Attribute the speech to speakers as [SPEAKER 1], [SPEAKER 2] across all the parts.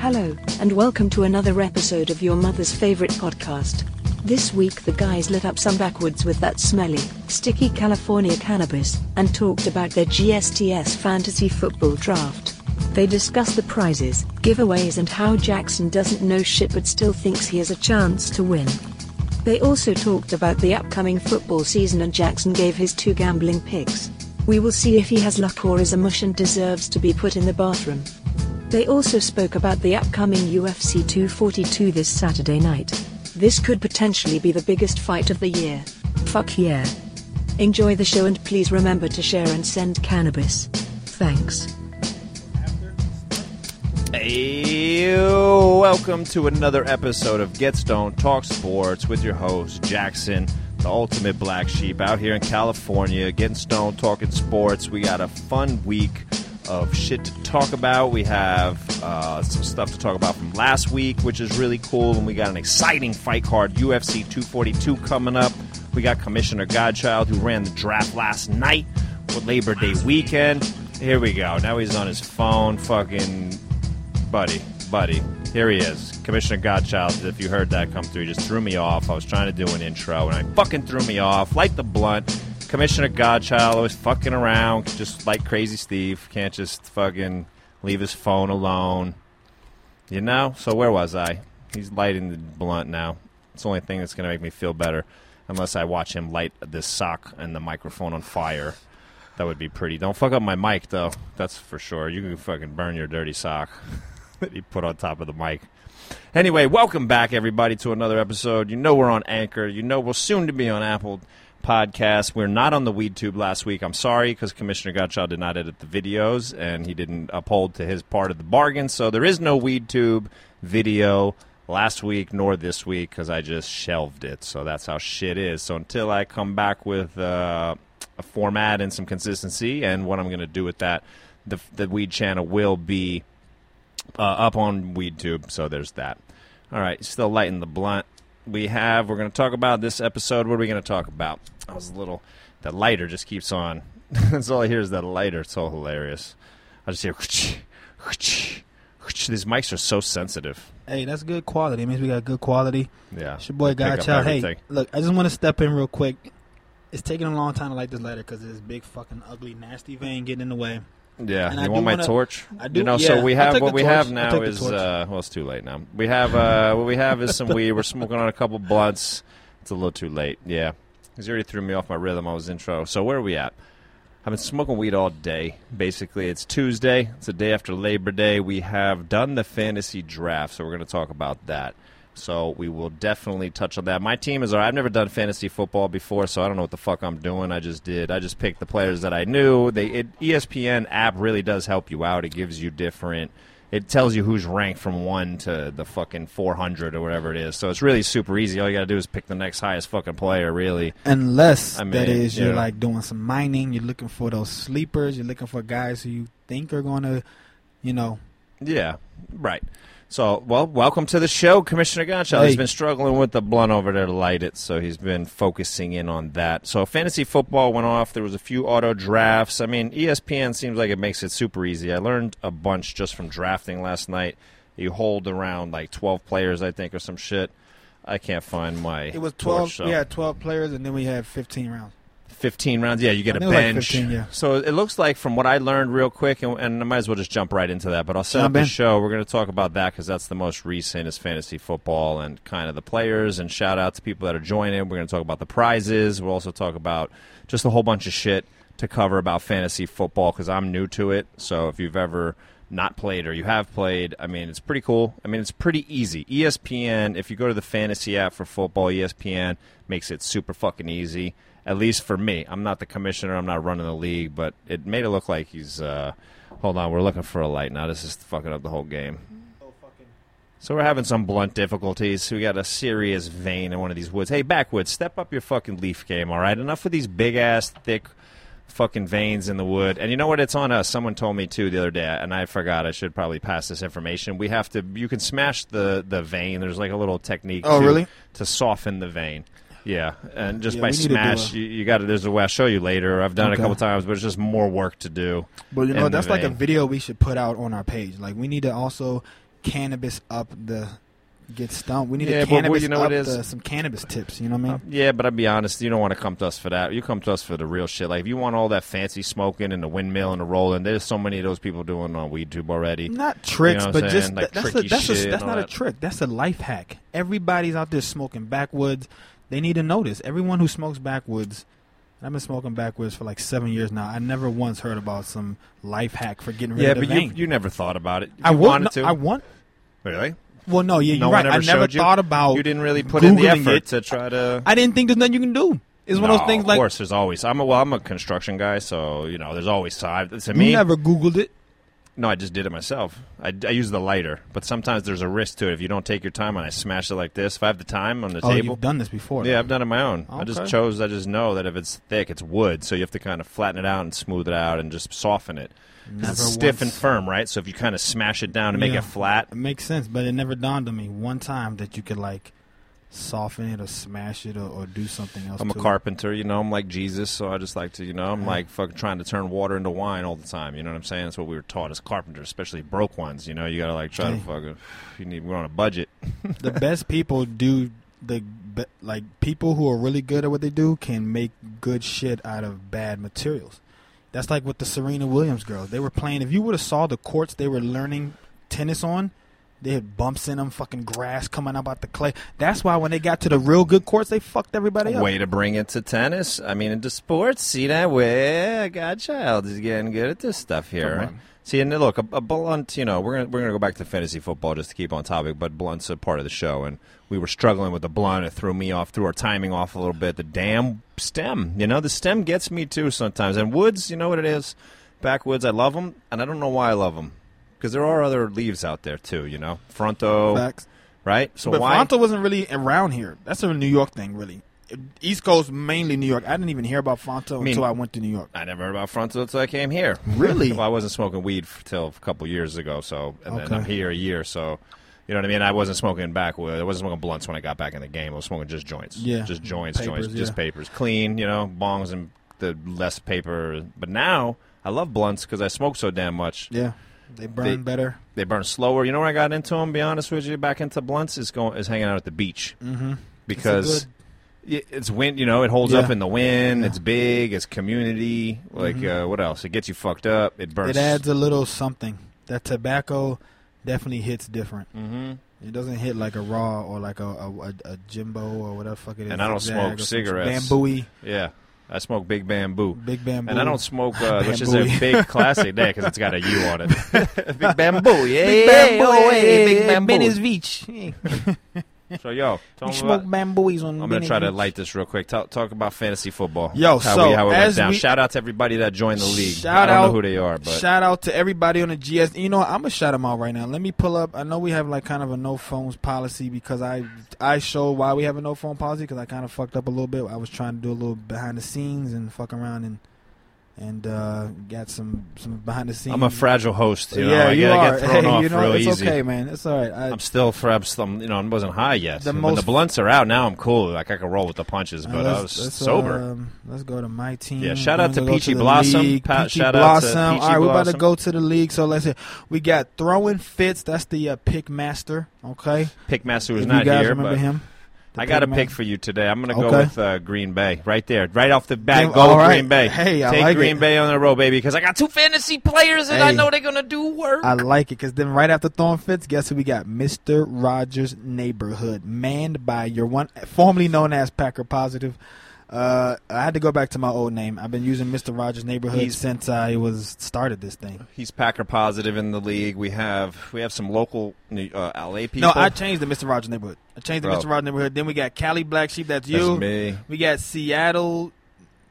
[SPEAKER 1] Hello, and welcome to another episode of your mother's favorite podcast. This week, the guys lit up some backwards with that smelly, sticky California cannabis and talked about their GSTS fantasy football draft. They discussed the prizes, giveaways, and how Jackson doesn't know shit but still thinks he has a chance to win. They also talked about the upcoming football season, and Jackson gave his two gambling picks. We will see if he has luck or is a mush and deserves to be put in the bathroom. They also spoke about the upcoming UFC 242 this Saturday night. This could potentially be the biggest fight of the year. Fuck yeah. Enjoy the show and please remember to share and send cannabis. Thanks.
[SPEAKER 2] Hey, welcome to another episode of Get Stone Talk Sports with your host Jackson, the ultimate black sheep out here in California, getting stone talking sports. We got a fun week of shit to talk about. We have uh, some stuff to talk about from last week, which is really cool, and we got an exciting fight card UFC 242 coming up. We got Commissioner Godchild who ran the draft last night with Labor Day weekend. Here we go. Now he's on his phone, fucking Buddy, buddy, here he is. Commissioner Godchild, if you heard that come through, just threw me off. I was trying to do an intro and I fucking threw me off. Light the blunt. Commissioner Godchild always fucking around, just like crazy Steve. Can't just fucking leave his phone alone. You know? So where was I? He's lighting the blunt now. It's the only thing that's going to make me feel better. Unless I watch him light this sock and the microphone on fire. That would be pretty. Don't fuck up my mic, though. That's for sure. You can fucking burn your dirty sock that you put on top of the mic. Anyway, welcome back, everybody, to another episode. You know we're on Anchor. You know we're soon to be on Apple Podcasts. We're not on the WeedTube last week. I'm sorry because Commissioner Gottschall did not edit the videos and he didn't uphold to his part of the bargain. So there is no WeedTube video last week nor this week because I just shelved it. So that's how shit is. So until I come back with uh, a format and some consistency and what I'm going to do with that, the, the Weed channel will be uh, up on WeedTube, so there's that. All right, still lighting the blunt. We have, we're going to talk about this episode. What are we going to talk about? I was a little, that lighter just keeps on. That's all I hear is that lighter. It's so hilarious. I just hear, these mics are so sensitive.
[SPEAKER 3] Hey, that's good quality. It means we got good quality.
[SPEAKER 2] Yeah.
[SPEAKER 3] It's your boy
[SPEAKER 2] They pick up
[SPEAKER 3] Godchild. Hey,
[SPEAKER 2] everything.
[SPEAKER 3] look, I just want to step in real quick. It's taking a long time to light this lighter because this big fucking ugly nasty vein getting in the way.
[SPEAKER 2] Yeah,
[SPEAKER 3] And
[SPEAKER 2] you
[SPEAKER 3] I
[SPEAKER 2] want
[SPEAKER 3] do
[SPEAKER 2] my
[SPEAKER 3] wanna-
[SPEAKER 2] torch?
[SPEAKER 3] I do-
[SPEAKER 2] You know,
[SPEAKER 3] yeah,
[SPEAKER 2] so we
[SPEAKER 3] I'll
[SPEAKER 2] have
[SPEAKER 3] take
[SPEAKER 2] what
[SPEAKER 3] the
[SPEAKER 2] we
[SPEAKER 3] torch.
[SPEAKER 2] have
[SPEAKER 3] I'll
[SPEAKER 2] now
[SPEAKER 3] take the
[SPEAKER 2] is
[SPEAKER 3] torch.
[SPEAKER 2] uh, well, it's too late now. We have uh, what we have is some weed. We're smoking on a couple blunts. It's a little too late. Yeah, because you already threw me off my rhythm. I was intro. So where are we at? I've been smoking weed all day. Basically, it's Tuesday. It's the day after Labor Day. We have done the fantasy draft, so we're going to talk about that. So we will definitely touch on that. My team is all right. I've never done fantasy football before, so I don't know what the fuck I'm doing. I just did. I just picked the players that I knew. They it, E ESPN app really does help you out. It gives you different. It tells you who's ranked from one to the fucking 400 or whatever it is. So it's really super easy. All you got to do is pick the next highest fucking player. Really,
[SPEAKER 3] Unless
[SPEAKER 2] I mean,
[SPEAKER 3] that is you're
[SPEAKER 2] yeah.
[SPEAKER 3] like doing some mining, you're looking for those sleepers, you're looking for guys who you think are gonna, you know,
[SPEAKER 2] Yeah, right. So, well, welcome to the show, Commissioner Gonchal. He's
[SPEAKER 3] Hey.
[SPEAKER 2] been struggling with the blunt over there to light it, so he's been focusing in on that. So, fantasy football went off. There was a few auto drafts. I mean, E ESPN seems like it makes it super easy. I learned a bunch just from drafting last night. You hold around like twelve players, I think, or some shit. I can't find my.
[SPEAKER 3] it was twelve.
[SPEAKER 2] torch, so-
[SPEAKER 3] we had twelve players, and then we had fifteen rounds.
[SPEAKER 2] 15 rounds. Yeah, you get
[SPEAKER 3] I
[SPEAKER 2] a
[SPEAKER 3] think it was like
[SPEAKER 2] bench.
[SPEAKER 3] 15, yeah.
[SPEAKER 2] So it looks like, from what I learned real quick, and, and I might as well just jump right into that, but I'll set
[SPEAKER 3] Jump
[SPEAKER 2] up the
[SPEAKER 3] in.
[SPEAKER 2] show. We're going to talk about that because that's the most recent is fantasy football and kind of the players and shout out to people that are joining. We're going to talk about the prizes. We'll also talk about just a whole bunch of shit to cover about fantasy football because I'm new to it. So if you've ever not played or you have played, I mean, it's pretty cool. I mean, it's pretty easy. E ESPN, if you go to the fantasy app for football, E ESPN makes it super fucking easy. At least for me, I'm not the commissioner. I'm not running the league, but it made it look like he's. Uh, hold on, we're looking for a light now. This is fucking up the whole game. So we're having some blunt difficulties. We got a serious vein in one of these woods. Hey, backwoods, step up your fucking leaf game, all right? Enough of these big ass, thick fucking veins in the wood. And you know what? It's on us. Someone told me too the other day, and I forgot. I should probably pass this information. We have to. You can smash the the vein. There's like a little technique.
[SPEAKER 3] Oh,
[SPEAKER 2] to-
[SPEAKER 3] really?
[SPEAKER 2] To soften the vein. Yeah, and just
[SPEAKER 3] Yeah,
[SPEAKER 2] by
[SPEAKER 3] we need to do
[SPEAKER 2] smash,
[SPEAKER 3] a-
[SPEAKER 2] you, you got to. There's a way. I'll show you later. I've done it a
[SPEAKER 3] Okay.
[SPEAKER 2] couple times, but it's just more work to do.
[SPEAKER 3] But you know
[SPEAKER 2] in the
[SPEAKER 3] that's like a
[SPEAKER 2] vein.
[SPEAKER 3] video we should put out on our page. Like we need to also cannabis up the get stumped. We need
[SPEAKER 2] Yeah,
[SPEAKER 3] a
[SPEAKER 2] but what-
[SPEAKER 3] cannabis
[SPEAKER 2] you know
[SPEAKER 3] up
[SPEAKER 2] what it is?
[SPEAKER 3] the, some cannabis tips. You know what I mean?
[SPEAKER 2] Yeah, but I'll be honest, you don't want to come to us for that. You come to us for the real shit. Like if you want all that fancy smoking and the windmill and the rolling, there's so many of those people doing on WeedTube already.
[SPEAKER 3] Not tricks,
[SPEAKER 2] You know what
[SPEAKER 3] but
[SPEAKER 2] I'm
[SPEAKER 3] just
[SPEAKER 2] saying? Like
[SPEAKER 3] that's a,
[SPEAKER 2] tricky
[SPEAKER 3] that's,
[SPEAKER 2] shit
[SPEAKER 3] a,
[SPEAKER 2] and
[SPEAKER 3] that's
[SPEAKER 2] all
[SPEAKER 3] not a
[SPEAKER 2] that.
[SPEAKER 3] trick. That's a life hack. Everybody's out there smoking backwoods. They need to know this. Everyone who smokes backwoods, and I've been smoking backwoods for like seven years now. I never once heard about some life hack for getting rid
[SPEAKER 2] Yeah,
[SPEAKER 3] of the
[SPEAKER 2] but you,
[SPEAKER 3] vein.
[SPEAKER 2] you never thought about it. You
[SPEAKER 3] I would-
[SPEAKER 2] wanted to.
[SPEAKER 3] no, I want.
[SPEAKER 2] really?
[SPEAKER 3] Well, no, yeah, you're
[SPEAKER 2] no
[SPEAKER 3] right.
[SPEAKER 2] one
[SPEAKER 3] I
[SPEAKER 2] ever
[SPEAKER 3] never
[SPEAKER 2] showed you?
[SPEAKER 3] thought about.
[SPEAKER 2] You didn't really put in the
[SPEAKER 3] Googling
[SPEAKER 2] effort
[SPEAKER 3] it.
[SPEAKER 2] to try to.
[SPEAKER 3] I didn't think there's nothing you can do. It's one of
[SPEAKER 2] No,
[SPEAKER 3] those things
[SPEAKER 2] Of
[SPEAKER 3] like
[SPEAKER 2] course, there's always. I'm a well. I'm a construction guy, so you know, there's always time. To
[SPEAKER 3] you
[SPEAKER 2] me,
[SPEAKER 3] never Googled it.
[SPEAKER 2] no, I just did it myself. I, I use the lighter, but sometimes there's a risk to it if you don't take your time. And I smash it like this. If I have the time on the
[SPEAKER 3] Oh,
[SPEAKER 2] table,
[SPEAKER 3] you've done this before.
[SPEAKER 2] Yeah, I've done it my own. I just
[SPEAKER 3] Okay.
[SPEAKER 2] chose. I just know that if it's thick, it's wood, so you have to kind of flatten it out and smooth it out and just soften it. 'Cause
[SPEAKER 3] Never
[SPEAKER 2] It's stiff and
[SPEAKER 3] once-
[SPEAKER 2] firm, right? So if you kind of smash it down to make
[SPEAKER 3] Yeah.
[SPEAKER 2] it flat,
[SPEAKER 3] It makes sense, but it never dawned on me one time that you could like soften it or smash it or, or do something else.
[SPEAKER 2] I'm a
[SPEAKER 3] to it.
[SPEAKER 2] carpenter, you know. I'm like Jesus, so I just like to, you know, I'm
[SPEAKER 3] Yeah.
[SPEAKER 2] like fucking trying to turn water into wine all the time. You know what I'm saying? That's what we were taught as carpenters, especially broke ones. You know, you gotta like try to
[SPEAKER 3] Hey.
[SPEAKER 2] fucking. You need. We're on a budget.
[SPEAKER 3] The best people do the be- like people who are really good at what they do can make good shit out of bad materials. That's like with the Serena Williams girls. They were playing. If you would have saw the courts they were learning tennis on, they had bumps in them, fucking grass coming up out the clay. That's why when they got to the real good courts, they fucked everybody up.
[SPEAKER 2] Way to bring it to tennis. I mean, into sports. See that way? Godchild is getting good at this stuff here.
[SPEAKER 3] Come
[SPEAKER 2] Right?
[SPEAKER 3] on.
[SPEAKER 2] See, and look, a, a blunt. You know, we're gonna we're gonna go back to fantasy football just to keep on topic. But blunt's a part of the show, and we were struggling with the blunt. It threw me off, threw our timing off a little bit. The damn stem. You know, the stem gets me too sometimes. And woods, you know what it is? Backwoods, I love them, and I don't know why I love them because there are other leaves out there too. You know, fronto,
[SPEAKER 3] Facts.
[SPEAKER 2] right? So
[SPEAKER 3] but
[SPEAKER 2] why?
[SPEAKER 3] Fonto wasn't really around here. That's a New York thing, really. East Coast, mainly New York. I didn't even hear about Fonto
[SPEAKER 2] mean-
[SPEAKER 3] until I went to New York.
[SPEAKER 2] I never heard about Fronto until I came here.
[SPEAKER 3] Really?
[SPEAKER 2] well, I wasn't smoking weed f- till a couple years ago. So, and then
[SPEAKER 3] Okay.
[SPEAKER 2] I'm here a year. So, you know what I mean? I wasn't smoking backwood. I wasn't smoking blunts when I got back in the game. I was smoking just joints.
[SPEAKER 3] Yeah.
[SPEAKER 2] Just joints,
[SPEAKER 3] Papers,
[SPEAKER 2] joints, just
[SPEAKER 3] yeah.
[SPEAKER 2] papers. Clean, you know, bongs and the less paper. But now I love blunts because I smoke so damn much.
[SPEAKER 3] Yeah, they burn
[SPEAKER 2] They-
[SPEAKER 3] better.
[SPEAKER 2] They burn slower. You know where I got into them? Be honest with you, back into blunts is going is hanging out at the beach
[SPEAKER 3] Mm-hmm.
[SPEAKER 2] because y- it's wind. You know, it holds
[SPEAKER 3] Yeah.
[SPEAKER 2] up in the wind.
[SPEAKER 3] Yeah. Mm-hmm.
[SPEAKER 2] It's big. It's community. Like uh, what else? It gets you fucked up. It burns.
[SPEAKER 3] it adds a little something. That tobacco definitely hits different.
[SPEAKER 2] Mm-hmm.
[SPEAKER 3] It doesn't hit like a raw or like a a, a, a Jimbo or whatever the fuck it is.
[SPEAKER 2] And I don't
[SPEAKER 3] Zigzag
[SPEAKER 2] smoke
[SPEAKER 3] or some
[SPEAKER 2] cigarettes.
[SPEAKER 3] Bambooey,
[SPEAKER 2] Yeah, I smoke big bamboo.
[SPEAKER 3] big bamboo.
[SPEAKER 2] And I don't smoke, uh, which is a
[SPEAKER 3] Bamboo.
[SPEAKER 2] big classic day because it's got a U on it. big bamboo, yeah,
[SPEAKER 3] Big bamboo, oh, hey, big bamboo. Beach.
[SPEAKER 2] So yo, tell
[SPEAKER 3] We
[SPEAKER 2] me
[SPEAKER 3] smoke
[SPEAKER 2] about,
[SPEAKER 3] bambooies on.
[SPEAKER 2] I'm gonna
[SPEAKER 3] Venice
[SPEAKER 2] try to
[SPEAKER 3] Beach.
[SPEAKER 2] light this real quick. Talk, talk about fantasy football.
[SPEAKER 3] Yo,
[SPEAKER 2] how
[SPEAKER 3] so
[SPEAKER 2] we, how it went
[SPEAKER 3] as
[SPEAKER 2] down.
[SPEAKER 3] we-
[SPEAKER 2] shout out to everybody that joined the league.
[SPEAKER 3] Shout
[SPEAKER 2] I don't know
[SPEAKER 3] out-
[SPEAKER 2] who they are, but
[SPEAKER 3] Shout out to everybody on the GS. You know, I'm gonna shout them out right now. Let me pull up. I know we have like kind of a no phones policy because I I show why we have a no phone policy because I kind of fucked up a little bit. I was trying to do a little behind the scenes and fuck around and and uh, got some some behind the scenes.
[SPEAKER 2] I'm a fragile host. You know,
[SPEAKER 3] yeah,
[SPEAKER 2] I,
[SPEAKER 3] you
[SPEAKER 2] get, I
[SPEAKER 3] are.
[SPEAKER 2] get thrown
[SPEAKER 3] hey,
[SPEAKER 2] off
[SPEAKER 3] you know,
[SPEAKER 2] real
[SPEAKER 3] it's
[SPEAKER 2] easy.
[SPEAKER 3] okay, man. It's all right. I,
[SPEAKER 2] I'm still fraps. I'm, you know, I wasn't high yet.
[SPEAKER 3] The
[SPEAKER 2] when
[SPEAKER 3] most-
[SPEAKER 2] the blunts are out now, I'm cool. Like I can roll with the punches,
[SPEAKER 3] uh,
[SPEAKER 2] but I
[SPEAKER 3] let's-
[SPEAKER 2] was
[SPEAKER 3] let's,
[SPEAKER 2] sober.
[SPEAKER 3] um, let's go to my team.
[SPEAKER 2] Yeah, shout out
[SPEAKER 3] We're
[SPEAKER 2] to
[SPEAKER 3] gonna go
[SPEAKER 2] Peachy
[SPEAKER 3] the
[SPEAKER 2] Blossom.
[SPEAKER 3] league.
[SPEAKER 2] Pa-
[SPEAKER 3] Peachy
[SPEAKER 2] shout out to
[SPEAKER 3] Blossom.
[SPEAKER 2] Peachy
[SPEAKER 3] All right, we're about to
[SPEAKER 2] Blossom.
[SPEAKER 3] go to the league. So let's see. We got throwing fits. That's the uh, pick master. Okay,
[SPEAKER 2] Pickmaster
[SPEAKER 3] if
[SPEAKER 2] was
[SPEAKER 3] you
[SPEAKER 2] not
[SPEAKER 3] guys
[SPEAKER 2] here,
[SPEAKER 3] remember
[SPEAKER 2] but
[SPEAKER 3] him. The
[SPEAKER 2] I got a
[SPEAKER 3] Pickmaster.
[SPEAKER 2] pick for you today. I'm going to go
[SPEAKER 3] Okay.
[SPEAKER 2] with uh, Green Bay right there, right off the bat.
[SPEAKER 3] Give-
[SPEAKER 2] go
[SPEAKER 3] all right.
[SPEAKER 2] Green Bay.
[SPEAKER 3] Hey, I
[SPEAKER 2] take
[SPEAKER 3] like
[SPEAKER 2] Green
[SPEAKER 3] it.
[SPEAKER 2] Bay on the road, baby, because I got two fantasy players and I
[SPEAKER 3] Hey.
[SPEAKER 2] know they're going to do work.
[SPEAKER 3] I like it because then right after throwing fits, guess who we got? Mister Rogers' neighborhood, manned by your one, formerly known as Packer Positive. Uh, I had to go back to my old name. I've been using Mister Rogers' neighborhood
[SPEAKER 2] He's-
[SPEAKER 3] since I was started this thing.
[SPEAKER 2] He's Packer positive in the league. We have we have some local uh, LA people.
[SPEAKER 3] No, I changed the Mister Rogers' neighborhood. I changed the
[SPEAKER 2] Bro.
[SPEAKER 3] Mister Rogers' neighborhood. Then we got Cali Black Sheep. That's
[SPEAKER 2] That's
[SPEAKER 3] you.
[SPEAKER 2] me.
[SPEAKER 3] We got Seattle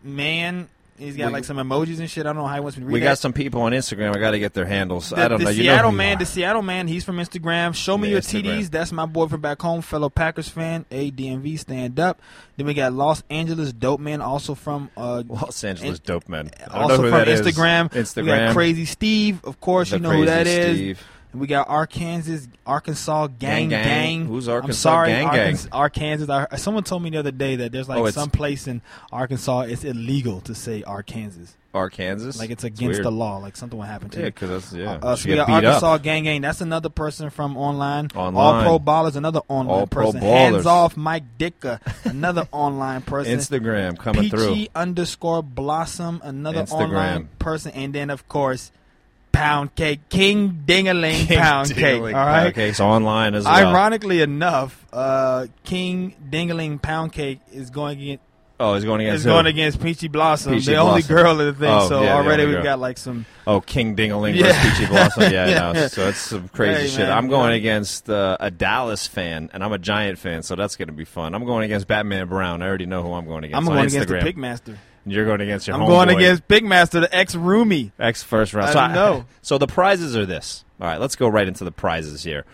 [SPEAKER 3] man. He's got
[SPEAKER 2] We-
[SPEAKER 3] like some emojis and shit. I don't know how he wants me to read
[SPEAKER 2] We
[SPEAKER 3] that.
[SPEAKER 2] got some people on Instagram. I got to get their handles.
[SPEAKER 3] The,
[SPEAKER 2] I don't
[SPEAKER 3] the
[SPEAKER 2] know. You know
[SPEAKER 3] Seattle
[SPEAKER 2] who you
[SPEAKER 3] man,
[SPEAKER 2] are.
[SPEAKER 3] the Seattle man, he's from Instagram. Show me
[SPEAKER 2] Yeah,
[SPEAKER 3] your
[SPEAKER 2] Instagram.
[SPEAKER 3] TDs. That's my boy from back home, fellow Packers fan, ADMV stand up. Then we got Los Angeles dope man, also from uh,
[SPEAKER 2] Los Angeles
[SPEAKER 3] and-
[SPEAKER 2] dope man. I don't know
[SPEAKER 3] also
[SPEAKER 2] who
[SPEAKER 3] from
[SPEAKER 2] that is.
[SPEAKER 3] Instagram. We got
[SPEAKER 2] Instagram.
[SPEAKER 3] Crazy Steve, of course,
[SPEAKER 2] The
[SPEAKER 3] you know who that
[SPEAKER 2] Crazy
[SPEAKER 3] is.
[SPEAKER 2] Steve.
[SPEAKER 3] And we got Arkansas, Arkansas gang gang.
[SPEAKER 2] Gang Gang. Who's Arkansas
[SPEAKER 3] I'm sorry,
[SPEAKER 2] Gang Gang?
[SPEAKER 3] Arkansas, Arkansas. I, someone told me the other day that there's like
[SPEAKER 2] Oh, it's-
[SPEAKER 3] some place in Arkansas it's illegal to say Arkansas.
[SPEAKER 2] Arkansas.
[SPEAKER 3] Like it's against the law. Like something would happen to
[SPEAKER 2] Yeah,
[SPEAKER 3] you.
[SPEAKER 2] because that's yeah.
[SPEAKER 3] Uh,
[SPEAKER 2] She
[SPEAKER 3] so we
[SPEAKER 2] get
[SPEAKER 3] got
[SPEAKER 2] beat
[SPEAKER 3] Arkansas
[SPEAKER 2] up.
[SPEAKER 3] Gang Gang. That's another person from online.
[SPEAKER 2] Online.
[SPEAKER 3] All Pro Ballers, another online
[SPEAKER 2] All-Pro
[SPEAKER 3] person.
[SPEAKER 2] Ballers.
[SPEAKER 3] Hands off Mike Dicker, another online person.
[SPEAKER 2] Instagram coming
[SPEAKER 3] Peachy
[SPEAKER 2] through.
[SPEAKER 3] underscore Blossom, another
[SPEAKER 2] Instagram.
[SPEAKER 3] online person. And then, of course, Pound Cake, King Dingaling
[SPEAKER 2] King
[SPEAKER 3] Pound Cake.
[SPEAKER 2] Dingley
[SPEAKER 3] All
[SPEAKER 2] Pound
[SPEAKER 3] right?
[SPEAKER 2] Cake's online as well.
[SPEAKER 3] Ironically enough, uh, King Dingaling Pound Cake is going against,
[SPEAKER 2] Oh, he's going against
[SPEAKER 3] is going
[SPEAKER 2] who?
[SPEAKER 3] against Peachy Blossom,
[SPEAKER 2] Peachy
[SPEAKER 3] the only
[SPEAKER 2] Blossom.
[SPEAKER 3] girl in the thing.
[SPEAKER 2] Oh,
[SPEAKER 3] so
[SPEAKER 2] yeah, the
[SPEAKER 3] already
[SPEAKER 2] only
[SPEAKER 3] we've
[SPEAKER 2] girl.
[SPEAKER 3] got like some
[SPEAKER 2] Oh, King Dingaling
[SPEAKER 3] Yeah.
[SPEAKER 2] versus Peachy Blossom. Yeah, I know.
[SPEAKER 3] Yeah.
[SPEAKER 2] So that's some crazy
[SPEAKER 3] Hey,
[SPEAKER 2] shit.
[SPEAKER 3] man,
[SPEAKER 2] I'm going
[SPEAKER 3] yeah.
[SPEAKER 2] against uh, a Dallas fan, and I'm a Giant fan, so that's going to be fun. I'm going against Batman Brown. I already know who I'm going against.
[SPEAKER 3] I'm
[SPEAKER 2] on
[SPEAKER 3] going
[SPEAKER 2] Instagram.
[SPEAKER 3] against the Pigmaster.
[SPEAKER 2] And You're going against your
[SPEAKER 3] I'm going
[SPEAKER 2] homeboy.
[SPEAKER 3] against Pigmaster, the ex roomie.
[SPEAKER 2] X first round.
[SPEAKER 3] I
[SPEAKER 2] so
[SPEAKER 3] know.
[SPEAKER 2] So the prizes are this. All right, let's go right into the prizes here.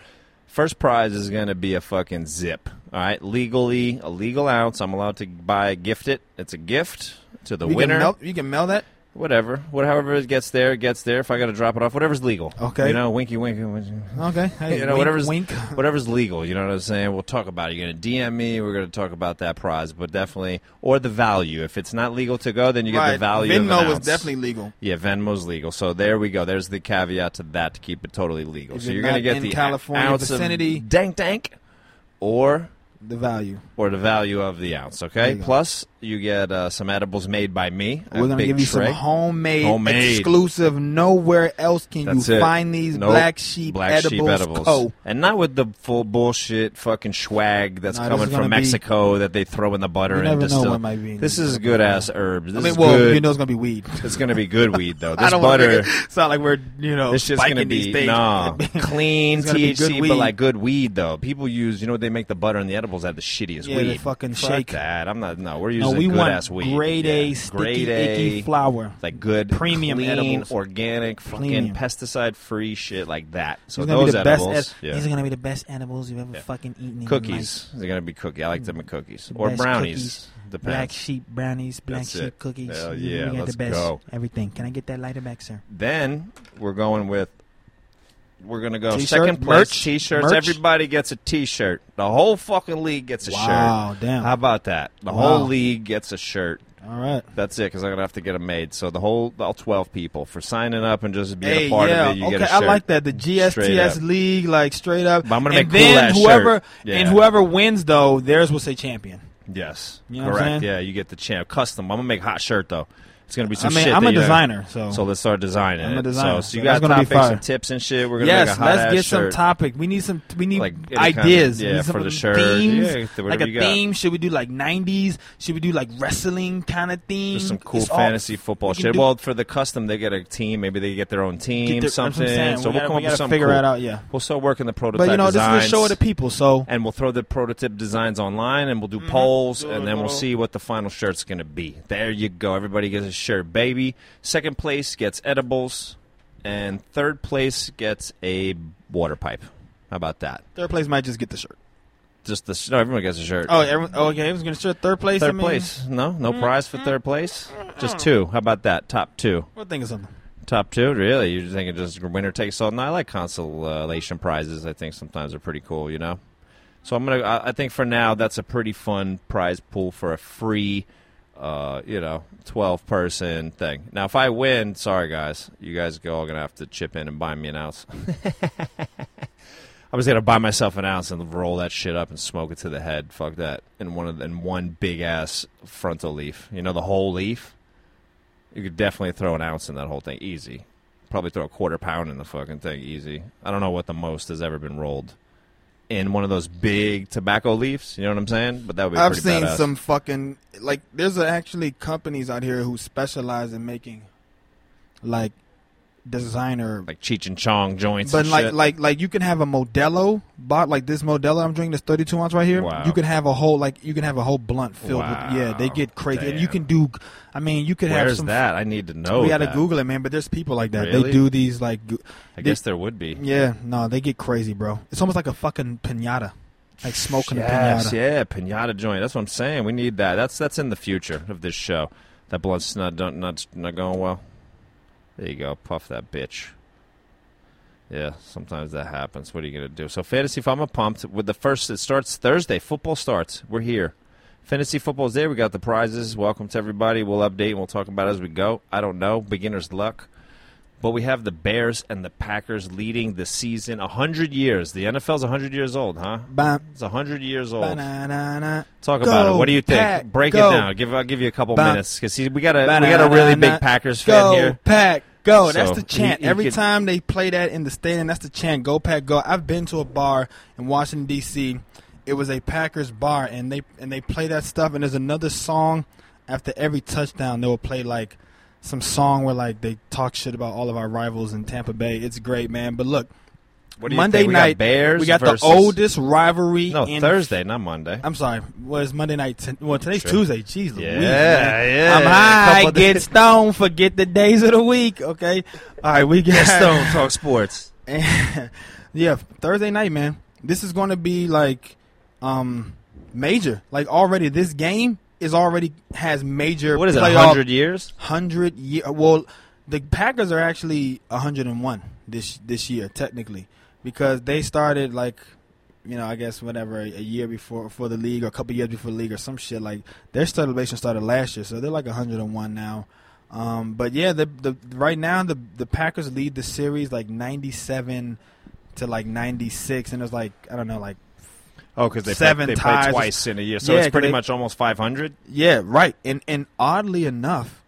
[SPEAKER 2] First prize is going to be a fucking zip. All right, legally a legal ounce. I'm allowed to buy gift it. It's a gift to the
[SPEAKER 3] You
[SPEAKER 2] winner.
[SPEAKER 3] can mail, you can mail that.
[SPEAKER 2] Whatever, whatever it gets there, it gets there. If I got to drop it off, whatever's legal.
[SPEAKER 3] Okay.
[SPEAKER 2] You know, winky, winky, winky.
[SPEAKER 3] Okay, hey,
[SPEAKER 2] You know,
[SPEAKER 3] wink,
[SPEAKER 2] whatever's
[SPEAKER 3] wink.
[SPEAKER 2] whatever's legal. You know what I'm saying? We'll talk about it. You're going to DM me. We're going to talk about that prize, but definitely or the value. If it's not legal to go, then you get the value. of an
[SPEAKER 3] Venmo was
[SPEAKER 2] ounce.
[SPEAKER 3] definitely legal.
[SPEAKER 2] Yeah, Venmo's legal. So there we go. There's the caveat to that to keep it totally legal.
[SPEAKER 3] If
[SPEAKER 2] so
[SPEAKER 3] you're
[SPEAKER 2] you're, going
[SPEAKER 3] not
[SPEAKER 2] to get
[SPEAKER 3] in
[SPEAKER 2] the
[SPEAKER 3] California
[SPEAKER 2] ounce of
[SPEAKER 3] vicinity-
[SPEAKER 2] dank dank or
[SPEAKER 3] The value.
[SPEAKER 2] or the value of the ounce,
[SPEAKER 3] There
[SPEAKER 2] okay?
[SPEAKER 3] you go.
[SPEAKER 2] Plus you get uh, some edibles made by me. a
[SPEAKER 3] We're gonna
[SPEAKER 2] big
[SPEAKER 3] give you
[SPEAKER 2] tray.
[SPEAKER 3] some homemade,
[SPEAKER 2] Homemade.
[SPEAKER 3] exclusive. Nowhere else can
[SPEAKER 2] That's
[SPEAKER 3] you
[SPEAKER 2] it.
[SPEAKER 3] find these
[SPEAKER 2] Nope.
[SPEAKER 3] black sheep
[SPEAKER 2] Black
[SPEAKER 3] edibles. Oh.
[SPEAKER 2] sheep edibles.
[SPEAKER 3] Co.
[SPEAKER 2] And not with the full bullshit fucking swag that's
[SPEAKER 3] Nah, this
[SPEAKER 2] coming
[SPEAKER 3] is
[SPEAKER 2] from
[SPEAKER 3] gonna be-
[SPEAKER 2] Mexico that they throw in the butter
[SPEAKER 3] You
[SPEAKER 2] and
[SPEAKER 3] never know
[SPEAKER 2] distill.
[SPEAKER 3] what might be in
[SPEAKER 2] this
[SPEAKER 3] these.
[SPEAKER 2] is good ass herbs. This
[SPEAKER 3] I mean,
[SPEAKER 2] is
[SPEAKER 3] well,
[SPEAKER 2] good.
[SPEAKER 3] you know it's gonna be weed.
[SPEAKER 2] it's going to be good weed though. This
[SPEAKER 3] I don't wanna
[SPEAKER 2] butter
[SPEAKER 3] make it sound like we're you know
[SPEAKER 2] This shit's
[SPEAKER 3] spiking
[SPEAKER 2] gonna
[SPEAKER 3] these
[SPEAKER 2] be
[SPEAKER 3] things.
[SPEAKER 2] no clean
[SPEAKER 3] It's gonna be
[SPEAKER 2] THC,
[SPEAKER 3] good
[SPEAKER 2] but
[SPEAKER 3] weed.
[SPEAKER 2] like good weed though. People use, you know, they make the butter and the edibles out of the shittiest
[SPEAKER 3] Yeah,
[SPEAKER 2] weed.
[SPEAKER 3] they fucking
[SPEAKER 2] Fuck
[SPEAKER 3] shake.
[SPEAKER 2] that. I'm not. No, we're using
[SPEAKER 3] no, we
[SPEAKER 2] good
[SPEAKER 3] want
[SPEAKER 2] ass weed.
[SPEAKER 3] grade A,
[SPEAKER 2] Yeah.
[SPEAKER 3] sticky,
[SPEAKER 2] grade
[SPEAKER 3] icky
[SPEAKER 2] A,
[SPEAKER 3] flour.
[SPEAKER 2] like good
[SPEAKER 3] premium
[SPEAKER 2] clean,
[SPEAKER 3] edibles.
[SPEAKER 2] organic, fucking
[SPEAKER 3] Premium.
[SPEAKER 2] pesticide free shit like that. So
[SPEAKER 3] These are gonna
[SPEAKER 2] those
[SPEAKER 3] be the
[SPEAKER 2] edibles,
[SPEAKER 3] best. ed-
[SPEAKER 2] yeah.
[SPEAKER 3] These are gonna be the best edibles you've ever fucking eaten. in your life.
[SPEAKER 2] cookies. They're gonna be cookie. I like them in cookies or
[SPEAKER 3] best
[SPEAKER 2] brownies.
[SPEAKER 3] cookies.
[SPEAKER 2] Depends.
[SPEAKER 3] Black sheep brownies, black
[SPEAKER 2] That's
[SPEAKER 3] sheep
[SPEAKER 2] it.
[SPEAKER 3] cookies.
[SPEAKER 2] Hell
[SPEAKER 3] You-
[SPEAKER 2] yeah,
[SPEAKER 3] you got
[SPEAKER 2] let's
[SPEAKER 3] the best.
[SPEAKER 2] go.
[SPEAKER 3] Everything. Can I get that lighter back, sir?
[SPEAKER 2] Then we're going with we're gonna go
[SPEAKER 3] T-shirt,
[SPEAKER 2] second place
[SPEAKER 3] merch,
[SPEAKER 2] t-shirts.
[SPEAKER 3] merch.
[SPEAKER 2] Everybody gets a t-shirt. The whole fucking league gets a
[SPEAKER 3] Wow,
[SPEAKER 2] shirt.
[SPEAKER 3] damn.
[SPEAKER 2] How about that? The
[SPEAKER 3] Wow.
[SPEAKER 2] whole league gets a shirt.
[SPEAKER 3] All right.
[SPEAKER 2] That's it, because I'm gonna have to get them made. So the whole all 12 people for signing up and just being
[SPEAKER 3] Hey,
[SPEAKER 2] a part
[SPEAKER 3] yeah,
[SPEAKER 2] of it, you
[SPEAKER 3] okay.
[SPEAKER 2] get a shirt.
[SPEAKER 3] I like that. The
[SPEAKER 2] Straight up.
[SPEAKER 3] GSTS league, like straight up.
[SPEAKER 2] But I'm gonna
[SPEAKER 3] and
[SPEAKER 2] make cool
[SPEAKER 3] then
[SPEAKER 2] ass
[SPEAKER 3] whoever
[SPEAKER 2] shirt. Yeah.
[SPEAKER 3] and whoever wins though, theirs will say champion.
[SPEAKER 2] Yes,
[SPEAKER 3] You know what I'm
[SPEAKER 2] correct.
[SPEAKER 3] saying?
[SPEAKER 2] Yeah, you get the champ custom. I'm gonna make a hot shirt though. It's gonna be some
[SPEAKER 3] I mean,
[SPEAKER 2] shit.
[SPEAKER 3] I'm
[SPEAKER 2] that
[SPEAKER 3] a
[SPEAKER 2] you-
[SPEAKER 3] designer, so,
[SPEAKER 2] So let's start designing.
[SPEAKER 3] I'm a
[SPEAKER 2] it.
[SPEAKER 3] designer,
[SPEAKER 2] So, so you
[SPEAKER 3] so
[SPEAKER 2] got
[SPEAKER 3] that's gonna be
[SPEAKER 2] topics
[SPEAKER 3] fire.
[SPEAKER 2] and tips and shit. We're gonna
[SPEAKER 3] yes,
[SPEAKER 2] make a hot
[SPEAKER 3] let's
[SPEAKER 2] ass
[SPEAKER 3] get
[SPEAKER 2] shirt.
[SPEAKER 3] some topic. We need some. We need
[SPEAKER 2] Like, any kind of-
[SPEAKER 3] ideas.
[SPEAKER 2] yeah,
[SPEAKER 3] we need some
[SPEAKER 2] for the shirt.
[SPEAKER 3] Themes,
[SPEAKER 2] Yeah, whatever
[SPEAKER 3] like a
[SPEAKER 2] you got.
[SPEAKER 3] theme. Should we do like '90s? Should we do like wrestling kind of theme?
[SPEAKER 2] Just some cool
[SPEAKER 3] It's all-
[SPEAKER 2] fantasy football
[SPEAKER 3] we can
[SPEAKER 2] shit.
[SPEAKER 3] do-
[SPEAKER 2] well, for the custom, they get a team. Maybe they get their own
[SPEAKER 3] get
[SPEAKER 2] team,
[SPEAKER 3] the- that's what I'm
[SPEAKER 2] something.
[SPEAKER 3] saying.
[SPEAKER 2] So
[SPEAKER 3] we
[SPEAKER 2] will come
[SPEAKER 3] gotta- we
[SPEAKER 2] up with
[SPEAKER 3] gotta
[SPEAKER 2] something.
[SPEAKER 3] Figure
[SPEAKER 2] cool.
[SPEAKER 3] that out. Yeah.
[SPEAKER 2] We'll start working the prototype.
[SPEAKER 3] But you know, this is
[SPEAKER 2] designs,
[SPEAKER 3] a show of the people, so
[SPEAKER 2] And we'll throw the prototype designs online, and we'll do polls, and then we'll see what the final shirt's going to be. There you go. Everybody gets a shirt, baby. Second place gets edibles, and third place gets a water pipe. How about that?
[SPEAKER 3] third place might just get the shirt.
[SPEAKER 2] Just the sh- no, everyone gets a shirt.
[SPEAKER 3] Oh, everyone, oh, okay. Everyone's gonna shirt third place. I
[SPEAKER 2] third
[SPEAKER 3] mean,
[SPEAKER 2] place? No, no prize for third place. Just two. How about that? Top two.
[SPEAKER 3] We're thinking something.
[SPEAKER 2] Top two, really? You're thinking just winner takes all? No, I like consolation prizes. I think sometimes are pretty cool, you know. So I'm gonna. I, I think for now that's a pretty fun prize pool for a free, uh, you know, twelve person thing. Now, if I win, sorry guys, you guys go all gonna have to chip in and buy me an ounce. I was gonna buy myself an ounce and roll that shit up and smoke it to the head. Fuck that! In one of the, in one big ass frontal leaf, you know, the whole leaf. You could definitely throw an ounce in that whole thing, easy. Probably throw a quarter pound in the fucking thing, easy. I don't know what the most has ever been rolled in one of those big tobacco leaves. You know what I'm saying? But that would be
[SPEAKER 3] I've
[SPEAKER 2] pretty
[SPEAKER 3] seen
[SPEAKER 2] badass.
[SPEAKER 3] some fucking like. There's actually companies out here who specialize in making like designer,
[SPEAKER 2] like Cheech and Chong joints,
[SPEAKER 3] but
[SPEAKER 2] and
[SPEAKER 3] like
[SPEAKER 2] shit.
[SPEAKER 3] like like you can have a Modelo bot like this Modelo I'm drinking this 32 ounce right here.
[SPEAKER 2] Wow.
[SPEAKER 3] You can have a whole like you can have a whole blunt filled
[SPEAKER 2] Wow.
[SPEAKER 3] with yeah. They get crazy, and you
[SPEAKER 2] Damn.
[SPEAKER 3] can do. I mean, you could have
[SPEAKER 2] where's
[SPEAKER 3] some.
[SPEAKER 2] that? I need to know.
[SPEAKER 3] we gotta
[SPEAKER 2] that.
[SPEAKER 3] Google it, man. But there's people like that.
[SPEAKER 2] Really?
[SPEAKER 3] They do these like. gu-
[SPEAKER 2] I guess there would be.
[SPEAKER 3] Yeah, no, they get crazy, bro. It's almost like a fucking pinata, like smoking
[SPEAKER 2] Yes,
[SPEAKER 3] a pinata.
[SPEAKER 2] yeah, pinata joint. That's what I'm saying. We need that. That's that's in the future of this show. That blunt's not don't- not not going well. There you go. Puff that bitch. Yeah, sometimes that happens. What are you going to do? So, fantasy I'm pumped with the first. It starts Thursday. Football starts. We're here. Fantasy football's there. We got the prizes. Welcome to everybody. We'll update and we'll talk about it as we go. I don't know. Beginner's luck. But we have the Bears and the Packers leading the season 100 years. The NFL's 100 years old, huh?
[SPEAKER 3] Bam.
[SPEAKER 2] It's 100 years old.
[SPEAKER 3] Ba-na-na-na.
[SPEAKER 2] Talk
[SPEAKER 3] Go,
[SPEAKER 2] about it. What do you think?
[SPEAKER 3] Pack,
[SPEAKER 2] Break
[SPEAKER 3] go.
[SPEAKER 2] it down. Give I'll give you a couple
[SPEAKER 3] Ba-
[SPEAKER 2] minutes because we got a we got a really big
[SPEAKER 3] Ba-na-na-na.
[SPEAKER 2] Packers
[SPEAKER 3] go,
[SPEAKER 2] fan here.
[SPEAKER 3] Pack, go.
[SPEAKER 2] So,
[SPEAKER 3] that's the chant.
[SPEAKER 2] he- he
[SPEAKER 3] Every
[SPEAKER 2] could-
[SPEAKER 3] time they play that in the stadium, that's the chant. Go, Pack, go. I've been to a bar in Washington D.C. It was a Packers bar, and they and they play that stuff. And there's another song after every touchdown. They will play like some song where like they talk shit about all of our rivals in Tampa Bay. It's great, man. But look,
[SPEAKER 2] What do you
[SPEAKER 3] Monday
[SPEAKER 2] think?
[SPEAKER 3] night
[SPEAKER 2] we got Bears.
[SPEAKER 3] We got
[SPEAKER 2] versus,
[SPEAKER 3] the oldest rivalry.
[SPEAKER 2] No,
[SPEAKER 3] in
[SPEAKER 2] Thursday, not Monday.
[SPEAKER 3] I'm sorry. Was Monday night? T- well, today's
[SPEAKER 2] Sure.
[SPEAKER 3] Tuesday. Jeez, Louise,
[SPEAKER 2] Yeah,
[SPEAKER 3] man.
[SPEAKER 2] yeah.
[SPEAKER 3] I'm high.
[SPEAKER 2] Couple
[SPEAKER 3] Get
[SPEAKER 2] days.
[SPEAKER 3] stoned. Forget the days of the week. Okay. All right, we get
[SPEAKER 2] Talk Sports.
[SPEAKER 3] yeah, Thursday night, man. This is going to be like um major. Like already, this game is already has major.
[SPEAKER 2] What is it?
[SPEAKER 3] playoff-
[SPEAKER 2] Hundred years?
[SPEAKER 3] hundred year. Well, the Packers are actually hundred and one this this year technically because they started like you know I guess whatever a year before for the league or a couple years before the league or some shit like their celebration started last year so they're like hundred and one now. Um, but yeah, the the right now the the Packers lead the series like ninety seven to like ninety six and it's like I don't know like
[SPEAKER 2] Oh, because they
[SPEAKER 3] Seven
[SPEAKER 2] play, they play
[SPEAKER 3] ties.
[SPEAKER 2] twice in a year, so
[SPEAKER 3] Yeah,
[SPEAKER 2] it's
[SPEAKER 3] 'cause
[SPEAKER 2] pretty
[SPEAKER 3] they-
[SPEAKER 2] much almost five hundred.
[SPEAKER 3] Yeah, right. And and oddly enough,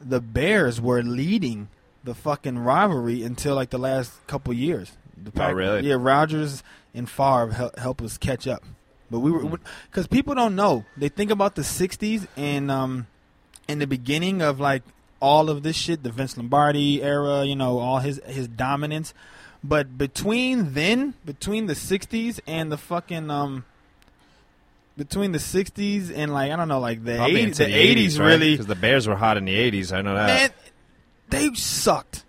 [SPEAKER 3] the Bears were leading the fucking rivalry until like the last couple years. The Pack-
[SPEAKER 2] really?
[SPEAKER 3] Yeah, Rodgers and Favre hel- help us catch up. But we were because people don't know. They think about the '60s and um, in the beginning of like all of this shit, the Vince Lombardi era, you know, all his his dominance. But between then, between the '60s and the fucking um, between the '60s and like I don't know, like the
[SPEAKER 2] Probably
[SPEAKER 3] '80s,
[SPEAKER 2] into
[SPEAKER 3] the '80s really,
[SPEAKER 2] because the Bears were hot in the eighties. I know that.
[SPEAKER 3] man, they sucked,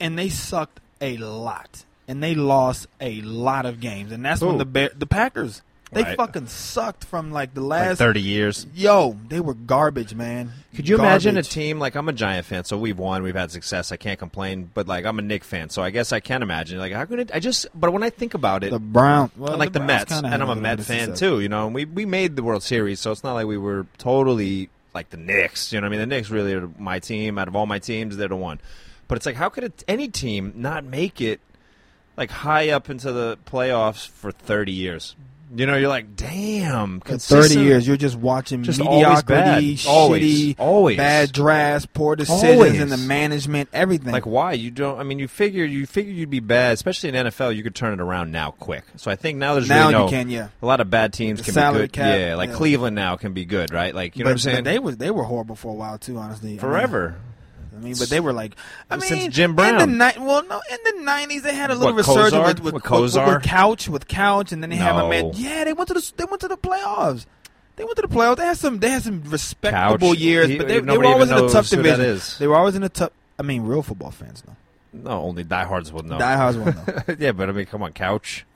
[SPEAKER 3] and they sucked a lot, and they lost a lot of games, and that's
[SPEAKER 2] Who?
[SPEAKER 3] when the Bear, the Packers, they
[SPEAKER 2] Right.
[SPEAKER 3] fucking sucked from like the
[SPEAKER 2] like
[SPEAKER 3] last.
[SPEAKER 2] thirty years.
[SPEAKER 3] Yo, they were garbage, man.
[SPEAKER 2] Could you imagine a
[SPEAKER 3] Garbage.
[SPEAKER 2] team like I'm a Giant fan, so we've won, we've had success. I can't complain, but like I'm a Nick fan, so I guess I can imagine. Like how could it? I just? But when I think about it,
[SPEAKER 3] the Brown, well,
[SPEAKER 2] I like the,
[SPEAKER 3] Browns
[SPEAKER 2] Mets, and
[SPEAKER 3] kinda had
[SPEAKER 2] I'm a
[SPEAKER 3] little bit
[SPEAKER 2] Met
[SPEAKER 3] of
[SPEAKER 2] fan
[SPEAKER 3] success.
[SPEAKER 2] too. You know, and we we made the World Series, so it's not like we were totally like the Knicks. You know, what I mean, the Knicks really are my team. Out of all my teams, they're the one. But it's like, how could it, any team not make it like high up into the playoffs for 30 years? You know, you're like, damn,
[SPEAKER 3] For
[SPEAKER 2] consistent-
[SPEAKER 3] thirty years, you're just watching
[SPEAKER 2] Just always bad.
[SPEAKER 3] mediocrity, shitty,
[SPEAKER 2] Always. Always.
[SPEAKER 3] bad drafts, poor decisions,
[SPEAKER 2] Always.
[SPEAKER 3] and the management, everything.
[SPEAKER 2] Like why you don't? I mean, you figure you figure you'd be bad, especially in NFL. You could turn it around now, quick. So I think now there's
[SPEAKER 3] Now
[SPEAKER 2] really
[SPEAKER 3] you
[SPEAKER 2] no,
[SPEAKER 3] can, yeah.
[SPEAKER 2] A lot of bad teams
[SPEAKER 3] The
[SPEAKER 2] can be
[SPEAKER 3] salary
[SPEAKER 2] good,
[SPEAKER 3] cap,
[SPEAKER 2] yeah. Like
[SPEAKER 3] yeah.
[SPEAKER 2] Cleveland now can be good, right? Like you know
[SPEAKER 3] but,
[SPEAKER 2] what I'm saying?
[SPEAKER 3] but they was they were horrible for a while too, honestly. I mean,
[SPEAKER 2] Forever.
[SPEAKER 3] I mean, but they were like, I mean,
[SPEAKER 2] Since Jim Brown.
[SPEAKER 3] In the ni- well, no, in the nineties they had a little
[SPEAKER 2] What,
[SPEAKER 3] resurgence
[SPEAKER 2] Kozar?
[SPEAKER 3] with
[SPEAKER 2] With
[SPEAKER 3] with, with, with,
[SPEAKER 2] Kozar?
[SPEAKER 3] Couch, with Couch, and then they have a man.
[SPEAKER 2] No.
[SPEAKER 3] Yeah, they went to the they went to the playoffs. They went to the playoffs. They had some they had some respectable
[SPEAKER 2] Couch.
[SPEAKER 3] years,
[SPEAKER 2] He-
[SPEAKER 3] but they, they
[SPEAKER 2] nobody
[SPEAKER 3] were always in
[SPEAKER 2] even
[SPEAKER 3] a tough
[SPEAKER 2] knows who that
[SPEAKER 3] division.
[SPEAKER 2] is.
[SPEAKER 3] They were always in a tough. I mean, real football fans though.
[SPEAKER 2] No, only diehards will know.
[SPEAKER 3] Diehards won't know.
[SPEAKER 2] yeah, but I mean, come on, couch.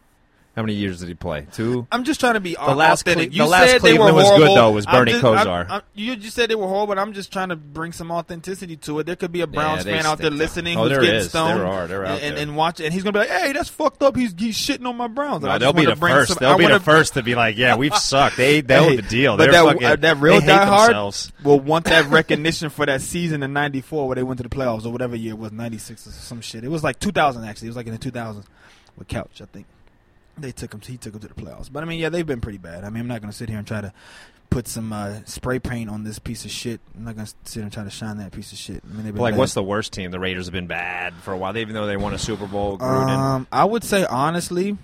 [SPEAKER 2] How many years did he play? Two.
[SPEAKER 3] I'm just trying to be the
[SPEAKER 2] last
[SPEAKER 3] authentic.
[SPEAKER 2] Cle-
[SPEAKER 3] you
[SPEAKER 2] the last
[SPEAKER 3] said they
[SPEAKER 2] Cleveland
[SPEAKER 3] were
[SPEAKER 2] was good,
[SPEAKER 3] horrible.
[SPEAKER 2] though, was
[SPEAKER 3] I'm
[SPEAKER 2] Bernie
[SPEAKER 3] just-
[SPEAKER 2] Kozar.
[SPEAKER 3] I'm- I'm- you just said they were horrible, and I'm just trying to bring some authenticity to it. There could be a Browns
[SPEAKER 2] they
[SPEAKER 3] fan out there
[SPEAKER 2] stink.
[SPEAKER 3] listening
[SPEAKER 2] Oh,
[SPEAKER 3] who's
[SPEAKER 2] there
[SPEAKER 3] getting
[SPEAKER 2] is. There
[SPEAKER 3] stoned
[SPEAKER 2] are. They're out
[SPEAKER 3] and,
[SPEAKER 2] there.
[SPEAKER 3] and watch, and he's gonna be like, "Hey, that's fucked up. He's he's shitting on my Browns." And
[SPEAKER 2] No,
[SPEAKER 3] I just
[SPEAKER 2] they'll be
[SPEAKER 3] wanna
[SPEAKER 2] the
[SPEAKER 3] bring
[SPEAKER 2] first.
[SPEAKER 3] some- I
[SPEAKER 2] they'll be
[SPEAKER 3] wanna-
[SPEAKER 2] the first to be like, "Yeah, we've sucked. They they owe
[SPEAKER 3] Hey,
[SPEAKER 2] the deal.
[SPEAKER 3] But
[SPEAKER 2] They're
[SPEAKER 3] that,
[SPEAKER 2] fucking
[SPEAKER 3] uh, that real
[SPEAKER 2] they hate
[SPEAKER 3] diehard
[SPEAKER 2] themselves."
[SPEAKER 3] will want that recognition for that season in '94 where they went to the playoffs or whatever year it was '96 or some shit. It was like 2000 actually. It was like in the 2000s with Couch, I think. They took him. He took him to the playoffs. But I mean, yeah, they've been pretty bad. I mean, I'm not gonna sit here and try to put some uh, spray paint on this piece of shit. I'm not gonna sit here and try to shine that piece of shit. I mean, they've been
[SPEAKER 2] Like,
[SPEAKER 3] bad.
[SPEAKER 2] what's the worst team? The Raiders have been bad for a while, even though they won a Super Bowl. Gruden.
[SPEAKER 3] Um, I would say honestly,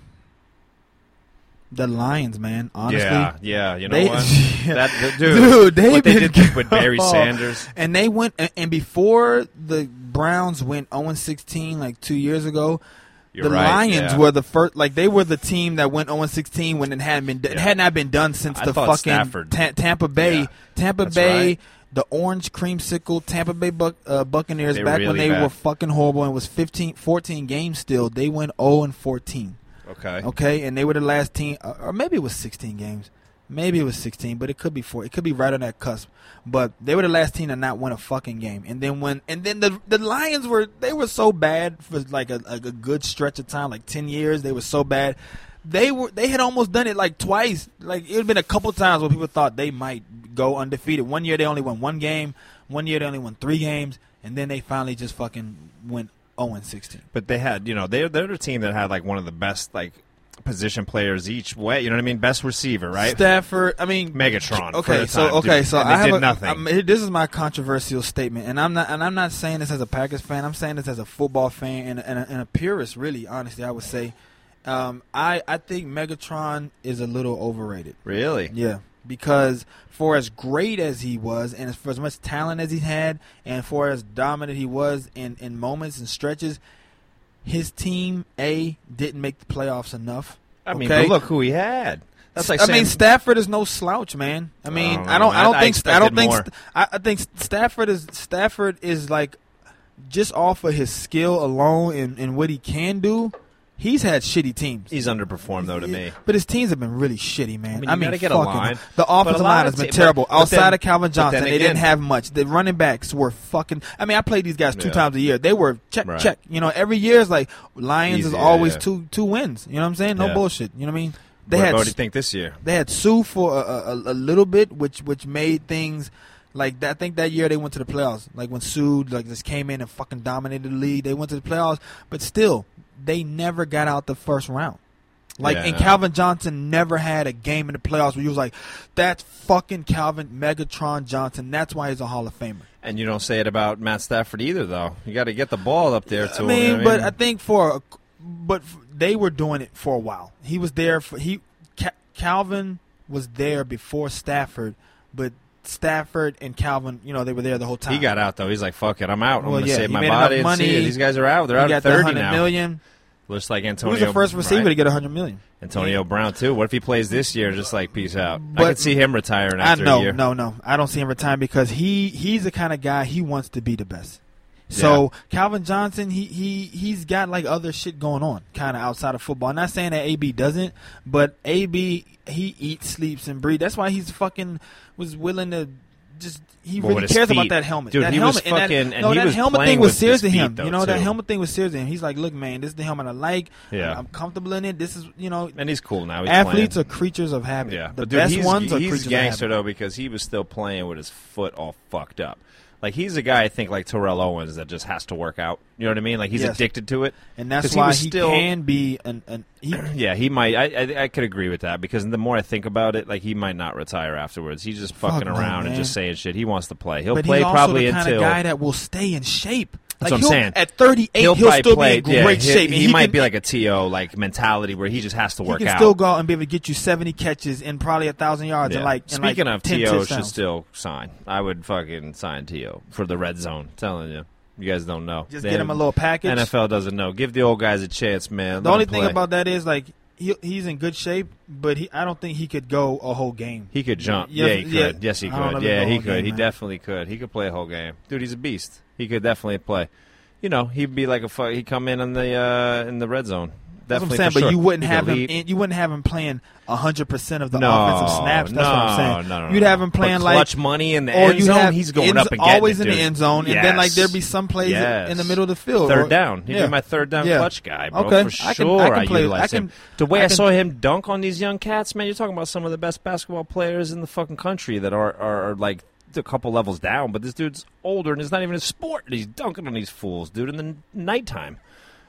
[SPEAKER 3] the Lions, man. Honestly,
[SPEAKER 2] yeah, yeah. You know
[SPEAKER 3] They-
[SPEAKER 2] what?
[SPEAKER 3] Yeah.
[SPEAKER 2] That, th- dude,
[SPEAKER 3] Dude, they've
[SPEAKER 2] what they
[SPEAKER 3] been Oh,
[SPEAKER 2] did to- with Barry
[SPEAKER 3] good.
[SPEAKER 2] Sanders.
[SPEAKER 3] And they went and, and before the Browns went 0 16 like 2 years ago,
[SPEAKER 2] You're
[SPEAKER 3] the
[SPEAKER 2] right,
[SPEAKER 3] Lions
[SPEAKER 2] yeah.
[SPEAKER 3] were the first like they were the team that went 0 16 when it hadn't been done it
[SPEAKER 2] Yeah.
[SPEAKER 3] had not been done since
[SPEAKER 2] I
[SPEAKER 3] the
[SPEAKER 2] thought
[SPEAKER 3] fucking
[SPEAKER 2] Stafford-
[SPEAKER 3] Ta- Tampa Bay
[SPEAKER 2] Yeah,
[SPEAKER 3] Tampa
[SPEAKER 2] that's
[SPEAKER 3] Bay
[SPEAKER 2] right.
[SPEAKER 3] the orange creamsicle Tampa Bay Buc- uh, Buccaneers
[SPEAKER 2] They
[SPEAKER 3] back when
[SPEAKER 2] really
[SPEAKER 3] they
[SPEAKER 2] bad.
[SPEAKER 3] were fucking horrible and it was 15 14 games still they went 0 and 14
[SPEAKER 2] Okay.
[SPEAKER 3] okay and they were the last team uh, or maybe it was 16 games Maybe it was 16, but it could be four. It could be right on that cusp. But they were the last team to not win a fucking game. And then when and then the the Lions were they were so bad for like a, a, a good stretch of time, like 10 years. They were so bad. They were they had almost done it like twice. Like it had been a couple times where people thought they might go undefeated. One year they only won one game. One year they only won three games, and then they finally just fucking went 0 and 16.
[SPEAKER 2] But they had, you know, they're they're the team that had like one of the best like position players each way. You know what I mean? Best receiver, right?
[SPEAKER 3] Stafford. I mean,
[SPEAKER 2] Megatron. for
[SPEAKER 3] Okay,
[SPEAKER 2] the
[SPEAKER 3] so
[SPEAKER 2] time,
[SPEAKER 3] okay,
[SPEAKER 2] dude.
[SPEAKER 3] so
[SPEAKER 2] And
[SPEAKER 3] I
[SPEAKER 2] they
[SPEAKER 3] have
[SPEAKER 2] did
[SPEAKER 3] a-
[SPEAKER 2] nothing.
[SPEAKER 3] I'm- here- this is my controversial statement, and I'm not and I'm not saying this as a Packers fan. I'm saying this as a football fan and a, and a, and a purist, really. Honestly, I would say, um, I I think Megatron is a little overrated.
[SPEAKER 2] really?
[SPEAKER 3] Yeah, because for as great as he was, and as- for as much talent as he had, and for as dominant he was in in moments and stretches, his team A didn't make the playoffs enough.
[SPEAKER 2] I mean,
[SPEAKER 3] okay?
[SPEAKER 2] but look who he had. That's like
[SPEAKER 3] I
[SPEAKER 2] saying,
[SPEAKER 3] mean Stafford is no slouch, man. I mean
[SPEAKER 2] don't
[SPEAKER 3] I don't
[SPEAKER 2] know.
[SPEAKER 3] I don't
[SPEAKER 2] I- I
[SPEAKER 3] think I, don't
[SPEAKER 2] expected
[SPEAKER 3] think
[SPEAKER 2] more.
[SPEAKER 3] St- I, I think Stafford is Stafford is like just off of his skill alone and, and what he can do. He's had shitty teams.
[SPEAKER 2] he's underperformed though to me.
[SPEAKER 3] But his teams have been really shitty, man. I
[SPEAKER 2] mean,
[SPEAKER 3] mean,
[SPEAKER 2] you gotta get a
[SPEAKER 3] fucking,
[SPEAKER 2] line.
[SPEAKER 3] the
[SPEAKER 2] But a
[SPEAKER 3] offensive
[SPEAKER 2] lot
[SPEAKER 3] line
[SPEAKER 2] of
[SPEAKER 3] has been
[SPEAKER 2] te- but-
[SPEAKER 3] terrible.
[SPEAKER 2] but
[SPEAKER 3] Outside
[SPEAKER 2] then-
[SPEAKER 3] of Calvin
[SPEAKER 2] but
[SPEAKER 3] Johnson,
[SPEAKER 2] then
[SPEAKER 3] they didn't
[SPEAKER 2] again-
[SPEAKER 3] have much. The running backs were fucking. I mean, I played these guys two
[SPEAKER 2] Yeah.
[SPEAKER 3] times a year. They were check
[SPEAKER 2] Right.
[SPEAKER 3] check. You know, every year is like Lions is
[SPEAKER 2] Easy, yeah,
[SPEAKER 3] always
[SPEAKER 2] yeah.
[SPEAKER 3] two two wins. You know what I'm saying? No
[SPEAKER 2] Yeah.
[SPEAKER 3] bullshit. You know what I mean? They
[SPEAKER 2] What,
[SPEAKER 3] had
[SPEAKER 2] what do you think this year?
[SPEAKER 3] they had Sue for a, a, a- a little bit, which which made things like that. I think that year they went to the playoffs. Like when Sue like just came in and fucking dominated the league, they went to the playoffs. But still, they never got out the first round. Like and
[SPEAKER 2] Yeah.
[SPEAKER 3] Calvin Johnson never had a game in the playoffs where you was like, "That's fucking Calvin Megatron Johnson. That's why he's a Hall of Famer."
[SPEAKER 2] And you don't say it about Matt Stafford either, though. You got to get the ball up there to
[SPEAKER 3] I
[SPEAKER 2] him.
[SPEAKER 3] mean,
[SPEAKER 2] you know what
[SPEAKER 3] but I think for, a, but f- they were doing it for a while. He was there for he, Ca- Calvin was there before Stafford, but Stafford and Calvin, you know, they were there the whole time.
[SPEAKER 2] he got out though. He's like, "Fuck it, I'm out. I'm
[SPEAKER 3] Well,
[SPEAKER 2] gonna
[SPEAKER 3] yeah,
[SPEAKER 2] save
[SPEAKER 3] he
[SPEAKER 2] my
[SPEAKER 3] made enough
[SPEAKER 2] body." And
[SPEAKER 3] money.
[SPEAKER 2] see it. These guys are out. They're
[SPEAKER 3] He
[SPEAKER 2] out
[SPEAKER 3] got
[SPEAKER 2] at
[SPEAKER 3] the
[SPEAKER 2] thirty
[SPEAKER 3] 100
[SPEAKER 2] now.
[SPEAKER 3] million.
[SPEAKER 2] Looks like
[SPEAKER 3] Who
[SPEAKER 2] Antonio.
[SPEAKER 3] was the first receiver
[SPEAKER 2] right?
[SPEAKER 3] to get hundred million?
[SPEAKER 2] Antonio Brown too. What if he plays this year? Just like peace out. I
[SPEAKER 3] But-
[SPEAKER 2] could see him retiring
[SPEAKER 3] I
[SPEAKER 2] after a
[SPEAKER 3] no,
[SPEAKER 2] year.
[SPEAKER 3] no, no. I don't see him retiring because he he's the kind of guy he wants to be the best. So Calvin Johnson, he he he's got like other shit going on, kind of outside of football. I'm not saying that AB doesn't, but AB he eats, sleeps, and breathes. That's why he's fucking was willing to just he
[SPEAKER 2] Well, with
[SPEAKER 3] really
[SPEAKER 2] his
[SPEAKER 3] cares about
[SPEAKER 2] feet.
[SPEAKER 3] that helmet.
[SPEAKER 2] Dude,
[SPEAKER 3] that
[SPEAKER 2] he was
[SPEAKER 3] helmet and that-
[SPEAKER 2] fucking- and
[SPEAKER 3] no,
[SPEAKER 2] he
[SPEAKER 3] that
[SPEAKER 2] was
[SPEAKER 3] helmet
[SPEAKER 2] playing
[SPEAKER 3] thing was
[SPEAKER 2] with
[SPEAKER 3] serious to
[SPEAKER 2] his
[SPEAKER 3] him.
[SPEAKER 2] feet,
[SPEAKER 3] you
[SPEAKER 2] though,
[SPEAKER 3] know that
[SPEAKER 2] too.
[SPEAKER 3] helmet thing was serious to him. He's like, look, man, this is the helmet I like.
[SPEAKER 2] Yeah.
[SPEAKER 3] I'm, I'm comfortable in it. This is you know.
[SPEAKER 2] and he's cool now. He's
[SPEAKER 3] Athletes
[SPEAKER 2] playing.
[SPEAKER 3] are creatures of habit.
[SPEAKER 2] yeah,
[SPEAKER 3] the
[SPEAKER 2] but dude,
[SPEAKER 3] best
[SPEAKER 2] he's,
[SPEAKER 3] ones are
[SPEAKER 2] he's
[SPEAKER 3] creatures of habit.
[SPEAKER 2] gangster though because he was still playing with his foot all fucked up. Like he's a guy I think like Terrell Owens that just has to work out. You know what I mean? Like he's
[SPEAKER 3] Yes.
[SPEAKER 2] addicted to it,
[SPEAKER 3] and that's
[SPEAKER 2] 'Cause
[SPEAKER 3] why
[SPEAKER 2] was
[SPEAKER 3] he
[SPEAKER 2] still,
[SPEAKER 3] can be an, an he,
[SPEAKER 2] Yeah, he might. I, I I could agree with that because the more I think about it, like he might not retire afterwards. He's just
[SPEAKER 3] Fuck
[SPEAKER 2] fucking
[SPEAKER 3] no,
[SPEAKER 2] around and
[SPEAKER 3] man.
[SPEAKER 2] just saying shit. He wants to play. He'll
[SPEAKER 3] but
[SPEAKER 2] play
[SPEAKER 3] he's also
[SPEAKER 2] probably
[SPEAKER 3] the kind
[SPEAKER 2] until
[SPEAKER 3] of guy that will stay in shape.
[SPEAKER 2] That's
[SPEAKER 3] like
[SPEAKER 2] what I'm
[SPEAKER 3] he'll-
[SPEAKER 2] saying.
[SPEAKER 3] At 38, he'll,
[SPEAKER 2] probably
[SPEAKER 3] still
[SPEAKER 2] play.
[SPEAKER 3] be in great
[SPEAKER 2] yeah, he-
[SPEAKER 3] shape. and
[SPEAKER 2] He, might
[SPEAKER 3] can,
[SPEAKER 2] be like a to like mentality where he just has to
[SPEAKER 3] he
[SPEAKER 2] work
[SPEAKER 3] can
[SPEAKER 2] out.
[SPEAKER 3] still go out and be able to get you 70 catches and probably a thousand yards.
[SPEAKER 2] Yeah.
[SPEAKER 3] And like and
[SPEAKER 2] Speaking
[SPEAKER 3] like
[SPEAKER 2] of,
[SPEAKER 3] 10
[SPEAKER 2] To should
[SPEAKER 3] touchdowns.
[SPEAKER 2] still sign. I would fucking sign To for the red zone. telling you, you guys don't know.
[SPEAKER 3] just
[SPEAKER 2] The
[SPEAKER 3] get him a little package.
[SPEAKER 2] NFL doesn't know. Give the old guys a chance, man.
[SPEAKER 3] the
[SPEAKER 2] Let
[SPEAKER 3] only
[SPEAKER 2] them
[SPEAKER 3] thing
[SPEAKER 2] play.
[SPEAKER 3] about that is like he, he's in good shape, but he, I don't think he could go a whole game.
[SPEAKER 2] he could jump.
[SPEAKER 3] Yeah,
[SPEAKER 2] Yeah, he
[SPEAKER 3] yeah.
[SPEAKER 2] could. Yes, he
[SPEAKER 3] I don't know
[SPEAKER 2] could.
[SPEAKER 3] if
[SPEAKER 2] Yeah,
[SPEAKER 3] the
[SPEAKER 2] he
[SPEAKER 3] whole
[SPEAKER 2] could.
[SPEAKER 3] game,
[SPEAKER 2] he
[SPEAKER 3] man.
[SPEAKER 2] definitely could. He could play a whole game, dude. He's a beast. He could definitely play. You know, he'd be like a fuck. He'd come in on the uh, in the red zone.
[SPEAKER 3] that's what
[SPEAKER 2] Definitely
[SPEAKER 3] I'm saying.
[SPEAKER 2] for
[SPEAKER 3] But
[SPEAKER 2] sure.
[SPEAKER 3] you wouldn't
[SPEAKER 2] He could
[SPEAKER 3] have him.
[SPEAKER 2] lead.
[SPEAKER 3] In, you wouldn't have him playing 100 percent of the
[SPEAKER 2] no,
[SPEAKER 3] offensive snaps. That's
[SPEAKER 2] no,
[SPEAKER 3] what I'm saying.
[SPEAKER 2] No, no,
[SPEAKER 3] You'd
[SPEAKER 2] no.
[SPEAKER 3] have him
[SPEAKER 2] Put
[SPEAKER 3] playing like
[SPEAKER 2] clutch money in the
[SPEAKER 3] or
[SPEAKER 2] end
[SPEAKER 3] you
[SPEAKER 2] zone.
[SPEAKER 3] have
[SPEAKER 2] he's going
[SPEAKER 3] end-
[SPEAKER 2] up and getting
[SPEAKER 3] always
[SPEAKER 2] it,
[SPEAKER 3] in the
[SPEAKER 2] dude.
[SPEAKER 3] end zone, and then like
[SPEAKER 2] Yes.
[SPEAKER 3] there'd be some plays
[SPEAKER 2] Yes.
[SPEAKER 3] in the middle of the field,
[SPEAKER 2] third
[SPEAKER 3] or-
[SPEAKER 2] down. He'd
[SPEAKER 3] Oh, yeah.
[SPEAKER 2] be my third down
[SPEAKER 3] Yeah.
[SPEAKER 2] clutch guy, bro.
[SPEAKER 3] Okay.
[SPEAKER 2] For
[SPEAKER 3] I can-
[SPEAKER 2] sure,
[SPEAKER 3] I
[SPEAKER 2] I,
[SPEAKER 3] can play-
[SPEAKER 2] utilize
[SPEAKER 3] I can-
[SPEAKER 2] him. The way I,
[SPEAKER 3] I can-
[SPEAKER 2] saw him dunk on these young cats, man, you're talking about some of the best basketball players in the fucking country that are are, are like a couple levels down. But this dude's older and it's not even a sport. And he's dunking on these fools, dude, in the n- nighttime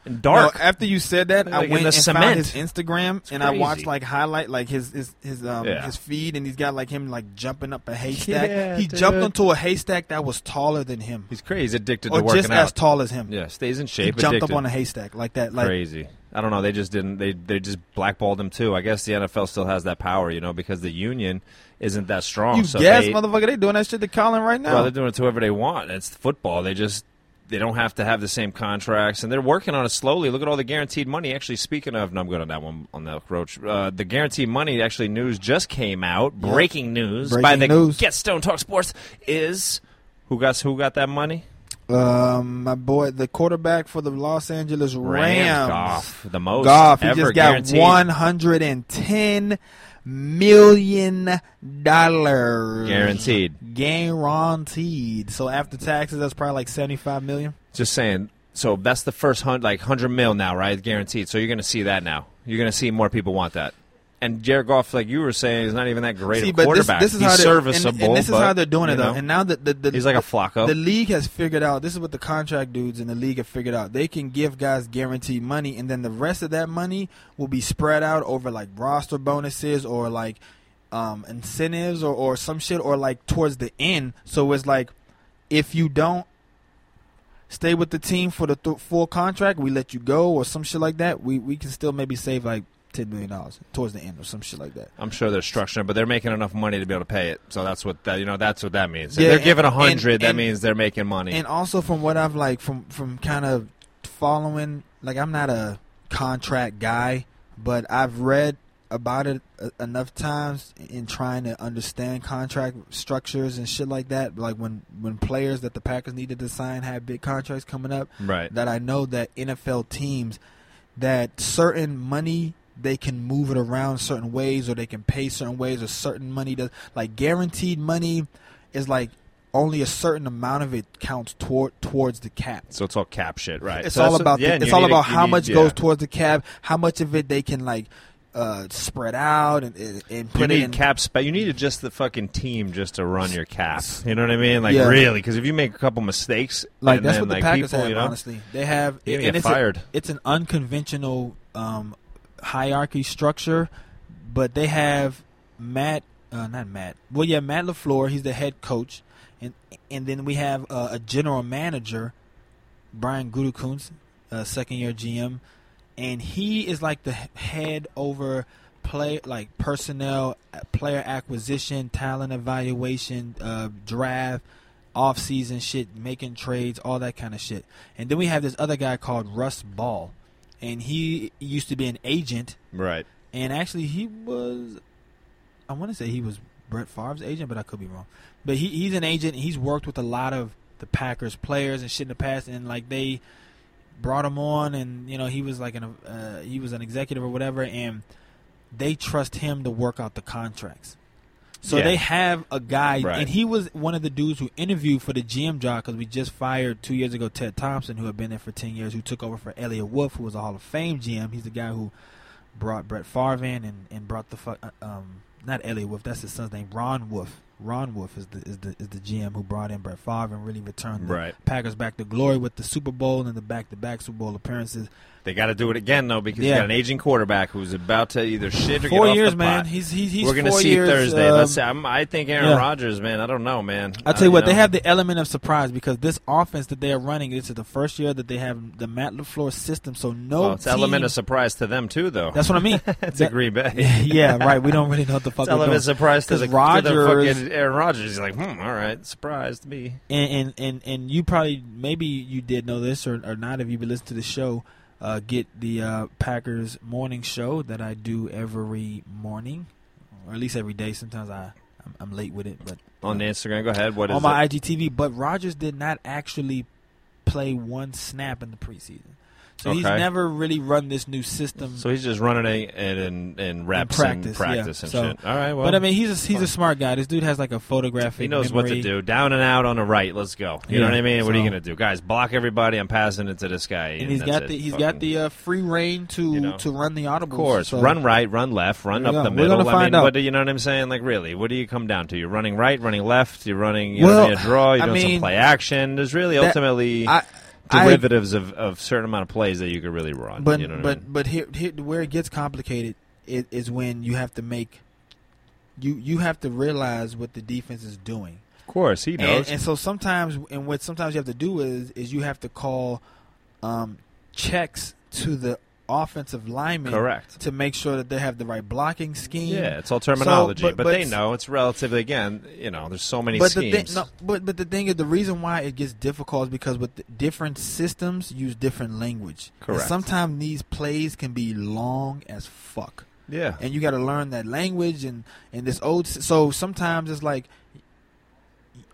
[SPEAKER 2] and dark.
[SPEAKER 3] No, eh, after you said that,
[SPEAKER 2] Like
[SPEAKER 3] I
[SPEAKER 2] in
[SPEAKER 3] went
[SPEAKER 2] the
[SPEAKER 3] and
[SPEAKER 2] cement.
[SPEAKER 3] found his Instagram, and I
[SPEAKER 2] crazy.
[SPEAKER 3] watched like highlight like his his his, um,
[SPEAKER 2] Yeah.
[SPEAKER 3] his feed, and he's got like him like jumping up a haystack.
[SPEAKER 2] Yeah,
[SPEAKER 3] he
[SPEAKER 2] dude.
[SPEAKER 3] jumped onto a haystack that was taller than him,
[SPEAKER 2] He's crazy. He's addicted
[SPEAKER 3] or
[SPEAKER 2] to working
[SPEAKER 3] oh, just as
[SPEAKER 2] out.
[SPEAKER 3] tall as him.
[SPEAKER 2] yeah, stays in
[SPEAKER 3] He
[SPEAKER 2] shape.
[SPEAKER 3] jumped up
[SPEAKER 2] addicted.
[SPEAKER 3] on a haystack like that. Like
[SPEAKER 2] crazy. I don't know. They just didn't. They they just blackballed him too. I guess the NFL still has that power, you know, because the union isn't that strong.
[SPEAKER 3] you
[SPEAKER 2] so
[SPEAKER 3] guess,
[SPEAKER 2] they,
[SPEAKER 3] motherfucker, they doing that shit to Colin right now.
[SPEAKER 2] Well, they're doing it to whoever they want. It's football. They just they don't have to have the same contracts, and they're working on it slowly. Look at all the guaranteed money. Actually, speaking of, and I'm good on that one on that approach. Uh, the guaranteed money actually news just came out. Breaking news by
[SPEAKER 3] Breaking
[SPEAKER 2] the
[SPEAKER 3] news.
[SPEAKER 2] Get Stone Talk Sports is who got who got that money?
[SPEAKER 3] um, my boy, the quarterback for the Los Angeles Rams,
[SPEAKER 2] Goff, the most
[SPEAKER 3] Goff. He
[SPEAKER 2] ever
[SPEAKER 3] just got
[SPEAKER 2] guaranteed.
[SPEAKER 3] one hundred and ten million dollars
[SPEAKER 2] Guaranteed.
[SPEAKER 3] guaranteed so after taxes that's probably like 75 million
[SPEAKER 2] Just saying. So that's the first hundred, like hundred mil now, right? Guaranteed. So you're going to see that now. You're going to see more people want that. And Jared Goff, like you were saying, is not even that great
[SPEAKER 3] See,
[SPEAKER 2] of a
[SPEAKER 3] but this,
[SPEAKER 2] quarterback.
[SPEAKER 3] this is
[SPEAKER 2] he's
[SPEAKER 3] how they're-
[SPEAKER 2] serviceable.
[SPEAKER 3] And, and this is
[SPEAKER 2] but,
[SPEAKER 3] how they're doing it
[SPEAKER 2] you
[SPEAKER 3] though.
[SPEAKER 2] know,
[SPEAKER 3] And now that the, the
[SPEAKER 2] he's like a Flacco.
[SPEAKER 3] the league has figured out this is what the contract dudes in the league have figured out. They can give guys guaranteed money, and then the rest of that money will be spread out over like roster bonuses or like um, incentives or, or some shit or like towards the end. So it's like if you don't stay with the team for the th- full contract, we let you go or some shit like that. We we can still maybe save like ten million dollars towards the end or some shit like that.
[SPEAKER 2] I'm sure they're structuring, it, but they're making enough money to be able to pay it. So that's what that you know. That's what that means. If
[SPEAKER 3] Yeah,
[SPEAKER 2] they're
[SPEAKER 3] and-
[SPEAKER 2] giving a
[SPEAKER 3] and-
[SPEAKER 2] hundred. That
[SPEAKER 3] and-
[SPEAKER 2] means they're making money.
[SPEAKER 3] And also from what I've like from from kind of following, like I'm not a contract guy, but I've read about it uh, enough times in trying to understand contract structures and shit like that. Like when when players that the Packers needed to sign had big contracts coming up,
[SPEAKER 2] right.
[SPEAKER 3] that I know that NFL teams that certain money they can move it around certain ways or they can pay certain ways or certain money does like guaranteed money is like only a certain amount of it counts toward towards the cap.
[SPEAKER 2] So it's all cap shit, right?
[SPEAKER 3] It's
[SPEAKER 2] So
[SPEAKER 3] all
[SPEAKER 2] that's-
[SPEAKER 3] about
[SPEAKER 2] yeah,
[SPEAKER 3] the,
[SPEAKER 2] and
[SPEAKER 3] it's
[SPEAKER 2] you
[SPEAKER 3] all
[SPEAKER 2] need to-
[SPEAKER 3] about
[SPEAKER 2] you
[SPEAKER 3] how
[SPEAKER 2] need-
[SPEAKER 3] much
[SPEAKER 2] yeah.
[SPEAKER 3] goes towards the cap, how much of it they can like uh, spread out and and, and
[SPEAKER 2] You
[SPEAKER 3] put it
[SPEAKER 2] need
[SPEAKER 3] in
[SPEAKER 2] cap spa You needed just the fucking team just to run your cap. You know what I mean? Like
[SPEAKER 3] Yeah.
[SPEAKER 2] really, because if you make a couple mistakes,
[SPEAKER 3] Like
[SPEAKER 2] and
[SPEAKER 3] that's
[SPEAKER 2] then,
[SPEAKER 3] what the
[SPEAKER 2] like,
[SPEAKER 3] Packers
[SPEAKER 2] people,
[SPEAKER 3] have.
[SPEAKER 2] you know,
[SPEAKER 3] Honestly, they have.
[SPEAKER 2] You're gonna
[SPEAKER 3] and
[SPEAKER 2] get
[SPEAKER 3] it's a-
[SPEAKER 2] fired.
[SPEAKER 3] it's an unconventional um, hierarchy structure, but they have Matt, uh, not Matt. Well, yeah, Matt Lafleur. He's the head coach, and and then we have uh, a general manager, Brian Gutekunst, uh, second year GM, and he is like the h- head over play like personnel, uh, player acquisition, talent evaluation, uh, draft, off season shit, making trades, all that kind of shit. And then we have this other guy called Russ Ball, and he used to be an agent,
[SPEAKER 2] right?
[SPEAKER 3] and actually he was, I want to say he was Brett Favre's agent, but I could be wrong. But he, he's an agent, and he's worked with a lot of the Packers players and shit in the past, and like they brought him on, and you know he was like an uh, he was an executive or whatever, and they trust him to work out the contracts. So
[SPEAKER 2] Yeah.
[SPEAKER 3] they have a guy,
[SPEAKER 2] Right.
[SPEAKER 3] and he was one of the dudes who interviewed for the GM job because we just fired two years ago Ted Thompson, who had been there for ten years, who took over for Elliot Wolf, who was a Hall of Fame GM. He's the guy who brought Brett Favre in and, and brought the fuck um not Elliot Wolf, that's his son's name, Ron Wolf. Ron Wolf is the is the is the GM who brought in Brett Favre and really returned the
[SPEAKER 2] Right.
[SPEAKER 3] Packers back to glory with the Super Bowl and the back to back Super Bowl appearances.
[SPEAKER 2] They got to do it again though because you
[SPEAKER 3] Yeah.
[SPEAKER 2] got an aging quarterback who's about to either shit or
[SPEAKER 3] Four
[SPEAKER 2] get
[SPEAKER 3] years,
[SPEAKER 2] off the
[SPEAKER 3] man.
[SPEAKER 2] pot.
[SPEAKER 3] He's he's he's
[SPEAKER 2] We're gonna
[SPEAKER 3] four
[SPEAKER 2] see
[SPEAKER 3] years,
[SPEAKER 2] Thursday.
[SPEAKER 3] um,
[SPEAKER 2] Let's say I'm, I think Aaron
[SPEAKER 3] yeah.
[SPEAKER 2] Rodgers, man. I don't know, man.
[SPEAKER 3] I'll tell you what,
[SPEAKER 2] know.
[SPEAKER 3] they have the element of surprise because this offense that they are running, this is the first year that they have the Matt LaFleur system, so no
[SPEAKER 2] well, it's element
[SPEAKER 3] team-
[SPEAKER 2] of surprise to them too, though.
[SPEAKER 3] That's what I mean.
[SPEAKER 2] it's a
[SPEAKER 3] That-
[SPEAKER 2] Green Bay.
[SPEAKER 3] yeah, right. We don't really know what the
[SPEAKER 2] It's
[SPEAKER 3] fuck we're
[SPEAKER 2] element
[SPEAKER 3] doing.
[SPEAKER 2] of surprise to the,
[SPEAKER 3] 'Cause
[SPEAKER 2] to the
[SPEAKER 3] Rodgers-
[SPEAKER 2] fucking Aaron Rodgers. He's like, hmm, all right, surprise to me.
[SPEAKER 3] and and and, and you probably maybe you did know this or, or not if you've been listening to the show uh, get the uh, packers morning show that i do every morning or at least every day sometimes i i'm, I'm late with it but
[SPEAKER 2] On the Instagram, go ahead. What is
[SPEAKER 3] on my
[SPEAKER 2] it?
[SPEAKER 3] igtv but rogers did not actually play one snap in the preseason so he's
[SPEAKER 2] Okay.
[SPEAKER 3] never really run this new system
[SPEAKER 2] So he's just running it in, in, in reps and
[SPEAKER 3] practice,
[SPEAKER 2] practice,
[SPEAKER 3] yeah.
[SPEAKER 2] and
[SPEAKER 3] So-
[SPEAKER 2] shit. All right, well,
[SPEAKER 3] but i mean he's a he's
[SPEAKER 2] fine.
[SPEAKER 3] a smart guy this dude has like a photographic
[SPEAKER 2] he knows what to
[SPEAKER 3] memory.
[SPEAKER 2] do. Down and out on the right. Let's go. You know
[SPEAKER 3] Yeah,
[SPEAKER 2] what I mean? What are you
[SPEAKER 3] so-
[SPEAKER 2] gonna do, guys? Block everybody. I'm passing it to this guy.
[SPEAKER 3] and he's
[SPEAKER 2] that's
[SPEAKER 3] got the
[SPEAKER 2] it.
[SPEAKER 3] he's
[SPEAKER 2] Fucking-
[SPEAKER 3] got the uh, free reign to
[SPEAKER 2] you know.
[SPEAKER 3] to run the audibles.
[SPEAKER 2] Of course,
[SPEAKER 3] so-
[SPEAKER 2] run right, run left, run
[SPEAKER 3] There
[SPEAKER 2] up
[SPEAKER 3] you
[SPEAKER 2] the
[SPEAKER 3] go. We're
[SPEAKER 2] middle.
[SPEAKER 3] gonna
[SPEAKER 2] I mean,
[SPEAKER 3] find out.
[SPEAKER 2] what do you know what I'm saying? Like, really, what do you come down to? You're running right, running left. You're running, you know,
[SPEAKER 3] Well,
[SPEAKER 2] what I mean, a draw. You're
[SPEAKER 3] I
[SPEAKER 2] doing some
[SPEAKER 3] mean,
[SPEAKER 2] play action. There's really
[SPEAKER 3] that-
[SPEAKER 2] ultimately
[SPEAKER 3] I, I,
[SPEAKER 2] derivatives of of certain amount of plays that you could really run.
[SPEAKER 3] but
[SPEAKER 2] you know what I
[SPEAKER 3] but
[SPEAKER 2] mean?
[SPEAKER 3] but here, here where it gets complicated is, is when you have to make you you have to realize what the defense is doing,
[SPEAKER 2] of course, he
[SPEAKER 3] and,
[SPEAKER 2] knows.
[SPEAKER 3] and so sometimes and what sometimes you have to do is is you have to call um, checks to the offensive lineman
[SPEAKER 2] Correct.
[SPEAKER 3] to make sure that they have the right blocking scheme.
[SPEAKER 2] Yeah, it's all terminology,
[SPEAKER 3] but-
[SPEAKER 2] but,
[SPEAKER 3] but
[SPEAKER 2] they
[SPEAKER 3] s-
[SPEAKER 2] know it's relatively. Again, you know, there's so many
[SPEAKER 3] but The
[SPEAKER 2] schemes.
[SPEAKER 3] thing, no, but but the thing is, the reason why it gets difficult is because with the different systems use different language. And
[SPEAKER 2] Correct.
[SPEAKER 3] sometimes these plays can be long as fuck,
[SPEAKER 2] yeah,
[SPEAKER 3] and you got to learn that language and and this old. s- So sometimes it's like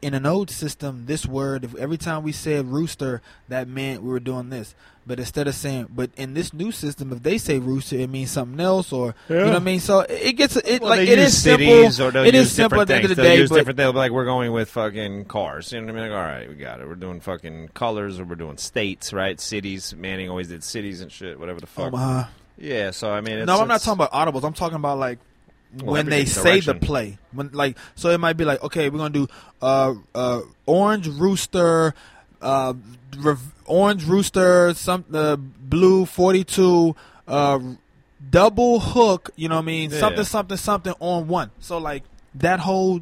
[SPEAKER 3] in an old system, this word, if every time we said rooster, that meant we were doing this. But instead of saying, but in this new system, if they say rooster, it means something else, or you know what I mean. So it- it gets it
[SPEAKER 2] Well,
[SPEAKER 3] like
[SPEAKER 2] they
[SPEAKER 3] it
[SPEAKER 2] use
[SPEAKER 3] is
[SPEAKER 2] cities
[SPEAKER 3] simple.
[SPEAKER 2] or they'll
[SPEAKER 3] it
[SPEAKER 2] use
[SPEAKER 3] is simple
[SPEAKER 2] different
[SPEAKER 3] at the end
[SPEAKER 2] things.
[SPEAKER 3] of the
[SPEAKER 2] they'll
[SPEAKER 3] day,
[SPEAKER 2] use
[SPEAKER 3] but
[SPEAKER 2] different things. They'll be like, we're going with fucking cars. You know what I mean? Like, all right, we got it. We're doing fucking colors or we're doing states, right? Cities. Manning always did cities and shit, whatever the fuck.
[SPEAKER 3] Omaha.
[SPEAKER 2] Yeah, so I mean, it's,
[SPEAKER 3] No, I'm not
[SPEAKER 2] it's-
[SPEAKER 3] talking about audibles. I'm talking about like
[SPEAKER 2] Well,
[SPEAKER 3] when they
[SPEAKER 2] everything's
[SPEAKER 3] say the
[SPEAKER 2] direction.
[SPEAKER 3] play. When like so it might be like, okay, we're gonna do uh uh orange rooster, uh rev- orange rooster, some uh, blue forty two, uh double hook. You know what I mean?
[SPEAKER 2] Yeah.
[SPEAKER 3] Something something something on one. So like that whole.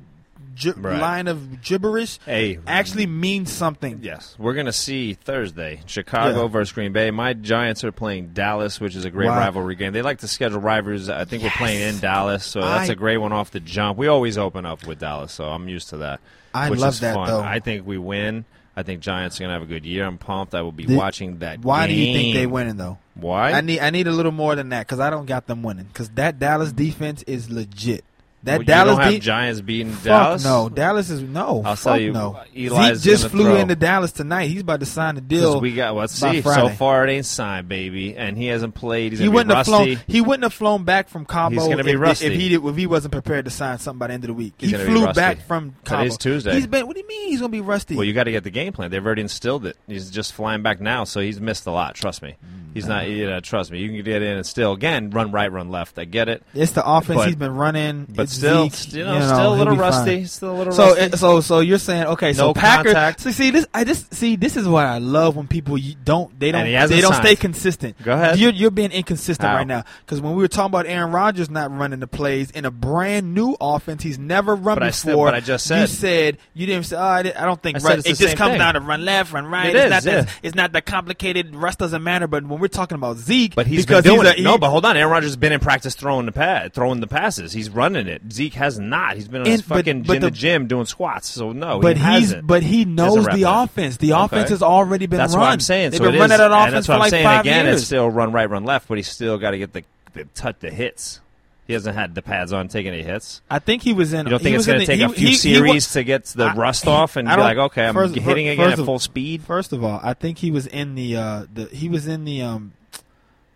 [SPEAKER 3] Gi-
[SPEAKER 2] Right.
[SPEAKER 3] Line of gibberish
[SPEAKER 2] Hey.
[SPEAKER 3] actually means something.
[SPEAKER 2] Yes, we're gonna see Thursday Chicago
[SPEAKER 3] Yeah.
[SPEAKER 2] versus Green Bay. My Giants are playing Dallas, which is a great
[SPEAKER 3] Wow.
[SPEAKER 2] rivalry game. They like to schedule rivalries. I think we're playing in Dallas, so that's
[SPEAKER 3] I-
[SPEAKER 2] a great one off the jump. We always open up with Dallas, so I'm used to that.
[SPEAKER 3] I
[SPEAKER 2] which
[SPEAKER 3] love
[SPEAKER 2] is
[SPEAKER 3] that,
[SPEAKER 2] fun.
[SPEAKER 3] though.
[SPEAKER 2] I think we win. I think Giants are gonna have a good year. I'm pumped. I will be
[SPEAKER 3] Did-
[SPEAKER 2] watching that.
[SPEAKER 3] Why do you think they
[SPEAKER 2] game.
[SPEAKER 3] winning though?
[SPEAKER 2] Why?
[SPEAKER 3] I need I need a little more than that because I don't got them winning because that Dallas defense is legit. That
[SPEAKER 2] Well, you
[SPEAKER 3] Dallas
[SPEAKER 2] don't have
[SPEAKER 3] defense.
[SPEAKER 2] Giants beating
[SPEAKER 3] Fuck
[SPEAKER 2] Dallas.
[SPEAKER 3] no, Dallas is no.
[SPEAKER 2] I'll
[SPEAKER 3] fuck
[SPEAKER 2] tell you,
[SPEAKER 3] no.
[SPEAKER 2] Eli's
[SPEAKER 3] Zeke just
[SPEAKER 2] gonna
[SPEAKER 3] flew
[SPEAKER 2] throw.
[SPEAKER 3] into Dallas tonight. He's about to sign a
[SPEAKER 2] Because
[SPEAKER 3] deal.
[SPEAKER 2] we got let's
[SPEAKER 3] by
[SPEAKER 2] see. So
[SPEAKER 3] Friday.
[SPEAKER 2] far, it ain't signed, baby, and he hasn't played. He's
[SPEAKER 3] he
[SPEAKER 2] gonna
[SPEAKER 3] wouldn't
[SPEAKER 2] be
[SPEAKER 3] have
[SPEAKER 2] rusty.
[SPEAKER 3] flown. He wouldn't have flown back from Cabo
[SPEAKER 2] He's gonna be
[SPEAKER 3] if, he-
[SPEAKER 2] rusty.
[SPEAKER 3] if he did, if he wasn't prepared to sign something by the end of the week.
[SPEAKER 2] He's
[SPEAKER 3] he
[SPEAKER 2] gonna be
[SPEAKER 3] flew
[SPEAKER 2] rusty.
[SPEAKER 3] back from Cabo.
[SPEAKER 2] Today's Tuesday.
[SPEAKER 3] He's been. What do you mean? He's gonna be rusty.
[SPEAKER 2] Well, you got to get the game plan. They've already instilled it. He's just flying back now, so he's missed a lot. Trust me. He's not. You know, trust me. You can get in and still again run right, run left. I get it,
[SPEAKER 3] it's the offense
[SPEAKER 2] but-
[SPEAKER 3] he's been running.
[SPEAKER 2] but
[SPEAKER 3] it's
[SPEAKER 2] still,
[SPEAKER 3] Zeke,
[SPEAKER 2] st- you know,
[SPEAKER 3] know,
[SPEAKER 2] still a
[SPEAKER 3] he'll
[SPEAKER 2] little
[SPEAKER 3] be fine.
[SPEAKER 2] rusty. Still a little
[SPEAKER 3] So
[SPEAKER 2] rusty.
[SPEAKER 3] it- so so you're saying okay? So
[SPEAKER 2] No
[SPEAKER 3] Packers.
[SPEAKER 2] contact.
[SPEAKER 3] So see this. I just see this is what I love when people y- don't they don't
[SPEAKER 2] And he hasn't
[SPEAKER 3] they don't
[SPEAKER 2] signed.
[SPEAKER 3] stay consistent.
[SPEAKER 2] Go ahead.
[SPEAKER 3] You're you're being inconsistent
[SPEAKER 2] How?
[SPEAKER 3] right now because when we were talking about Aaron Rodgers not running the plays in a brand new offense he's never run
[SPEAKER 2] But I
[SPEAKER 3] before.
[SPEAKER 2] still- but I just
[SPEAKER 3] you
[SPEAKER 2] said-
[SPEAKER 3] said you didn't say. Oh, I, di- I don't
[SPEAKER 2] I
[SPEAKER 3] think
[SPEAKER 2] said
[SPEAKER 3] right.
[SPEAKER 2] it's
[SPEAKER 3] It
[SPEAKER 2] the
[SPEAKER 3] just
[SPEAKER 2] same
[SPEAKER 3] comes
[SPEAKER 2] thing.
[SPEAKER 3] down to run left, run right.
[SPEAKER 2] It
[SPEAKER 3] it's
[SPEAKER 2] is,
[SPEAKER 3] not that
[SPEAKER 2] yeah.
[SPEAKER 3] it's not that complicated. Rust doesn't matter. But when we're talking about Zeke,
[SPEAKER 2] but he's
[SPEAKER 3] because
[SPEAKER 2] been doing
[SPEAKER 3] he's a-
[SPEAKER 2] it. no,
[SPEAKER 3] he-
[SPEAKER 2] but hold on. Aaron Rodgers has been in practice throwing the pad, throwing the passes. He's running it. Zeke has not. He's been on his
[SPEAKER 3] And- but-
[SPEAKER 2] fucking
[SPEAKER 3] but
[SPEAKER 2] in the
[SPEAKER 3] the-
[SPEAKER 2] gym doing squats. So no,
[SPEAKER 3] But
[SPEAKER 2] he
[SPEAKER 3] he's
[SPEAKER 2] hasn't.
[SPEAKER 3] but he knows
[SPEAKER 2] wrapped
[SPEAKER 3] the
[SPEAKER 2] up.
[SPEAKER 3] offense. The
[SPEAKER 2] Okay.
[SPEAKER 3] offense has already been
[SPEAKER 2] that's
[SPEAKER 3] run.
[SPEAKER 2] what I'm saying.
[SPEAKER 3] They've
[SPEAKER 2] so
[SPEAKER 3] been
[SPEAKER 2] it
[SPEAKER 3] running
[SPEAKER 2] is-
[SPEAKER 3] that
[SPEAKER 2] and
[SPEAKER 3] offense
[SPEAKER 2] that's
[SPEAKER 3] for
[SPEAKER 2] what I'm
[SPEAKER 3] like
[SPEAKER 2] saying.
[SPEAKER 3] five
[SPEAKER 2] Again,
[SPEAKER 3] years.
[SPEAKER 2] it's still run right, run left, but he's still got to get the, the touch the hits. He hasn't had the pads on, taking any hits.
[SPEAKER 3] I think he was in.
[SPEAKER 2] You don't
[SPEAKER 3] he
[SPEAKER 2] think it's
[SPEAKER 3] was in
[SPEAKER 2] going to
[SPEAKER 3] the-
[SPEAKER 2] take a
[SPEAKER 3] he-
[SPEAKER 2] few
[SPEAKER 3] he- he wa-
[SPEAKER 2] series to get the
[SPEAKER 3] I-
[SPEAKER 2] rust off and
[SPEAKER 3] I
[SPEAKER 2] be
[SPEAKER 3] don't-
[SPEAKER 2] like, okay, I'm
[SPEAKER 3] first-
[SPEAKER 2] hitting
[SPEAKER 3] fir-
[SPEAKER 2] again
[SPEAKER 3] first
[SPEAKER 2] at
[SPEAKER 3] of-
[SPEAKER 2] full speed?
[SPEAKER 3] First of all, I think he was in the uh, the he was in the um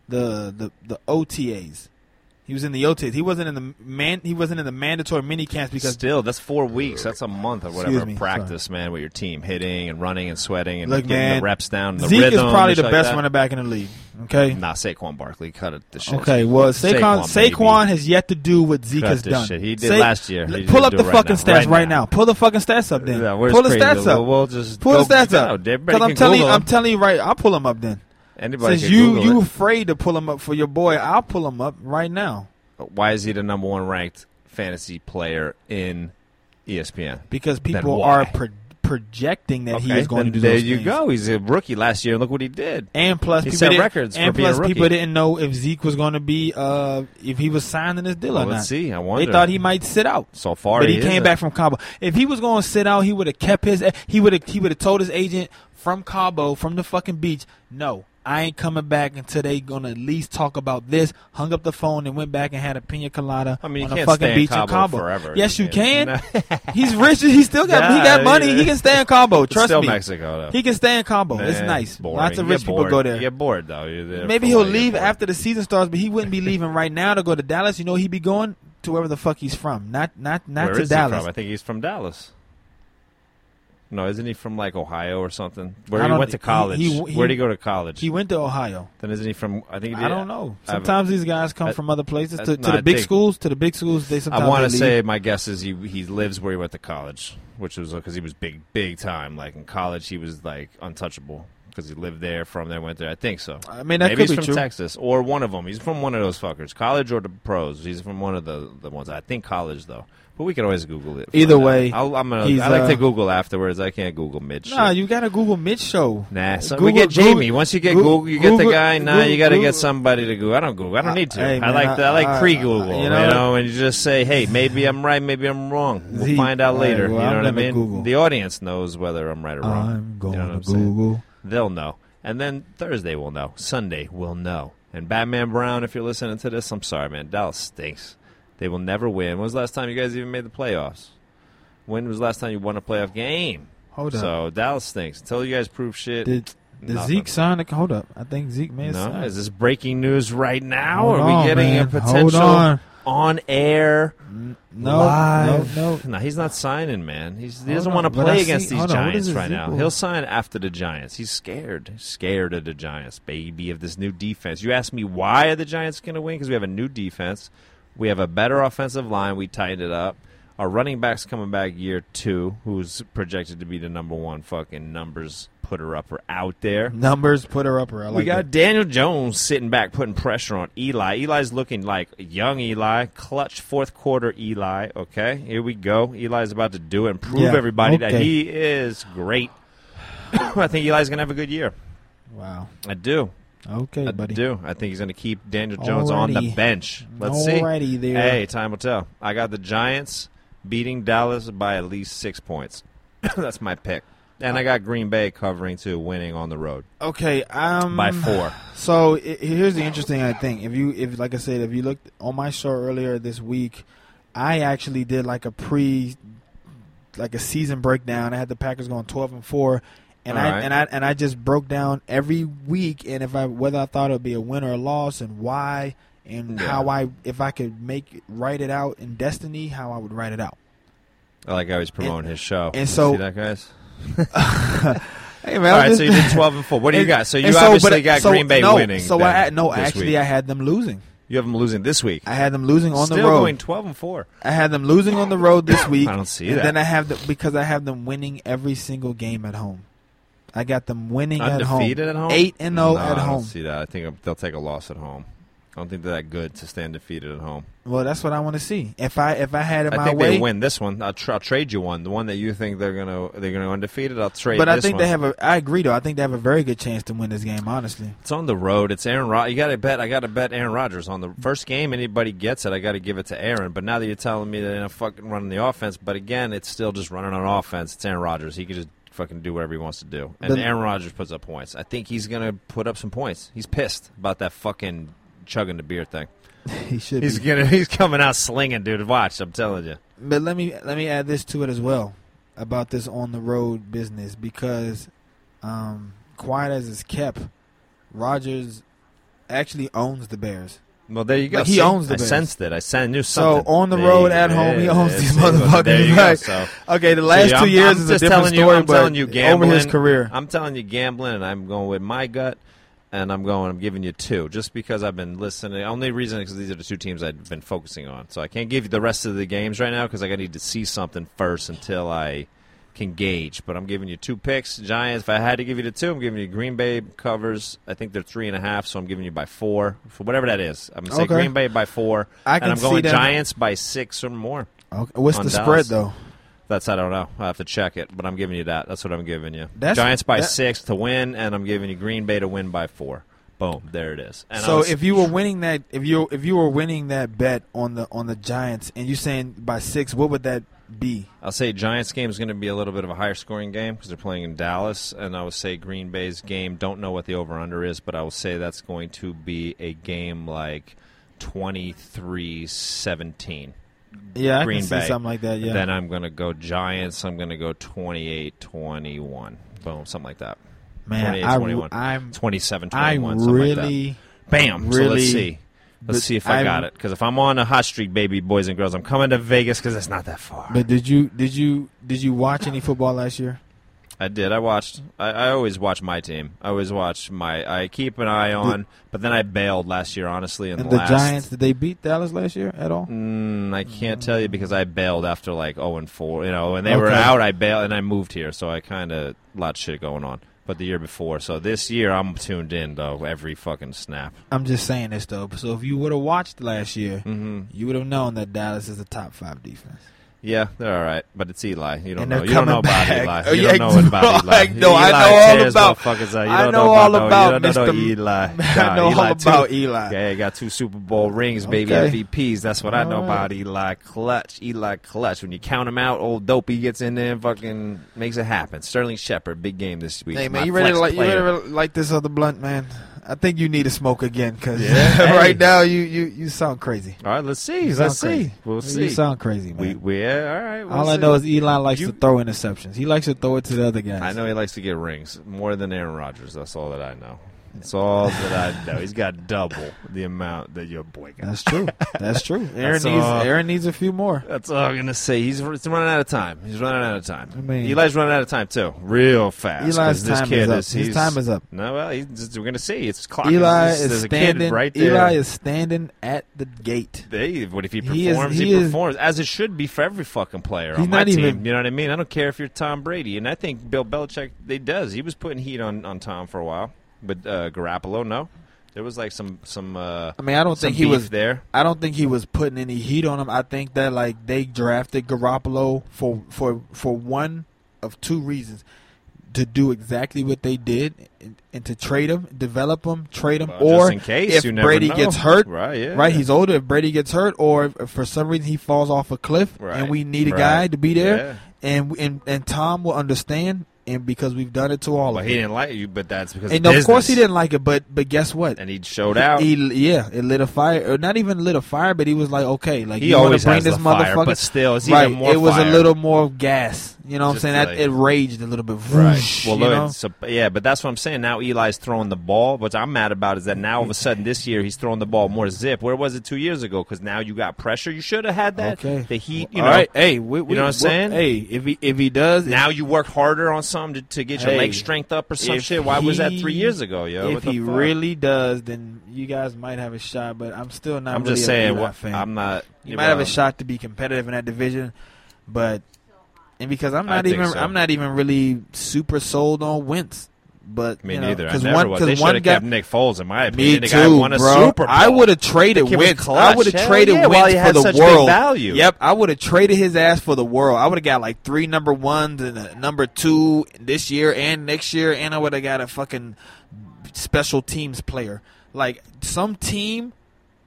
[SPEAKER 3] the the the OTAs. He was in the OTAs. He wasn't in the man. He wasn't in the mandatory mini camps because
[SPEAKER 2] Still, that's four weeks. That's a month or whatever
[SPEAKER 3] Excuse
[SPEAKER 2] of
[SPEAKER 3] me,
[SPEAKER 2] practice, man, with your team hitting and running and sweating and
[SPEAKER 3] Look,
[SPEAKER 2] getting
[SPEAKER 3] man,
[SPEAKER 2] the reps down. and The
[SPEAKER 3] Zeke
[SPEAKER 2] rhythm,
[SPEAKER 3] is probably
[SPEAKER 2] and
[SPEAKER 3] the
[SPEAKER 2] shit
[SPEAKER 3] best
[SPEAKER 2] like
[SPEAKER 3] running back in the league. Okay.
[SPEAKER 2] that. Nah, Saquon Barkley cut it. The shit.
[SPEAKER 3] Okay, well, Saquon
[SPEAKER 2] baby.
[SPEAKER 3] Saquon, has yet to do what Zeke
[SPEAKER 2] Cut
[SPEAKER 3] has
[SPEAKER 2] this
[SPEAKER 3] done.
[SPEAKER 2] shit. He did last year. He
[SPEAKER 3] pull
[SPEAKER 2] didn't
[SPEAKER 3] up
[SPEAKER 2] do
[SPEAKER 3] the
[SPEAKER 2] it right
[SPEAKER 3] fucking
[SPEAKER 2] now.
[SPEAKER 3] stats
[SPEAKER 2] Right
[SPEAKER 3] right,
[SPEAKER 2] now.
[SPEAKER 3] now. Pull the fucking stats up then.
[SPEAKER 2] Yeah, where's
[SPEAKER 3] pull the
[SPEAKER 2] crazy?
[SPEAKER 3] stats
[SPEAKER 2] We'll-
[SPEAKER 3] up.
[SPEAKER 2] we'll just
[SPEAKER 3] pull
[SPEAKER 2] go-
[SPEAKER 3] the stats
[SPEAKER 2] No,
[SPEAKER 3] up.
[SPEAKER 2] everybody
[SPEAKER 3] I'm
[SPEAKER 2] can
[SPEAKER 3] telling
[SPEAKER 2] Google
[SPEAKER 3] I'm
[SPEAKER 2] them.
[SPEAKER 3] telling you right. I'll pull them up then.
[SPEAKER 2] Anybody
[SPEAKER 3] Since
[SPEAKER 2] can
[SPEAKER 3] you
[SPEAKER 2] Google
[SPEAKER 3] you
[SPEAKER 2] it.
[SPEAKER 3] afraid to pull them up for your boy, I'll pull them up right now
[SPEAKER 2] why is he the number one ranked fantasy player in E ESPN?
[SPEAKER 3] because people
[SPEAKER 2] why?
[SPEAKER 3] are pro- projecting that he
[SPEAKER 2] Okay,
[SPEAKER 3] is
[SPEAKER 2] then
[SPEAKER 3] going to do.
[SPEAKER 2] There
[SPEAKER 3] those
[SPEAKER 2] you
[SPEAKER 3] things.
[SPEAKER 2] go. He's a rookie last year, and look what he did.
[SPEAKER 3] And plus,
[SPEAKER 2] He
[SPEAKER 3] people
[SPEAKER 2] set
[SPEAKER 3] didn't-
[SPEAKER 2] records for
[SPEAKER 3] and
[SPEAKER 2] being a
[SPEAKER 3] plus
[SPEAKER 2] rookie.
[SPEAKER 3] people didn't know if Zeke was going to be uh, if he was signing this deal
[SPEAKER 2] Well,
[SPEAKER 3] or
[SPEAKER 2] let's
[SPEAKER 3] not.
[SPEAKER 2] see. I
[SPEAKER 3] They
[SPEAKER 2] wonder.
[SPEAKER 3] thought he might sit out.
[SPEAKER 2] so far,
[SPEAKER 3] but he, came
[SPEAKER 2] isn't.
[SPEAKER 3] back from Cabo. If he was going to sit out, he would have kept his. He would have. He would have told his agent from Cabo, from the fucking beach, no, I ain't coming back until they gonna at least talk about this. Hung up the phone and went back and had a pina colada
[SPEAKER 2] I mean, you
[SPEAKER 3] on a
[SPEAKER 2] can't
[SPEAKER 3] fucking
[SPEAKER 2] stay in
[SPEAKER 3] beach
[SPEAKER 2] Cabo
[SPEAKER 3] Cabo
[SPEAKER 2] forever.
[SPEAKER 3] Yes, you
[SPEAKER 2] You can't.
[SPEAKER 3] can. He's rich. He still got. he
[SPEAKER 2] Yeah,
[SPEAKER 3] got money.
[SPEAKER 2] yeah.
[SPEAKER 3] He can stay in Cabo.
[SPEAKER 2] It's
[SPEAKER 3] Trust
[SPEAKER 2] still
[SPEAKER 3] me.
[SPEAKER 2] Mexico though.
[SPEAKER 3] He can stay in Cabo. it's
[SPEAKER 2] Nah,
[SPEAKER 3] nice.
[SPEAKER 2] boring.
[SPEAKER 3] Lots of
[SPEAKER 2] You
[SPEAKER 3] rich
[SPEAKER 2] get
[SPEAKER 3] people
[SPEAKER 2] bored.
[SPEAKER 3] go there.
[SPEAKER 2] You get bored though. You're there for
[SPEAKER 3] Maybe
[SPEAKER 2] a
[SPEAKER 3] he'll
[SPEAKER 2] while, you're
[SPEAKER 3] leave
[SPEAKER 2] bored.
[SPEAKER 3] after the season starts, but he wouldn't be leaving right now to go to Dallas. You know, he'd be going to wherever the fuck he's from. Not not not
[SPEAKER 2] Where
[SPEAKER 3] to
[SPEAKER 2] is he
[SPEAKER 3] Dallas.
[SPEAKER 2] from? I think he's from Dallas. No, isn't he from like Ohio or something? Where
[SPEAKER 3] I
[SPEAKER 2] he
[SPEAKER 3] don't-
[SPEAKER 2] went to
[SPEAKER 3] he-
[SPEAKER 2] college?
[SPEAKER 3] he- he-
[SPEAKER 2] Where did he go to college?
[SPEAKER 3] He went to Ohio.
[SPEAKER 2] then isn't he from? I think he did.
[SPEAKER 3] I don't know.
[SPEAKER 2] I haven't-
[SPEAKER 3] Sometimes these guys come
[SPEAKER 2] I-
[SPEAKER 3] from other places
[SPEAKER 2] I-
[SPEAKER 3] to,
[SPEAKER 2] no,
[SPEAKER 3] to
[SPEAKER 2] I
[SPEAKER 3] the big
[SPEAKER 2] think-
[SPEAKER 3] schools. To the big schools, they sometimes.
[SPEAKER 2] I want
[SPEAKER 3] they
[SPEAKER 2] to
[SPEAKER 3] leave.
[SPEAKER 2] say my guess is he he lives where he went to college, which was because he was big big time. Like in college, he was like untouchable because he lived there, from there, went there. I think so.
[SPEAKER 3] I mean, that
[SPEAKER 2] Maybe
[SPEAKER 3] could be
[SPEAKER 2] he's from
[SPEAKER 3] true.
[SPEAKER 2] Texas or one of them. He's from one of those fuckers, college or the pros. He's from one of the the ones. I think college though, but we can always Google it.
[SPEAKER 3] Either
[SPEAKER 2] Find out.
[SPEAKER 3] way,
[SPEAKER 2] I'll, I'm gonna.
[SPEAKER 3] he's,
[SPEAKER 2] I like
[SPEAKER 3] uh,
[SPEAKER 2] to Google afterwards. I can't Google mid.
[SPEAKER 3] Nah,
[SPEAKER 2] shit.
[SPEAKER 3] you got to Google Mitch show.
[SPEAKER 2] Nah, so we
[SPEAKER 3] Uh, Google-
[SPEAKER 2] get Jamie.
[SPEAKER 3] Google-
[SPEAKER 2] Once you get
[SPEAKER 3] Google-
[SPEAKER 2] Google, you get the
[SPEAKER 3] Google-
[SPEAKER 2] guy. Now you
[SPEAKER 3] Google-
[SPEAKER 2] got to
[SPEAKER 3] Google.
[SPEAKER 2] get somebody to Google. I don't Google. I don't need to.
[SPEAKER 3] Uh, hey,
[SPEAKER 2] I
[SPEAKER 3] man,
[SPEAKER 2] like the, I
[SPEAKER 3] I-
[SPEAKER 2] like
[SPEAKER 3] I-
[SPEAKER 2] pre-Google.
[SPEAKER 3] I-
[SPEAKER 2] you,
[SPEAKER 3] you
[SPEAKER 2] know,
[SPEAKER 3] know
[SPEAKER 2] and you just say, "Hey, maybe I'm right. Maybe I'm wrong. We'll
[SPEAKER 3] Zeke,
[SPEAKER 2] find out
[SPEAKER 3] all right,
[SPEAKER 2] later."
[SPEAKER 3] well,
[SPEAKER 2] you know
[SPEAKER 3] I'm
[SPEAKER 2] what I
[SPEAKER 3] gonna
[SPEAKER 2] mean?
[SPEAKER 3] Google.
[SPEAKER 2] The audience knows whether I'm right or wrong.
[SPEAKER 3] I'm
[SPEAKER 2] You
[SPEAKER 3] going
[SPEAKER 2] know what
[SPEAKER 3] to
[SPEAKER 2] I'm saying?
[SPEAKER 3] Google.
[SPEAKER 2] They'll know, and then Thursday we'll know. Sunday we'll know. And Batman Brown, if you're listening to this, I'm sorry, man. Dallas stinks. They will never win. When was the last time you guys even made the playoffs? When was the last time you won a playoff game?
[SPEAKER 3] Hold up.
[SPEAKER 2] So Dallas stinks. Until you guys prove shit.
[SPEAKER 3] Did, did
[SPEAKER 2] nothing.
[SPEAKER 3] Zeke sign? A, hold up. I think Zeke may have
[SPEAKER 2] no,
[SPEAKER 3] signed.
[SPEAKER 2] is this breaking news right now?
[SPEAKER 3] Hold
[SPEAKER 2] Are we
[SPEAKER 3] on,
[SPEAKER 2] getting a
[SPEAKER 3] man. Hold
[SPEAKER 2] potential
[SPEAKER 3] on.
[SPEAKER 2] air?
[SPEAKER 3] no,
[SPEAKER 2] live?
[SPEAKER 3] no, no.
[SPEAKER 2] No, he's not signing, man. He's, he
[SPEAKER 3] Hold
[SPEAKER 2] doesn't
[SPEAKER 3] on,
[SPEAKER 2] want to
[SPEAKER 3] but I
[SPEAKER 2] play
[SPEAKER 3] see-
[SPEAKER 2] against these
[SPEAKER 3] hold on, what
[SPEAKER 2] Giants
[SPEAKER 3] is this
[SPEAKER 2] right now.
[SPEAKER 3] equal?
[SPEAKER 2] He'll sign after the Giants. He's scared. He's scared of the Giants, baby, of this new defense. You ask me why are the Giants going to win? Because we have a new defense. We have a better offensive line. We tightened it up. Our running back's coming back year two, who's projected to be the number one fucking numbers putter upper out there.
[SPEAKER 3] Numbers put her upper. I like
[SPEAKER 2] we got
[SPEAKER 3] that.
[SPEAKER 2] Daniel Jones sitting back, putting pressure on Eli. Eli's looking like young Eli, clutch fourth quarter Eli. Okay, here we go. Eli's about to do it and prove
[SPEAKER 3] Yeah,
[SPEAKER 2] everybody that
[SPEAKER 3] okay.
[SPEAKER 2] he is great. I think Eli's gonna have a good year.
[SPEAKER 3] Wow.
[SPEAKER 2] I do.
[SPEAKER 3] Okay,
[SPEAKER 2] I
[SPEAKER 3] buddy.
[SPEAKER 2] do. I think he's gonna keep Daniel Jones on the
[SPEAKER 3] Alrighty.
[SPEAKER 2] bench. Let's see.
[SPEAKER 3] Alrighty there.
[SPEAKER 2] Hey, time will tell. I got the Giants beating Dallas by at least six points. That's my pick.
[SPEAKER 3] Uh,
[SPEAKER 2] And I got Green Bay covering too, winning on the road
[SPEAKER 3] Okay. Um.
[SPEAKER 2] by four.
[SPEAKER 3] So i here's the interesting I think. If you if like I said, if you looked on my show earlier this week, I actually did like a pre like a season breakdown. I had the Packers going 12 and 4 and I
[SPEAKER 2] All right.
[SPEAKER 3] and I and I just broke down every week and if I whether I thought it would be a win or a loss and why and
[SPEAKER 2] Yeah.
[SPEAKER 3] how I if I could make write it out in destiny, how I would write it out.
[SPEAKER 2] I like how he's promoting his show.
[SPEAKER 3] and so-
[SPEAKER 2] see that, guys.
[SPEAKER 3] Hey
[SPEAKER 2] All
[SPEAKER 3] man, I'm
[SPEAKER 2] right,
[SPEAKER 3] just-
[SPEAKER 2] so you did twelve and four. What do you
[SPEAKER 3] and-
[SPEAKER 2] got? So you
[SPEAKER 3] and
[SPEAKER 2] obviously
[SPEAKER 3] but-
[SPEAKER 2] got
[SPEAKER 3] so,
[SPEAKER 2] Green Bay
[SPEAKER 3] no,
[SPEAKER 2] winning.
[SPEAKER 3] So
[SPEAKER 2] then
[SPEAKER 3] I no,
[SPEAKER 2] this
[SPEAKER 3] actually
[SPEAKER 2] week.
[SPEAKER 3] I had them losing.
[SPEAKER 2] you have them losing this week.
[SPEAKER 3] I had them losing on
[SPEAKER 2] Still
[SPEAKER 3] the road.
[SPEAKER 2] going twelve and four.
[SPEAKER 3] I had them losing on the road this week.
[SPEAKER 2] I don't see
[SPEAKER 3] and
[SPEAKER 2] that.
[SPEAKER 3] Then I have the, because I have them winning every single game at home. I got them winning
[SPEAKER 2] Undefeated
[SPEAKER 3] at
[SPEAKER 2] at
[SPEAKER 3] home.
[SPEAKER 2] home?
[SPEAKER 3] Eight and zero
[SPEAKER 2] No,
[SPEAKER 3] at
[SPEAKER 2] I don't
[SPEAKER 3] home.
[SPEAKER 2] see that. I think they'll take a loss at home. I don't think they're that good to stand defeated at home.
[SPEAKER 3] Well, that's what I want to see. If I if I had it
[SPEAKER 2] I
[SPEAKER 3] my
[SPEAKER 2] think
[SPEAKER 3] way,
[SPEAKER 2] they win this one. I'll, tr- I'll trade you one. The one that you think they're gonna they're gonna undefeated. I'll trade.
[SPEAKER 3] but I
[SPEAKER 2] this
[SPEAKER 3] think
[SPEAKER 2] one.
[SPEAKER 3] they have a. I agree though. I think they have a very good chance to win this game. Honestly,
[SPEAKER 2] It's on the road. It's Aaron Rod. You got to bet. I got to bet Aaron Rodgers on the first game. Anybody gets it, I got to give it to Aaron. But now that you're telling me they're not fucking running the offense, but again, it's still just running on offense. It's Aaron Rodgers. He can just fucking do whatever he wants to do. And
[SPEAKER 3] Then-
[SPEAKER 2] Aaron Rodgers puts up points. I think he's gonna put up some points. He's pissed about that fucking chugging the beer thing.
[SPEAKER 3] he should.
[SPEAKER 2] He's
[SPEAKER 3] be.
[SPEAKER 2] gonna. He's coming out slinging, dude. Watch. I'm telling you.
[SPEAKER 3] But let me let me add this to it as well about this on the road business because, um, quiet as it's kept, Rogers actually owns the Bears.
[SPEAKER 2] Well, there you go.
[SPEAKER 3] Like, he
[SPEAKER 2] See,
[SPEAKER 3] owns the
[SPEAKER 2] I
[SPEAKER 3] Bears.
[SPEAKER 2] sensed it. I sen- knew
[SPEAKER 3] So,
[SPEAKER 2] something.
[SPEAKER 3] on the
[SPEAKER 2] There
[SPEAKER 3] road
[SPEAKER 2] you-
[SPEAKER 3] at home, he
[SPEAKER 2] there
[SPEAKER 3] owns
[SPEAKER 2] it is.
[SPEAKER 3] these
[SPEAKER 2] There you go.
[SPEAKER 3] motherfuckers.
[SPEAKER 2] There you go.
[SPEAKER 3] Like,
[SPEAKER 2] So-
[SPEAKER 3] Okay, the last
[SPEAKER 2] See,
[SPEAKER 3] 2
[SPEAKER 2] I'm-
[SPEAKER 3] years
[SPEAKER 2] I'm
[SPEAKER 3] is a
[SPEAKER 2] just
[SPEAKER 3] different
[SPEAKER 2] telling you-
[SPEAKER 3] story,
[SPEAKER 2] I'm
[SPEAKER 3] but
[SPEAKER 2] telling you gambling,
[SPEAKER 3] over his career.
[SPEAKER 2] I'm telling you gambling, and I'm going with my gut, and I'm going. I'm giving you two, just because I've been listening. Only reason is 'cause these are the two teams I've been focusing on, so I can't give you the rest of the games right now because I need to see something first until I can gauge. But I'm giving you two picks, Giants. If I had to give you the two, I'm giving you Green Bay covers. I think they're three and a half, so I'm giving you by four for whatever that is. I'm gonna say
[SPEAKER 3] Okay.
[SPEAKER 2] Green Bay by four,
[SPEAKER 3] I
[SPEAKER 2] and
[SPEAKER 3] can
[SPEAKER 2] I'm going
[SPEAKER 3] see them-
[SPEAKER 2] Giants by six or more.
[SPEAKER 3] Okay, what's
[SPEAKER 2] on
[SPEAKER 3] the
[SPEAKER 2] Dallas.
[SPEAKER 3] spread though?
[SPEAKER 2] That's I don't know. I have to check it, but I'm giving you that. That's what I'm giving you.
[SPEAKER 3] That's-
[SPEAKER 2] Giants by
[SPEAKER 3] that-
[SPEAKER 2] six to win, and I'm giving you Green Bay to win by four. Boom, there it is. And I
[SPEAKER 3] so
[SPEAKER 2] was-
[SPEAKER 3] if you were winning that, if you if you were winning that bet on the on the Giants, and you saying by six, what would that be?
[SPEAKER 2] I'll say Giants game is going to be a little bit of a higher scoring game because they're playing in Dallas, and I would say Green Bay's game. Don't know what the over under is, but I will say that's going to be a game like 23-17.
[SPEAKER 3] Yeah, I
[SPEAKER 2] Green
[SPEAKER 3] can see
[SPEAKER 2] Bay.
[SPEAKER 3] something like that. Yeah,
[SPEAKER 2] Then I'm going to go Giants. I'm going to go 28-21. Boom, something like that.
[SPEAKER 3] man,
[SPEAKER 2] 28,
[SPEAKER 3] I,
[SPEAKER 2] 21.
[SPEAKER 3] am
[SPEAKER 2] 27-21.
[SPEAKER 3] I
[SPEAKER 2] something like that.
[SPEAKER 3] really
[SPEAKER 2] Bam. so
[SPEAKER 3] really-
[SPEAKER 2] let's see.
[SPEAKER 3] but
[SPEAKER 2] Let's see if I
[SPEAKER 3] I'm-
[SPEAKER 2] got it. Because if I'm on a hot streak, baby, boys and girls, I'm coming to Vegas because it's not that far.
[SPEAKER 3] But did you did you did you watch any football last year?
[SPEAKER 2] I did. I watched. I, I always watch my team. I always watch my. I keep an eye on. but then I bailed last year, honestly. In
[SPEAKER 3] And
[SPEAKER 2] the
[SPEAKER 3] the
[SPEAKER 2] last,
[SPEAKER 3] Giants did they beat Dallas last year at all?
[SPEAKER 2] Mm, I can't tell you because I bailed after like 0 and 4. You know, when they were
[SPEAKER 3] Okay.
[SPEAKER 2] out, I bailed and I moved here, so I kind of lot of shit going on. But the year before, so this year I'm tuned in though every fucking snap.
[SPEAKER 3] I'm just saying this though. So if you would have watched last year,
[SPEAKER 2] Mm-hmm.
[SPEAKER 3] you would have known that Dallas is a top five defense.
[SPEAKER 2] Yeah, they're all right, but it's Eli. You don't
[SPEAKER 3] And
[SPEAKER 2] know.
[SPEAKER 3] they're
[SPEAKER 2] You don't
[SPEAKER 3] coming
[SPEAKER 2] know about
[SPEAKER 3] back.
[SPEAKER 2] Eli.
[SPEAKER 3] Oh,
[SPEAKER 2] You
[SPEAKER 3] yeah,
[SPEAKER 2] don't know about Eli.
[SPEAKER 3] like, no, I
[SPEAKER 2] Eli
[SPEAKER 3] know all
[SPEAKER 2] tears
[SPEAKER 3] about-
[SPEAKER 2] motherfuckers out. You
[SPEAKER 3] I
[SPEAKER 2] don't
[SPEAKER 3] know all
[SPEAKER 2] no-
[SPEAKER 3] about
[SPEAKER 2] you don't know
[SPEAKER 3] Mr.
[SPEAKER 2] Eli.
[SPEAKER 3] I
[SPEAKER 2] No,
[SPEAKER 3] know
[SPEAKER 2] Eli
[SPEAKER 3] all
[SPEAKER 2] too.
[SPEAKER 3] about Eli.
[SPEAKER 2] Yeah, he got two Super Bowl rings, baby.
[SPEAKER 3] Okay.
[SPEAKER 2] MVPs. That's what I know
[SPEAKER 3] All right.
[SPEAKER 2] about Eli. Clutch, Eli Clutch. When you count him out, old dopey gets in there and fucking makes it happen. Sterling Shepard, big game this week.
[SPEAKER 3] Hey
[SPEAKER 2] My
[SPEAKER 3] man, you ready to
[SPEAKER 2] flex
[SPEAKER 3] like you
[SPEAKER 2] player.
[SPEAKER 3] ready to like this other blunt, man? I think you need to smoke again because
[SPEAKER 2] Yeah.
[SPEAKER 3] right now you, you, you sound crazy.
[SPEAKER 2] All right, let's see.
[SPEAKER 3] You sound
[SPEAKER 2] let's
[SPEAKER 3] crazy.
[SPEAKER 2] see. We'll
[SPEAKER 3] You
[SPEAKER 2] see.
[SPEAKER 3] sound crazy, man.
[SPEAKER 2] we, we, yeah, all right.
[SPEAKER 3] All
[SPEAKER 2] we'll
[SPEAKER 3] I
[SPEAKER 2] see.
[SPEAKER 3] know is Elon likes
[SPEAKER 2] You-
[SPEAKER 3] to throw interceptions. He likes to throw it to the other guys.
[SPEAKER 2] I know he likes to get rings more than Aaron Rodgers. That's all that I know. That's all that I know. He's got double the amount that your boy got.
[SPEAKER 3] That's true. That's true. Aaron
[SPEAKER 2] That's,
[SPEAKER 3] needs
[SPEAKER 2] uh,
[SPEAKER 3] Aaron needs a few more.
[SPEAKER 2] That's all I'm gonna say. He's, he's running out of time. He's running out of time.
[SPEAKER 3] I mean-
[SPEAKER 2] Eli's running out of time too, real fast. 'cause
[SPEAKER 3] Eli's
[SPEAKER 2] this
[SPEAKER 3] time
[SPEAKER 2] kid
[SPEAKER 3] is up.
[SPEAKER 2] Is,
[SPEAKER 3] His
[SPEAKER 2] he's-
[SPEAKER 3] time is up.
[SPEAKER 2] No, well, he's, just- we're gonna see. It's clock.
[SPEAKER 3] Eli
[SPEAKER 2] There's-
[SPEAKER 3] is
[SPEAKER 2] there's a
[SPEAKER 3] standing
[SPEAKER 2] kid right there.
[SPEAKER 3] Eli is standing at the gate.
[SPEAKER 2] They, what if he performs?
[SPEAKER 3] He
[SPEAKER 2] He,
[SPEAKER 3] is- he is-
[SPEAKER 2] performs as it should be for every fucking player
[SPEAKER 3] He's
[SPEAKER 2] on my
[SPEAKER 3] not
[SPEAKER 2] team.
[SPEAKER 3] even-
[SPEAKER 2] you know what I mean? I don't care if you're Tom Brady, and I think Bill Belichick. They does. He was putting heat on on Tom for a while, but uh, Garoppolo, no. There was like some some. Uh,
[SPEAKER 3] I mean, I don't
[SPEAKER 2] some
[SPEAKER 3] think he
[SPEAKER 2] beef
[SPEAKER 3] was.
[SPEAKER 2] there.
[SPEAKER 3] I don't think he was putting any heat on him. I think that like they drafted Garoppolo for for for one of two reasons. To do exactly what they did, and, and to trade him, develop him, trade him,
[SPEAKER 2] Well,
[SPEAKER 3] or
[SPEAKER 2] just in case,
[SPEAKER 3] if
[SPEAKER 2] you never
[SPEAKER 3] Brady
[SPEAKER 2] know.
[SPEAKER 3] gets hurt,
[SPEAKER 2] right? Yeah,
[SPEAKER 3] right? He's older. If Brady gets hurt, or if, if for some reason he falls off a cliff,
[SPEAKER 2] Right.
[SPEAKER 3] and we need a
[SPEAKER 2] Right.
[SPEAKER 3] guy to be there,
[SPEAKER 2] Yeah.
[SPEAKER 3] and and and Tom will understand, and because we've done it to all
[SPEAKER 2] Well,
[SPEAKER 3] of
[SPEAKER 2] he
[SPEAKER 3] them.
[SPEAKER 2] didn't like you, but that's because
[SPEAKER 3] And
[SPEAKER 2] of,
[SPEAKER 3] of course, he
[SPEAKER 2] business.
[SPEAKER 3] didn't like it, but but guess what?
[SPEAKER 2] and he showed out.
[SPEAKER 3] He,
[SPEAKER 2] He,
[SPEAKER 3] yeah, it lit a fire, or not even lit a fire, but he was like, okay, like you want
[SPEAKER 2] always
[SPEAKER 3] to bring
[SPEAKER 2] has
[SPEAKER 3] this
[SPEAKER 2] the
[SPEAKER 3] motherfucker.
[SPEAKER 2] fire, but still, it's
[SPEAKER 3] right,
[SPEAKER 2] even more
[SPEAKER 3] it was
[SPEAKER 2] fire.
[SPEAKER 3] a little more gas. You know what I'm
[SPEAKER 2] Just
[SPEAKER 3] saying? That
[SPEAKER 2] like-
[SPEAKER 3] it raged a little bit. Whoosh,
[SPEAKER 2] Well,
[SPEAKER 3] you
[SPEAKER 2] look,
[SPEAKER 3] know?
[SPEAKER 2] it's a- yeah, but that's what I'm saying. Now Eli's throwing the ball. What I'm mad about is that now all of a sudden this year he's throwing the ball more zip. Where was it two years ago? Because now you got pressure. You should have had that.
[SPEAKER 3] okay.
[SPEAKER 2] The heat. You
[SPEAKER 3] All
[SPEAKER 2] know.
[SPEAKER 3] right, hey, we, we,
[SPEAKER 2] know what I'm saying?
[SPEAKER 3] Hey, if he if he does,
[SPEAKER 2] Now you work harder on something to, to get your
[SPEAKER 3] Hey,
[SPEAKER 2] leg strength up or some
[SPEAKER 3] if
[SPEAKER 2] shit. Why was that three
[SPEAKER 3] he-
[SPEAKER 2] years ago, yo?
[SPEAKER 3] if
[SPEAKER 2] What the
[SPEAKER 3] he
[SPEAKER 2] fuck?
[SPEAKER 3] really does, then you guys might have a shot. But I'm still not.
[SPEAKER 2] I'm
[SPEAKER 3] really
[SPEAKER 2] just
[SPEAKER 3] a
[SPEAKER 2] saying.
[SPEAKER 3] Eli
[SPEAKER 2] What,
[SPEAKER 3] fan.
[SPEAKER 2] I'm um, not.
[SPEAKER 3] you might have
[SPEAKER 2] know,
[SPEAKER 3] a shot to be competitive in that division, but and because I'm
[SPEAKER 2] I
[SPEAKER 3] not
[SPEAKER 2] think
[SPEAKER 3] even
[SPEAKER 2] so.
[SPEAKER 3] I'm not even really super sold on Wentz, but
[SPEAKER 2] Me
[SPEAKER 3] you know,
[SPEAKER 2] neither. I
[SPEAKER 3] 'cause
[SPEAKER 2] never
[SPEAKER 3] one,
[SPEAKER 2] was.
[SPEAKER 3] Cause
[SPEAKER 2] They should
[SPEAKER 3] one
[SPEAKER 2] have
[SPEAKER 3] guy,
[SPEAKER 2] kept Nick Foles, in my opinion.
[SPEAKER 3] me
[SPEAKER 2] the
[SPEAKER 3] too,
[SPEAKER 2] guy won a
[SPEAKER 3] bro.
[SPEAKER 2] Super Bowl.
[SPEAKER 3] I would have traded
[SPEAKER 2] The kid was
[SPEAKER 3] Wentz. I
[SPEAKER 2] clutch.
[SPEAKER 3] would have
[SPEAKER 2] Hell
[SPEAKER 3] traded
[SPEAKER 2] yeah, while
[SPEAKER 3] Wentz
[SPEAKER 2] he
[SPEAKER 3] for
[SPEAKER 2] had
[SPEAKER 3] the
[SPEAKER 2] such big
[SPEAKER 3] world.
[SPEAKER 2] value.
[SPEAKER 3] Yep, I would have traded his ass for the world. I would have got like three number ones and a number two this year and next year, and I would have got a fucking special teams player. Like some team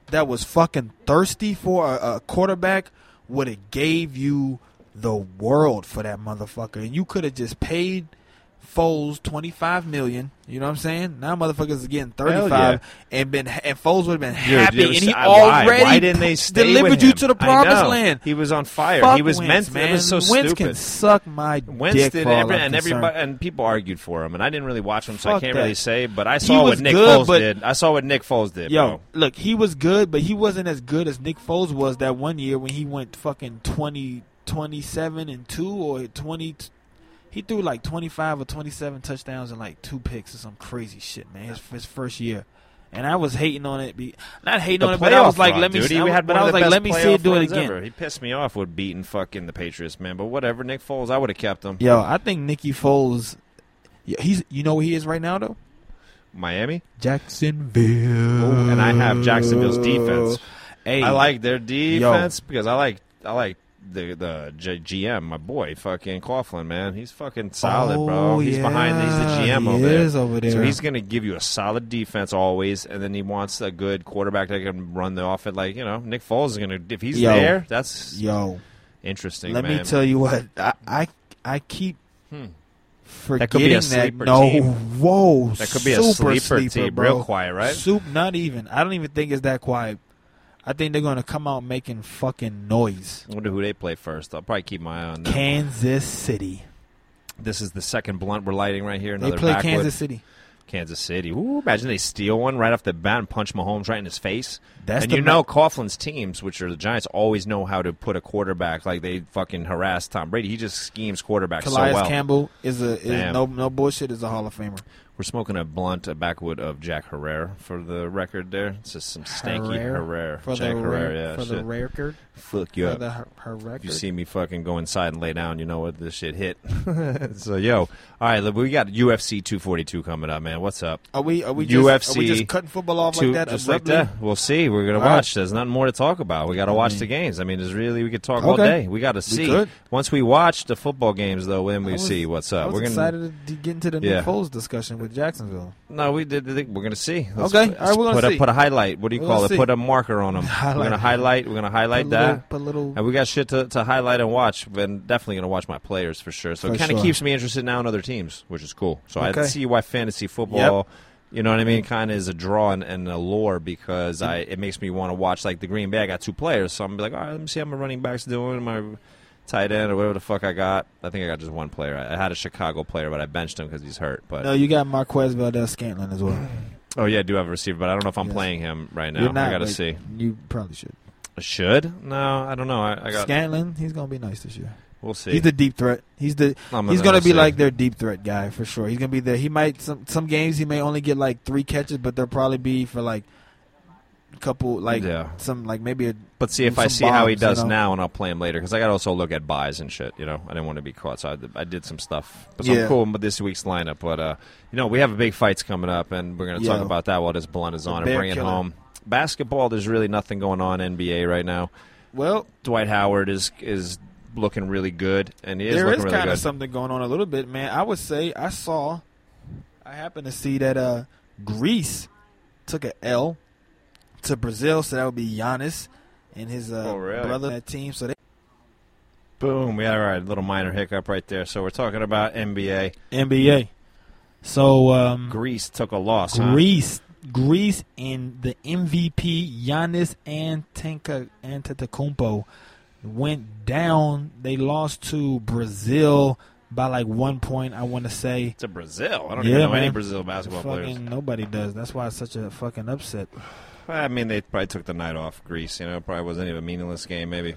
[SPEAKER 3] that was fucking thirsty for a, a quarterback would have gave you the world for that motherfucker, and you could have just paid Foles twenty five million. You know what I'm saying? Now motherfuckers is getting
[SPEAKER 2] Hell yeah.
[SPEAKER 3] thirty five, and been and Foles would have been
[SPEAKER 2] Dude,
[SPEAKER 3] happy,
[SPEAKER 2] it
[SPEAKER 3] and
[SPEAKER 2] was-
[SPEAKER 3] he
[SPEAKER 2] I- why?
[SPEAKER 3] already
[SPEAKER 2] Why didn't they stay
[SPEAKER 3] delivered
[SPEAKER 2] with
[SPEAKER 3] you
[SPEAKER 2] him?
[SPEAKER 3] to the
[SPEAKER 2] I
[SPEAKER 3] promised
[SPEAKER 2] know.
[SPEAKER 3] land.
[SPEAKER 2] He was on fire.
[SPEAKER 3] Fuck
[SPEAKER 2] he was
[SPEAKER 3] Wentz,
[SPEAKER 2] meant.
[SPEAKER 3] man.
[SPEAKER 2] It was so
[SPEAKER 3] Wentz
[SPEAKER 2] stupid.
[SPEAKER 3] can suck my
[SPEAKER 2] Wentz
[SPEAKER 3] dick
[SPEAKER 2] did
[SPEAKER 3] for all
[SPEAKER 2] every,
[SPEAKER 3] I'm
[SPEAKER 2] and
[SPEAKER 3] concerned.
[SPEAKER 2] everybody and people argued for him, and I didn't really watch him, so I
[SPEAKER 3] Fuck
[SPEAKER 2] can't
[SPEAKER 3] that.
[SPEAKER 2] really say. But I saw
[SPEAKER 3] was
[SPEAKER 2] what Nick
[SPEAKER 3] good,
[SPEAKER 2] Foles
[SPEAKER 3] but-
[SPEAKER 2] did. I saw what Nick Foles did.
[SPEAKER 3] Yo,
[SPEAKER 2] bro.
[SPEAKER 3] look, he was good, but he wasn't as good as Nick Foles was that one year when he went fucking 20, 27 and 2 or 20. He threw like 25 or 27 touchdowns and like two picks or some crazy shit, man, his, his first year. And I was hating on it. Be, not hating
[SPEAKER 2] The
[SPEAKER 3] on it, but I was
[SPEAKER 2] playoff
[SPEAKER 3] like,
[SPEAKER 2] run,
[SPEAKER 3] let me
[SPEAKER 2] dude.
[SPEAKER 3] see.
[SPEAKER 2] He
[SPEAKER 3] I was-
[SPEAKER 2] had
[SPEAKER 3] but
[SPEAKER 2] one
[SPEAKER 3] I
[SPEAKER 2] of
[SPEAKER 3] was
[SPEAKER 2] the
[SPEAKER 3] like,
[SPEAKER 2] best
[SPEAKER 3] let me see it
[SPEAKER 2] playoff
[SPEAKER 3] do it
[SPEAKER 2] runs
[SPEAKER 3] again.
[SPEAKER 2] ever. He pissed me off with beating fucking the Patriots, man. But whatever, Nick Foles, I would have kept him.
[SPEAKER 3] Yo, I think Nicky Foles, yeah, he's you know where he is right now though.
[SPEAKER 2] Miami,
[SPEAKER 3] Jacksonville,
[SPEAKER 2] and I have Jacksonville's defense.
[SPEAKER 3] Hey,
[SPEAKER 2] I like their defense because I like I like the the G- GM, my boy, fucking Coughlin, man. He's fucking solid, bro.
[SPEAKER 3] Oh,
[SPEAKER 2] He's behind. He's the
[SPEAKER 3] yeah,
[SPEAKER 2] GM
[SPEAKER 3] he
[SPEAKER 2] over there.
[SPEAKER 3] is over
[SPEAKER 2] So
[SPEAKER 3] there.
[SPEAKER 2] he's going to give you a solid defense always, and then he wants a good quarterback that can run the offense. Like you know, Nick Foles is going to if he's
[SPEAKER 3] Yo.
[SPEAKER 2] there. That's
[SPEAKER 3] yo.
[SPEAKER 2] interesting.
[SPEAKER 3] Let
[SPEAKER 2] man.
[SPEAKER 3] me tell you what I I, I keep
[SPEAKER 2] Hmm. That could be
[SPEAKER 3] forgetting
[SPEAKER 2] a
[SPEAKER 3] that,
[SPEAKER 2] sleeper
[SPEAKER 3] no
[SPEAKER 2] team.
[SPEAKER 3] whoa
[SPEAKER 2] that could be a
[SPEAKER 3] super
[SPEAKER 2] sleeper, team,
[SPEAKER 3] bro.
[SPEAKER 2] real quiet, right?
[SPEAKER 3] Soup, not even. I don't even think it's that quiet. I think they're gonna come out making fucking noise.
[SPEAKER 2] I wonder who they play first. I'll probably keep my eye on them.
[SPEAKER 3] Kansas City.
[SPEAKER 2] This is the second blunt we're lighting right here.
[SPEAKER 3] They
[SPEAKER 2] Another
[SPEAKER 3] play
[SPEAKER 2] backwood.
[SPEAKER 3] Kansas City.
[SPEAKER 2] Kansas City. Ooh, imagine they steal one right off the bat and punch Mahomes right in his face.
[SPEAKER 3] That's
[SPEAKER 2] and
[SPEAKER 3] the
[SPEAKER 2] you
[SPEAKER 3] ma-
[SPEAKER 2] know Coughlin's teams, which are the Giants, always know how to put a quarterback like they fucking harass Tom Brady. He just schemes quarterbacks
[SPEAKER 3] Calais
[SPEAKER 2] so well.
[SPEAKER 3] Campbell is a is
[SPEAKER 2] Damn.
[SPEAKER 3] no no bullshit is a Hall of Famer.
[SPEAKER 2] We're smoking a blunt, a backwood of Jack Herrera for the record. There, it's just some stanky
[SPEAKER 3] Herrera?
[SPEAKER 2] Herrera,
[SPEAKER 3] For
[SPEAKER 2] Jack
[SPEAKER 3] the
[SPEAKER 2] Herrera.
[SPEAKER 3] rare,
[SPEAKER 2] yeah,
[SPEAKER 3] for the
[SPEAKER 2] shit.
[SPEAKER 3] record,
[SPEAKER 2] Fuck you
[SPEAKER 3] for
[SPEAKER 2] up.
[SPEAKER 3] the her, her record.
[SPEAKER 2] If you see me fucking go inside and lay down, you know what this shit hit. so yo, all right, look, we got UFC 242 coming up, man. What's up?
[SPEAKER 3] Are we are we just, are we
[SPEAKER 2] UFC
[SPEAKER 3] just cutting football off
[SPEAKER 2] Two-
[SPEAKER 3] like that?
[SPEAKER 2] just
[SPEAKER 3] abruptly?
[SPEAKER 2] like that. We'll see. We're gonna
[SPEAKER 3] All right. Mm-hmm.
[SPEAKER 2] watch. There's nothing more to talk about. We gotta watch the games. I mean, there's really we could talk all
[SPEAKER 3] Okay.
[SPEAKER 2] day. We gotta see.
[SPEAKER 3] could.
[SPEAKER 2] Once we watch the football games, though, then we
[SPEAKER 3] I was-
[SPEAKER 2] see what's
[SPEAKER 3] I
[SPEAKER 2] up.
[SPEAKER 3] was
[SPEAKER 2] We're gonna
[SPEAKER 3] excited to get into the
[SPEAKER 2] Yeah.
[SPEAKER 3] Nick Foles discussion with Jacksonville.
[SPEAKER 2] no, we did. did- We're gonna see.
[SPEAKER 3] Okay.
[SPEAKER 2] put-
[SPEAKER 3] All right, we're gonna
[SPEAKER 2] put
[SPEAKER 3] see.
[SPEAKER 2] A, put a highlight. What do you
[SPEAKER 3] We're
[SPEAKER 2] call
[SPEAKER 3] gonna
[SPEAKER 2] it?
[SPEAKER 3] see.
[SPEAKER 2] Put a marker on them.
[SPEAKER 3] Highlight.
[SPEAKER 2] We're gonna highlight. We're gonna highlight
[SPEAKER 3] Put a
[SPEAKER 2] that.
[SPEAKER 3] little- put a little-
[SPEAKER 2] and we got shit to, to highlight and watch. And definitely gonna watch my players for sure. So
[SPEAKER 3] For
[SPEAKER 2] it kind of
[SPEAKER 3] sure.
[SPEAKER 2] keeps me interested now in other teams, which is cool. So
[SPEAKER 3] Okay.
[SPEAKER 2] I see why fantasy football You know what I mean? Kind of is a draw and, and a lure because I it makes me want to watch like the Green Bay. I got two players, so I'm gonna be like, all right, let me see how my running backs doing, my tight end or whatever the fuck I got. I think I got just one player. I, I had a Chicago player, but I benched him because he's hurt. But
[SPEAKER 3] No, you got Marquez Valdez Scantling as well.
[SPEAKER 2] oh yeah, I do have a receiver, but I don't know if I'm
[SPEAKER 3] Yes.
[SPEAKER 2] playing him right now.
[SPEAKER 3] You're not,
[SPEAKER 2] I got to
[SPEAKER 3] but
[SPEAKER 2] see.
[SPEAKER 3] You probably should.
[SPEAKER 2] I should? No, I don't know. I, I got.
[SPEAKER 3] Scantling, he's gonna be nice this year.
[SPEAKER 2] We'll see.
[SPEAKER 3] He's the deep threat. He's the
[SPEAKER 2] I'm
[SPEAKER 3] he's gonna be
[SPEAKER 2] see.
[SPEAKER 3] like their deep threat guy for sure. He's gonna be there. He might some some games he may only get like three catches, but they'll probably be for like a couple like
[SPEAKER 2] Yeah.
[SPEAKER 3] some like maybe a
[SPEAKER 2] But see if I
[SPEAKER 3] some
[SPEAKER 2] see how he
[SPEAKER 3] bombs, you
[SPEAKER 2] does
[SPEAKER 3] know?
[SPEAKER 2] now, and I'll play him later because I got to also look at buys and shit. You know, I didn't want to be caught, so I, I did some stuff. But so
[SPEAKER 3] Yeah.
[SPEAKER 2] I'm cool with this week's lineup. But uh, you know, we have a big fights coming up, and we're going to talk
[SPEAKER 3] Yeah.
[SPEAKER 2] about that while this blunt is
[SPEAKER 3] The
[SPEAKER 2] on
[SPEAKER 3] bear
[SPEAKER 2] and bring it
[SPEAKER 3] killer.
[SPEAKER 2] home. Basketball, there's really nothing going on NBA right now.
[SPEAKER 3] well
[SPEAKER 2] Dwight Howard is is looking really good, and he is
[SPEAKER 3] there
[SPEAKER 2] looking
[SPEAKER 3] is
[SPEAKER 2] really
[SPEAKER 3] kind
[SPEAKER 2] good.
[SPEAKER 3] of something going on a little bit, man. I would say I saw, I happened to see that uh Greece took a L to Brazil, so that would be Giannis and his uh,
[SPEAKER 2] Oh, really?
[SPEAKER 3] brother on that team. So they
[SPEAKER 2] Boom! We all right, little minor hiccup right there. So we're talking about NBA.
[SPEAKER 3] NBA. So um,
[SPEAKER 2] Greece took a loss. huh?
[SPEAKER 3] Greece, Greece, and the MVP Giannis Antenka Antetokounmpo went down. They lost to Brazil by like one point. I want to say.
[SPEAKER 2] to Brazil. I don't
[SPEAKER 3] Yeah,
[SPEAKER 2] even know any
[SPEAKER 3] man.
[SPEAKER 2] Brazil basketball players.
[SPEAKER 3] Fucking nobody does. That's why it's such a fucking upset.
[SPEAKER 2] I mean, they probably took the night off Greece. You know, probably wasn't even a meaningless game. Maybe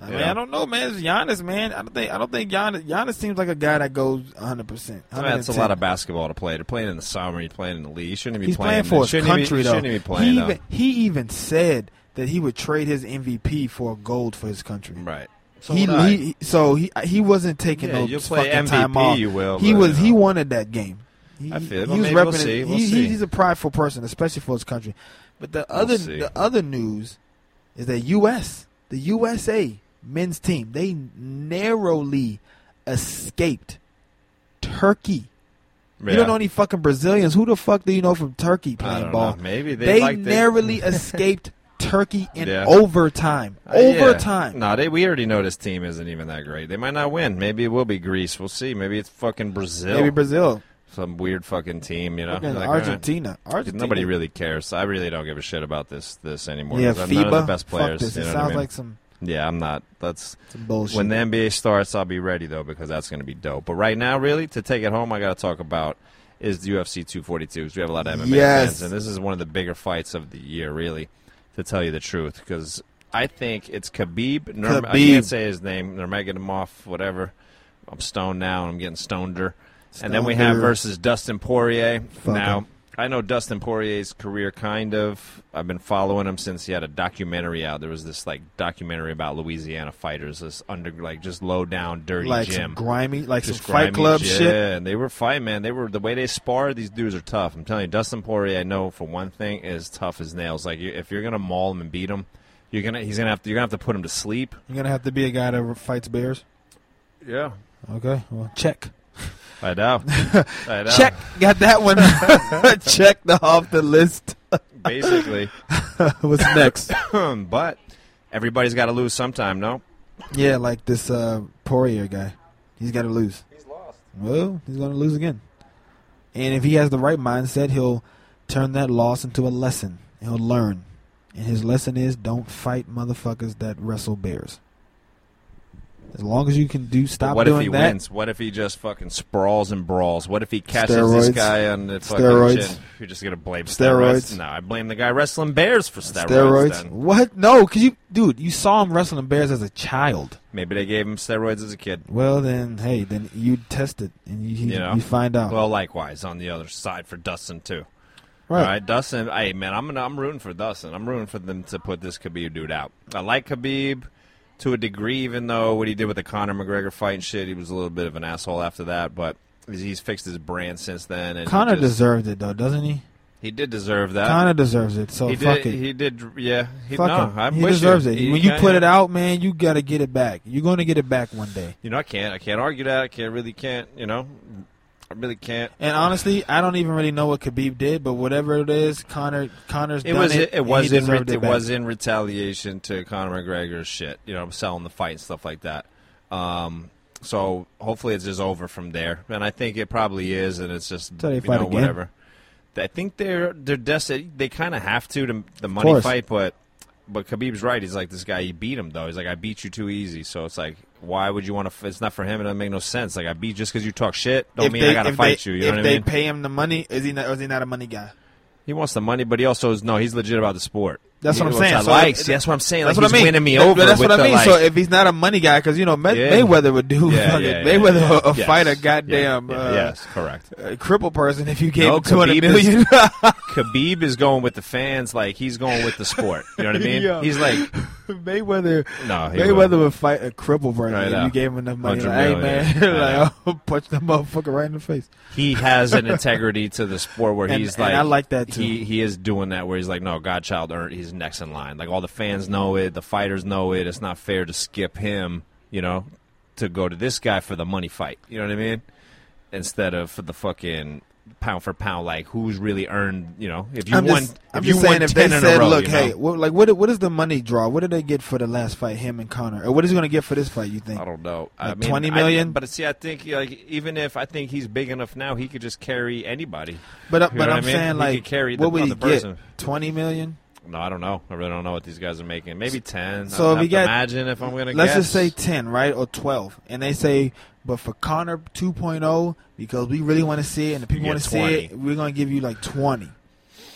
[SPEAKER 3] I
[SPEAKER 2] Yeah.
[SPEAKER 3] mean, I don't know, man. It's Giannis, man. I don't think. I don't think Giannis. Giannis seems like a guy that goes 100. percent
[SPEAKER 2] that's a lot of basketball to play. They're playing in the summer. You're playing in the league. You shouldn't be
[SPEAKER 3] He's
[SPEAKER 2] playing,
[SPEAKER 3] playing, for his
[SPEAKER 2] shouldn't
[SPEAKER 3] country,
[SPEAKER 2] even,
[SPEAKER 3] though.
[SPEAKER 2] Shouldn't even be playing.
[SPEAKER 3] he
[SPEAKER 2] though.
[SPEAKER 3] even he even said that he would trade his MVP for gold for his country.
[SPEAKER 2] right. So
[SPEAKER 3] So he,
[SPEAKER 2] would I.
[SPEAKER 3] he so he he wasn't taking
[SPEAKER 2] yeah,
[SPEAKER 3] no
[SPEAKER 2] you play
[SPEAKER 3] fucking
[SPEAKER 2] MVP.
[SPEAKER 3] time off.
[SPEAKER 2] You will.
[SPEAKER 3] He
[SPEAKER 2] but,
[SPEAKER 3] was
[SPEAKER 2] you
[SPEAKER 3] he
[SPEAKER 2] know.
[SPEAKER 3] wanted that game. He,
[SPEAKER 2] I feel it, but
[SPEAKER 3] he was
[SPEAKER 2] maybe we'll
[SPEAKER 3] repping it.
[SPEAKER 2] see, we'll
[SPEAKER 3] he,
[SPEAKER 2] see.
[SPEAKER 3] He's a prideful person, especially for his country. But the other
[SPEAKER 2] see.
[SPEAKER 3] the other news is that U.S. the USA men's team they narrowly escaped Turkey.
[SPEAKER 2] Yeah.
[SPEAKER 3] You don't know any fucking Brazilians. Who the fuck do you know from Turkey
[SPEAKER 2] I
[SPEAKER 3] playing
[SPEAKER 2] don't
[SPEAKER 3] ball?
[SPEAKER 2] know. Maybe they,
[SPEAKER 3] They,
[SPEAKER 2] liked it.
[SPEAKER 3] narrowly escaped Turkey in
[SPEAKER 2] Yeah.
[SPEAKER 3] overtime.
[SPEAKER 2] Uh, yeah.
[SPEAKER 3] Overtime.
[SPEAKER 2] No, they, we already know this team isn't even that great. They might not win. Maybe it will be Greece. We'll see. Maybe it's fucking Brazil.
[SPEAKER 3] Maybe Brazil.
[SPEAKER 2] Some weird fucking team. You know,
[SPEAKER 3] Fucking
[SPEAKER 2] Like, uh, all right.
[SPEAKER 3] Argentina. Argentina.
[SPEAKER 2] Nobody really cares. I really don't give a shit about this this anymore.
[SPEAKER 3] Yeah,
[SPEAKER 2] 'cause I'm
[SPEAKER 3] FIBA.
[SPEAKER 2] none of the best
[SPEAKER 3] Fuck
[SPEAKER 2] players.
[SPEAKER 3] this.
[SPEAKER 2] you
[SPEAKER 3] it
[SPEAKER 2] know what I
[SPEAKER 3] sounds
[SPEAKER 2] mean?
[SPEAKER 3] like some,
[SPEAKER 2] Yeah, I'm not. That's
[SPEAKER 3] some bullshit.
[SPEAKER 2] when the NBA starts. I'll be ready though because that's going to be dope. But right now, really, to take it home, I got to talk about is the UFC 242 because we have a lot of MMA
[SPEAKER 3] Yes.
[SPEAKER 2] fans, and this is one of the bigger fights of the year, really, to tell you the truth. Because I think it's Khabib. Nur- I
[SPEAKER 3] Khabib.
[SPEAKER 2] can't say his name. Nurmagomedov, whatever. I'm stoned now, and I'm getting stoneder. And then we have
[SPEAKER 3] Stoneder.
[SPEAKER 2] versus Dustin Poirier.
[SPEAKER 3] Fuck
[SPEAKER 2] now,
[SPEAKER 3] him.
[SPEAKER 2] I know Dustin Poirier's career kind of. I've been following him since he had a documentary out. There was this like documentary about Louisiana fighters, this under like just low down dirty
[SPEAKER 3] like some
[SPEAKER 2] gym.
[SPEAKER 3] grimy, like
[SPEAKER 2] Just
[SPEAKER 3] some Fight
[SPEAKER 2] grimy
[SPEAKER 3] Club
[SPEAKER 2] gym.
[SPEAKER 3] shit.
[SPEAKER 2] Yeah, and they were fighting, man. They were the way they spar. These dudes are tough. I'm telling you, Dustin Poirier. I know for one thing is tough as nails. Like you, if you're gonna maul him and beat him, you're gonna he's gonna have to, you're gonna have to put him to sleep.
[SPEAKER 3] You're gonna have to be a guy that fights bears.
[SPEAKER 2] Yeah,
[SPEAKER 3] Okay, well, check,
[SPEAKER 2] I know. I know.
[SPEAKER 3] check. Got that one checked off the list.
[SPEAKER 2] Basically,
[SPEAKER 3] What's next?
[SPEAKER 2] but everybody's got to lose sometime. No.
[SPEAKER 3] yeah, like this uh, Poirier guy. He's got to lose. He's lost. Well, he's gonna lose again. And if he has the right mindset, he'll turn that loss into a lesson. He'll learn. And his lesson is don't fight motherfuckers that wrestle bears. As long as you can do
[SPEAKER 2] But
[SPEAKER 3] stop
[SPEAKER 2] what
[SPEAKER 3] doing
[SPEAKER 2] if he
[SPEAKER 3] that.
[SPEAKER 2] wins? What if he just fucking sprawls and brawls? What if he catches this
[SPEAKER 3] Steroids.
[SPEAKER 2] guy on the fucking
[SPEAKER 3] Steroids.
[SPEAKER 2] chin? You're just gonna blame
[SPEAKER 3] Steroids.
[SPEAKER 2] steroids? No, I blame the guy wrestling bears for steroids.
[SPEAKER 3] steroids.
[SPEAKER 2] then.
[SPEAKER 3] What? No, because you, dude, you saw him wrestling bears as a child.
[SPEAKER 2] Maybe they gave him steroids as a kid.
[SPEAKER 3] Well, then, hey, then you test it and you you,
[SPEAKER 2] You know?
[SPEAKER 3] you find out.
[SPEAKER 2] Well, likewise on the other side for Dustin too.
[SPEAKER 3] right.
[SPEAKER 2] All right, Dustin. Hey, man, I'm gonna, I'm rooting for Dustin. I'm rooting for them to put this Khabib dude out. I like Khabib to a degree, even though what he did with the Conor McGregor fight and shit, he was a little bit of an asshole after that. But he's- he's fixed his brand since then. And he
[SPEAKER 3] Connor
[SPEAKER 2] just-
[SPEAKER 3] deserved it though, doesn't he?
[SPEAKER 2] he did deserve that.
[SPEAKER 3] Connor deserves it. So
[SPEAKER 2] he
[SPEAKER 3] fuck
[SPEAKER 2] did.
[SPEAKER 3] it.
[SPEAKER 2] He did. Yeah. He,
[SPEAKER 3] fuck
[SPEAKER 2] no,
[SPEAKER 3] him.
[SPEAKER 2] I'm
[SPEAKER 3] he
[SPEAKER 2] with
[SPEAKER 3] deserves
[SPEAKER 2] you.
[SPEAKER 3] it.
[SPEAKER 2] He-
[SPEAKER 3] when you
[SPEAKER 2] I-
[SPEAKER 3] put it out, man, you gotta get it back. You're gonna get it back one day.
[SPEAKER 2] you know, I can't. I can't argue that. I can't. Really can't. You know, I really can't.
[SPEAKER 3] And honestly, I don't even really know what Khabib did, but whatever it is, Connor, Connor's
[SPEAKER 2] It
[SPEAKER 3] done
[SPEAKER 2] was. It,
[SPEAKER 3] it. and he
[SPEAKER 2] was in. Re-
[SPEAKER 3] deserved
[SPEAKER 2] it,
[SPEAKER 3] it, back.
[SPEAKER 2] was in retaliation to Conor McGregor's shit. You know, I'm selling the fight and stuff like that. Um. So hopefully it's just over from there, and I think it probably is, and it's just
[SPEAKER 3] Until they
[SPEAKER 2] you
[SPEAKER 3] fight
[SPEAKER 2] know
[SPEAKER 3] again.
[SPEAKER 2] whatever. I think they're they're destined. They kind of have to to the money
[SPEAKER 4] course.
[SPEAKER 2] fight, but but Khabib's right. He's like this guy. He beat him though. He's like I beat you too easy. So it's like why would you want to? It's not for him. It doesn't make no sense. Like I beat just because you talk shit. Don't
[SPEAKER 3] if
[SPEAKER 2] mean
[SPEAKER 3] they,
[SPEAKER 2] I gotta
[SPEAKER 3] if
[SPEAKER 2] fight
[SPEAKER 3] they,
[SPEAKER 2] you. You
[SPEAKER 3] if
[SPEAKER 2] know what I
[SPEAKER 3] they
[SPEAKER 2] mean?
[SPEAKER 3] pay him the money, is he not? Is he not a money guy?
[SPEAKER 2] he wants the money, but he also is no. He's legit about the sport.
[SPEAKER 3] That's
[SPEAKER 2] He-
[SPEAKER 3] what I'm
[SPEAKER 2] which
[SPEAKER 3] saying.
[SPEAKER 2] I
[SPEAKER 3] So
[SPEAKER 2] like.
[SPEAKER 3] it-
[SPEAKER 2] See, that's what I'm saying.
[SPEAKER 3] That's
[SPEAKER 2] like
[SPEAKER 3] what
[SPEAKER 2] he's
[SPEAKER 3] I mean.
[SPEAKER 2] winning me
[SPEAKER 3] That-
[SPEAKER 2] over.
[SPEAKER 3] That's
[SPEAKER 2] with
[SPEAKER 3] what
[SPEAKER 2] the,
[SPEAKER 3] I mean.
[SPEAKER 2] Like,
[SPEAKER 3] so if he's not a money guy, because you know May-
[SPEAKER 2] Yeah.
[SPEAKER 3] Mayweather would do
[SPEAKER 2] Yeah,
[SPEAKER 3] fucking-
[SPEAKER 2] yeah, yeah,
[SPEAKER 3] Mayweather
[SPEAKER 2] yeah.
[SPEAKER 3] a
[SPEAKER 2] Yes,
[SPEAKER 3] fighter,
[SPEAKER 2] yeah,
[SPEAKER 3] goddamn
[SPEAKER 2] yeah,
[SPEAKER 3] uh,
[SPEAKER 2] yes, correct.
[SPEAKER 3] uh, crippled person. If you gave
[SPEAKER 2] No,
[SPEAKER 3] him two hundred
[SPEAKER 2] Khabib is-
[SPEAKER 3] million,
[SPEAKER 2] Khabib is going with the fans. Like he's going with the sport. You know what I mean?
[SPEAKER 3] Yeah.
[SPEAKER 2] He's like
[SPEAKER 3] Mayweather.
[SPEAKER 2] no. Oh, He
[SPEAKER 3] Mayweather
[SPEAKER 2] will.
[SPEAKER 3] would fight a crippled person
[SPEAKER 2] Right
[SPEAKER 3] if
[SPEAKER 2] now.
[SPEAKER 3] you gave him enough money.
[SPEAKER 2] 100
[SPEAKER 3] Like, hey
[SPEAKER 2] million.
[SPEAKER 3] man,
[SPEAKER 2] Yeah.
[SPEAKER 3] like, I'll punch that motherfucker right in the face.
[SPEAKER 2] he has an integrity to the sport where
[SPEAKER 3] And-
[SPEAKER 2] he's
[SPEAKER 3] and
[SPEAKER 2] like
[SPEAKER 3] I like that, too.
[SPEAKER 2] He he is doing that where he's like, no, Godchild earned. He's next in line. Like all the fans know it, the fighters know it. It's not fair to skip him. You know, to go to this guy for the money fight. You know what I mean? Instead of for the fucking pound for pound, like who's really earned. You know, if you
[SPEAKER 3] I'm
[SPEAKER 2] won,
[SPEAKER 3] just,
[SPEAKER 2] if
[SPEAKER 3] I'm
[SPEAKER 2] you
[SPEAKER 3] just
[SPEAKER 2] won
[SPEAKER 3] saying if they
[SPEAKER 2] ten in
[SPEAKER 3] said,
[SPEAKER 2] a row,
[SPEAKER 3] look,
[SPEAKER 2] you
[SPEAKER 3] hey,
[SPEAKER 2] know?
[SPEAKER 3] what, like what what is the money draw? What did they get for the last fight, him and Connor, or what is he going to get for this fight? You think?
[SPEAKER 2] I don't know. I
[SPEAKER 3] Like
[SPEAKER 2] mean,
[SPEAKER 3] 20
[SPEAKER 2] I-
[SPEAKER 3] million?
[SPEAKER 2] but see, I think like even if I think he's big enough now, he could just carry anybody.
[SPEAKER 3] But uh,
[SPEAKER 2] You know
[SPEAKER 3] but
[SPEAKER 2] what I mean?
[SPEAKER 3] I'm
[SPEAKER 2] He
[SPEAKER 3] saying
[SPEAKER 2] could
[SPEAKER 3] like,
[SPEAKER 2] carry the
[SPEAKER 3] what would he
[SPEAKER 2] other
[SPEAKER 3] get?
[SPEAKER 2] person.
[SPEAKER 3] Twenty million.
[SPEAKER 2] No, I don't know. I really don't know what these guys are making. Maybe ten. I'd
[SPEAKER 3] So if
[SPEAKER 2] have
[SPEAKER 3] we
[SPEAKER 2] to
[SPEAKER 3] got-
[SPEAKER 2] imagine if I'm gonna.
[SPEAKER 3] Let's
[SPEAKER 2] guess.
[SPEAKER 3] just say 10, right? Or 12. And they say, but for Connor 2.0, because we really want to see it and the people
[SPEAKER 2] You
[SPEAKER 3] want
[SPEAKER 2] get
[SPEAKER 3] to see it,
[SPEAKER 2] 20.
[SPEAKER 3] we're going to give you like 20,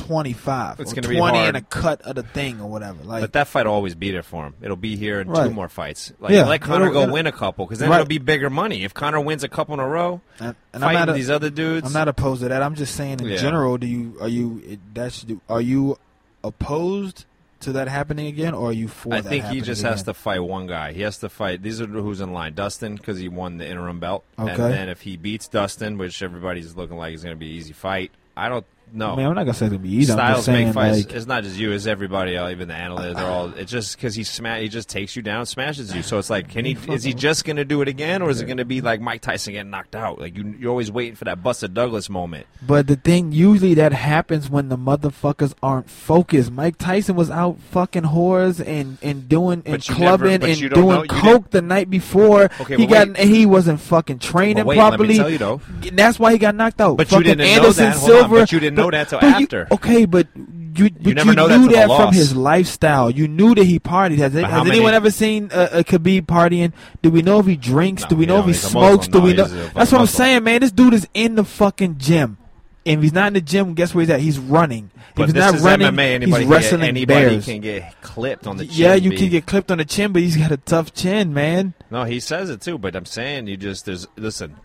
[SPEAKER 3] 25.
[SPEAKER 2] It's
[SPEAKER 3] or
[SPEAKER 2] gonna
[SPEAKER 3] 20
[SPEAKER 2] be hard.
[SPEAKER 3] and a cut of the thing or whatever. Like,
[SPEAKER 2] But that fight will always be there for him. It'll be here in two
[SPEAKER 3] Right.
[SPEAKER 2] more fights. Like
[SPEAKER 3] Yeah.
[SPEAKER 2] let Connor
[SPEAKER 3] It'll-
[SPEAKER 2] go
[SPEAKER 3] it'll-
[SPEAKER 2] win a couple because then
[SPEAKER 3] Right.
[SPEAKER 2] it'll be bigger money. If Connor wins a couple in a row,
[SPEAKER 3] and, and I'm
[SPEAKER 2] fighting
[SPEAKER 3] not a,
[SPEAKER 2] these other dudes,
[SPEAKER 3] I'm not opposed to that. I'm just saying in
[SPEAKER 2] Yeah.
[SPEAKER 3] general, do you are you it- that's are you opposed to that happening again or are you for
[SPEAKER 2] I
[SPEAKER 3] that
[SPEAKER 2] think he
[SPEAKER 3] happening
[SPEAKER 2] just has to
[SPEAKER 3] again?
[SPEAKER 2] fight one guy. He has to fight. These are who's in line: Dustin because he won the interim belt, and
[SPEAKER 3] Okay.
[SPEAKER 2] then if he beats Dustin, which everybody's looking like it's gonna be an easy fight. I don't know.
[SPEAKER 3] I mean, I'm not going to say it's going to be easy. I'm just
[SPEAKER 2] Styles
[SPEAKER 3] saying
[SPEAKER 2] make fights.
[SPEAKER 3] like
[SPEAKER 2] it's not just you; it's everybody. else, Even the analysts are all. It's just because he sma- he just takes you down, smashes you. So it's like, can he? Is he just going to do it again, or is it going to be like Mike Tyson getting knocked out? Like you, you're always waiting for that Buster Douglas moment.
[SPEAKER 3] But the thing usually that happens when the motherfuckers aren't focused. Mike Tyson was out fucking whores and and doing and
[SPEAKER 2] But you
[SPEAKER 3] clubbing
[SPEAKER 2] never- but you
[SPEAKER 3] and
[SPEAKER 2] don't
[SPEAKER 3] doing
[SPEAKER 2] know- you
[SPEAKER 3] coke the night before.
[SPEAKER 2] Okay,
[SPEAKER 3] he
[SPEAKER 2] but
[SPEAKER 3] got
[SPEAKER 2] wait.
[SPEAKER 3] and he wasn't fucking
[SPEAKER 2] But
[SPEAKER 3] training
[SPEAKER 2] wait, let
[SPEAKER 3] properly.
[SPEAKER 2] me tell you though.
[SPEAKER 3] That's why he got knocked out.
[SPEAKER 2] But you
[SPEAKER 3] fucking
[SPEAKER 2] didn't know
[SPEAKER 3] Anderson
[SPEAKER 2] that. Hold on,
[SPEAKER 3] Silver.
[SPEAKER 2] but you didn't know that till
[SPEAKER 3] but you-
[SPEAKER 2] after.
[SPEAKER 3] okay, but you but you,
[SPEAKER 2] never know that till
[SPEAKER 3] knew
[SPEAKER 2] the
[SPEAKER 3] that, from
[SPEAKER 2] loss.
[SPEAKER 3] his lifestyle. You knew that he partied. Has,
[SPEAKER 2] But how
[SPEAKER 3] has
[SPEAKER 2] many-
[SPEAKER 3] anyone ever seen a, a Khabib partying? Do we know if he drinks?
[SPEAKER 2] No,
[SPEAKER 3] Do we
[SPEAKER 2] you
[SPEAKER 3] know
[SPEAKER 2] know,
[SPEAKER 3] if he
[SPEAKER 2] he's a Muslim.
[SPEAKER 3] smokes? Do
[SPEAKER 2] No,
[SPEAKER 3] we know?
[SPEAKER 2] he's a fucking
[SPEAKER 3] That's what I'm
[SPEAKER 2] Muslim.
[SPEAKER 3] saying, man. This dude is in the fucking gym. And if he's not in the gym, guess where he's at? He's running.
[SPEAKER 2] But
[SPEAKER 3] if he's
[SPEAKER 2] this
[SPEAKER 3] not
[SPEAKER 2] is
[SPEAKER 3] running,
[SPEAKER 2] MMA. Anybody,
[SPEAKER 3] he's
[SPEAKER 2] can get,
[SPEAKER 3] wrestling
[SPEAKER 2] anybody
[SPEAKER 3] bears.
[SPEAKER 2] can get clipped on the chin.
[SPEAKER 3] yeah, you
[SPEAKER 2] B.
[SPEAKER 3] can get clipped on the chin, but he's got a tough chin, man.
[SPEAKER 2] No, he says it too, but I'm saying you just there's listen.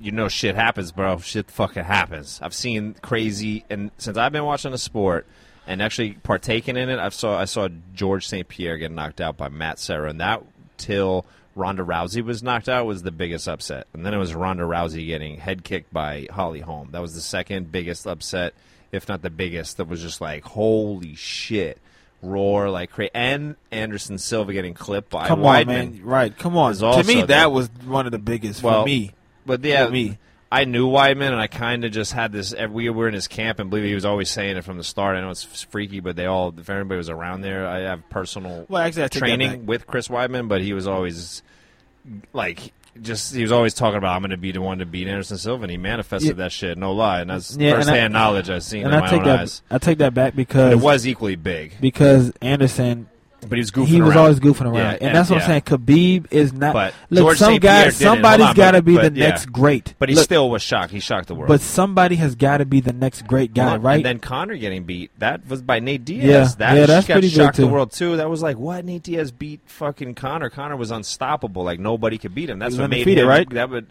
[SPEAKER 2] You know, shit happens, bro. Shit fucking happens. I've seen crazy, and since I've been watching the sport and actually partaking in it, I saw I saw George St. Pierre get knocked out by Matt Serra, and that till Ronda Rousey was knocked out was the biggest upset, and then it was Ronda Rousey getting head kicked by Holly Holm. That was the second biggest upset, if not the biggest. That was just like holy shit, roar like crazy, and Anderson Silva getting clipped by
[SPEAKER 3] Come
[SPEAKER 2] Weidman.
[SPEAKER 3] on, man. Right. Come on.
[SPEAKER 2] Is
[SPEAKER 3] To
[SPEAKER 2] also
[SPEAKER 3] me,
[SPEAKER 2] the-
[SPEAKER 3] that was one of the biggest
[SPEAKER 2] Well,
[SPEAKER 3] for me.
[SPEAKER 2] But yeah,
[SPEAKER 3] For me.
[SPEAKER 2] I knew Weidman, and I kind of just had this. We were in his camp, and believe me, he was always saying it from the start. I know it's freaky, but they all, if everybody was around there, I have personal
[SPEAKER 3] Well, actually, I take that back.
[SPEAKER 2] training with Chris Weidman, but he was always like. Just he was always talking about I'm going to be the one to beat Anderson Silva, and he manifested
[SPEAKER 3] Yeah.
[SPEAKER 2] that shit. No lie, and that's
[SPEAKER 3] Yeah, and I-
[SPEAKER 2] firsthand knowledge I've seen
[SPEAKER 3] And
[SPEAKER 2] in
[SPEAKER 3] I
[SPEAKER 2] my
[SPEAKER 3] take
[SPEAKER 2] own
[SPEAKER 3] that.
[SPEAKER 2] eyes.
[SPEAKER 3] I take that back
[SPEAKER 2] But
[SPEAKER 3] because
[SPEAKER 2] it was equally big,
[SPEAKER 3] because Anderson
[SPEAKER 2] but he was goofing
[SPEAKER 3] he was
[SPEAKER 2] around.
[SPEAKER 3] always goofing around,
[SPEAKER 2] Yeah,
[SPEAKER 3] and, that's what
[SPEAKER 2] yeah.
[SPEAKER 3] I'm saying. Khabib is not.
[SPEAKER 2] But
[SPEAKER 3] look,
[SPEAKER 2] George
[SPEAKER 3] some
[SPEAKER 2] St. Pierre
[SPEAKER 3] guy,
[SPEAKER 2] did it. Hold
[SPEAKER 3] somebody's
[SPEAKER 2] on,
[SPEAKER 3] got to
[SPEAKER 2] but-
[SPEAKER 3] be the
[SPEAKER 2] but, yeah.
[SPEAKER 3] next great.
[SPEAKER 2] But he
[SPEAKER 3] Look,
[SPEAKER 2] still was shocked. He shocked the world.
[SPEAKER 3] But somebody has got to be the next great guy,
[SPEAKER 2] Well,
[SPEAKER 3] right?
[SPEAKER 2] And then Connor getting beat. That was by Nate Diaz.
[SPEAKER 3] Yeah,
[SPEAKER 2] that
[SPEAKER 3] yeah,
[SPEAKER 2] sh-
[SPEAKER 3] that's
[SPEAKER 2] got
[SPEAKER 3] pretty big,
[SPEAKER 2] shocked the
[SPEAKER 3] too.
[SPEAKER 2] world too. That was like, what? Nate Diaz beat fucking Connor. Connor was unstoppable. Like nobody could beat him. That's
[SPEAKER 3] was
[SPEAKER 2] what made
[SPEAKER 3] undefeated,
[SPEAKER 2] him.
[SPEAKER 3] right?
[SPEAKER 2] That would.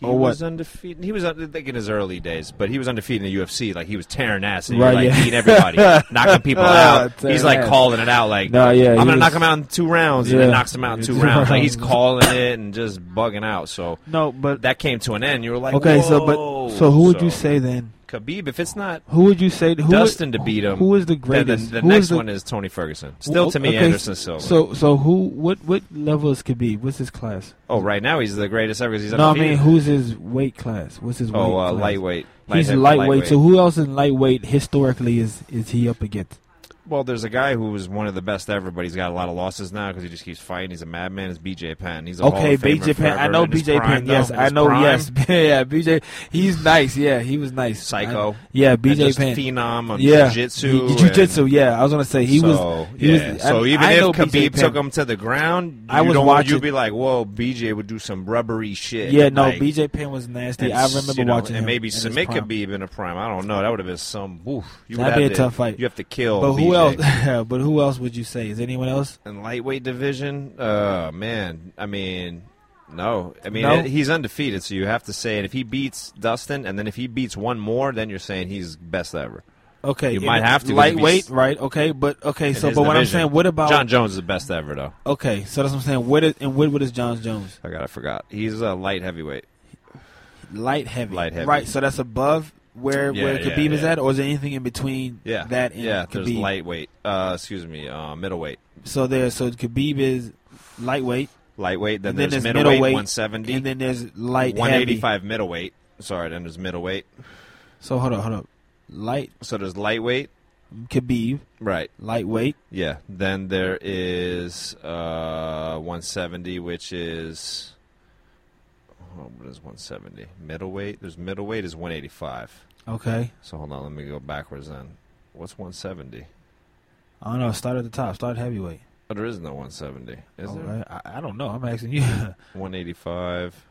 [SPEAKER 2] He
[SPEAKER 3] Or what?
[SPEAKER 2] was undefeated. He was, un- I think, in his early days, but he was undefeated in the UFC. Like he was tearing ass and he
[SPEAKER 3] Right,
[SPEAKER 2] would, like
[SPEAKER 3] yeah. Ah,
[SPEAKER 2] beating everybody, knocking people out.
[SPEAKER 3] Tearing
[SPEAKER 2] He's like
[SPEAKER 3] ass.
[SPEAKER 2] calling it out. Like,
[SPEAKER 3] No, yeah,
[SPEAKER 2] I'm
[SPEAKER 3] he
[SPEAKER 2] gonna
[SPEAKER 3] was-
[SPEAKER 2] knock him out in two rounds, and then
[SPEAKER 3] Yeah.
[SPEAKER 2] knocks him out in two
[SPEAKER 3] Two
[SPEAKER 2] rounds. Like he's
[SPEAKER 3] rounds.
[SPEAKER 2] calling it and just bugging out. So
[SPEAKER 3] no, but
[SPEAKER 2] that came to an end. You were like,
[SPEAKER 3] okay. So,
[SPEAKER 2] whoa.
[SPEAKER 3] but so who would you say then?
[SPEAKER 2] Khabib? If it's not
[SPEAKER 3] Who would you say? Who would-
[SPEAKER 2] Dustin to beat him.
[SPEAKER 3] Who is the
[SPEAKER 2] Then the,
[SPEAKER 3] greatest?
[SPEAKER 2] the
[SPEAKER 3] Who
[SPEAKER 2] next
[SPEAKER 3] is the-
[SPEAKER 2] one is Tony Ferguson. Still to me,
[SPEAKER 3] okay,
[SPEAKER 2] Anderson Silva.
[SPEAKER 3] So, so who? What? What level is Khabib? What's his class?
[SPEAKER 2] oh, right now he's the greatest ever because he's
[SPEAKER 3] No, I
[SPEAKER 2] undefeated.
[SPEAKER 3] mean, who's his weight class? What's his weight?
[SPEAKER 2] oh, uh,
[SPEAKER 3] class?
[SPEAKER 2] lightweight.
[SPEAKER 3] He's
[SPEAKER 2] Light-
[SPEAKER 3] lightweight. So who else in lightweight historically is is he up against?
[SPEAKER 2] Well, there's a guy who was one of the best ever, but he's got a lot of losses now because he just keeps fighting. He's a madman. It's BJ Penn. He's a Hall
[SPEAKER 3] Okay,
[SPEAKER 2] of Famer
[SPEAKER 3] BJ Penn. I
[SPEAKER 2] forever
[SPEAKER 3] know
[SPEAKER 2] in his
[SPEAKER 3] BJ
[SPEAKER 2] prime,
[SPEAKER 3] Penn. Yes,
[SPEAKER 2] though, in
[SPEAKER 3] I
[SPEAKER 2] his
[SPEAKER 3] know.
[SPEAKER 2] prime.
[SPEAKER 3] Yes, yeah, BJ. He's nice. Yeah, he was nice.
[SPEAKER 2] Psycho.
[SPEAKER 3] I- yeah,
[SPEAKER 2] And
[SPEAKER 3] BJ
[SPEAKER 2] just
[SPEAKER 3] Penn.
[SPEAKER 2] Phenom on
[SPEAKER 3] yeah,
[SPEAKER 2] jiu-jitsu.
[SPEAKER 3] Jiu Jitsu. Yeah, I was gonna say he
[SPEAKER 2] so,
[SPEAKER 3] was. He
[SPEAKER 2] yeah.
[SPEAKER 3] was.
[SPEAKER 2] so
[SPEAKER 3] I,
[SPEAKER 2] even
[SPEAKER 3] I
[SPEAKER 2] if
[SPEAKER 3] know BJ
[SPEAKER 2] Khabib
[SPEAKER 3] Penn.
[SPEAKER 2] took him to the ground,
[SPEAKER 3] I
[SPEAKER 2] you
[SPEAKER 3] was
[SPEAKER 2] don't,
[SPEAKER 3] watching-
[SPEAKER 2] You'd be like, "Whoa, BJ would do some rubbery shit."
[SPEAKER 3] Yeah, no,
[SPEAKER 2] like,
[SPEAKER 3] BJ Penn was nasty.
[SPEAKER 2] and
[SPEAKER 3] I
[SPEAKER 2] s-
[SPEAKER 3] remember
[SPEAKER 2] you know,
[SPEAKER 3] watching
[SPEAKER 2] and
[SPEAKER 3] him
[SPEAKER 2] maybe
[SPEAKER 3] in his
[SPEAKER 2] submit
[SPEAKER 3] prime.
[SPEAKER 2] Khabib in a prime. I don't know. That would have been some. Oof, you would
[SPEAKER 3] That'd
[SPEAKER 2] have
[SPEAKER 3] be a
[SPEAKER 2] to-
[SPEAKER 3] tough fight.
[SPEAKER 2] You have to kill.
[SPEAKER 3] But who
[SPEAKER 2] BJ.
[SPEAKER 3] else? but who else would you say? Is anyone else?
[SPEAKER 2] in lightweight division? Uh, man, I mean, no, I mean
[SPEAKER 3] No?
[SPEAKER 2] it- he's undefeated, so you have to say. And if he beats Dustin, and then if he beats one more, then you're saying he's best ever.
[SPEAKER 3] Okay,
[SPEAKER 2] You
[SPEAKER 3] and
[SPEAKER 2] might have to 'cause if
[SPEAKER 3] lightweight,
[SPEAKER 2] he's-
[SPEAKER 3] right? Okay, but okay.
[SPEAKER 2] in
[SPEAKER 3] So,
[SPEAKER 2] his
[SPEAKER 3] but what I'm
[SPEAKER 2] division.
[SPEAKER 3] saying, what about?
[SPEAKER 2] John Jones is the best ever, though.
[SPEAKER 3] okay, so that's what I'm saying. What is and what, what is John Jones?
[SPEAKER 2] I got, I forgot. He's a light heavyweight.
[SPEAKER 3] Light heavy,
[SPEAKER 2] Light heavy.
[SPEAKER 3] right? So that's above where
[SPEAKER 2] Yeah,
[SPEAKER 3] where
[SPEAKER 2] yeah,
[SPEAKER 3] Khabib is
[SPEAKER 2] yeah.
[SPEAKER 3] at, or is there anything in between
[SPEAKER 2] Yeah,
[SPEAKER 3] that and
[SPEAKER 2] yeah. There's
[SPEAKER 3] Khabib?
[SPEAKER 2] lightweight. Uh, excuse me, uh, middleweight,
[SPEAKER 3] So there, so Khabib is lightweight,
[SPEAKER 2] lightweight. Then,
[SPEAKER 3] And then
[SPEAKER 2] there's,
[SPEAKER 3] there's
[SPEAKER 2] middleweight,
[SPEAKER 3] middleweight,
[SPEAKER 2] 170,
[SPEAKER 3] and then there's light heavy.
[SPEAKER 2] 185 middleweight. Sorry, then there's middleweight.
[SPEAKER 3] So hold on, hold on. Light
[SPEAKER 2] So there's lightweight,
[SPEAKER 3] Khabib,
[SPEAKER 2] right?
[SPEAKER 3] lightweight.
[SPEAKER 2] Yeah. Then there is uh, 170, which is oh, what is 170? Middleweight. There's middleweight is 185.
[SPEAKER 3] Okay,
[SPEAKER 2] So hold on, let me go backwards. Then what's 170?
[SPEAKER 3] I don't know. Start at the top. Start heavyweight.
[SPEAKER 2] Oh, there is no 170. Is there?
[SPEAKER 3] Alright, I, I don't know. I'm asking you.
[SPEAKER 2] 185.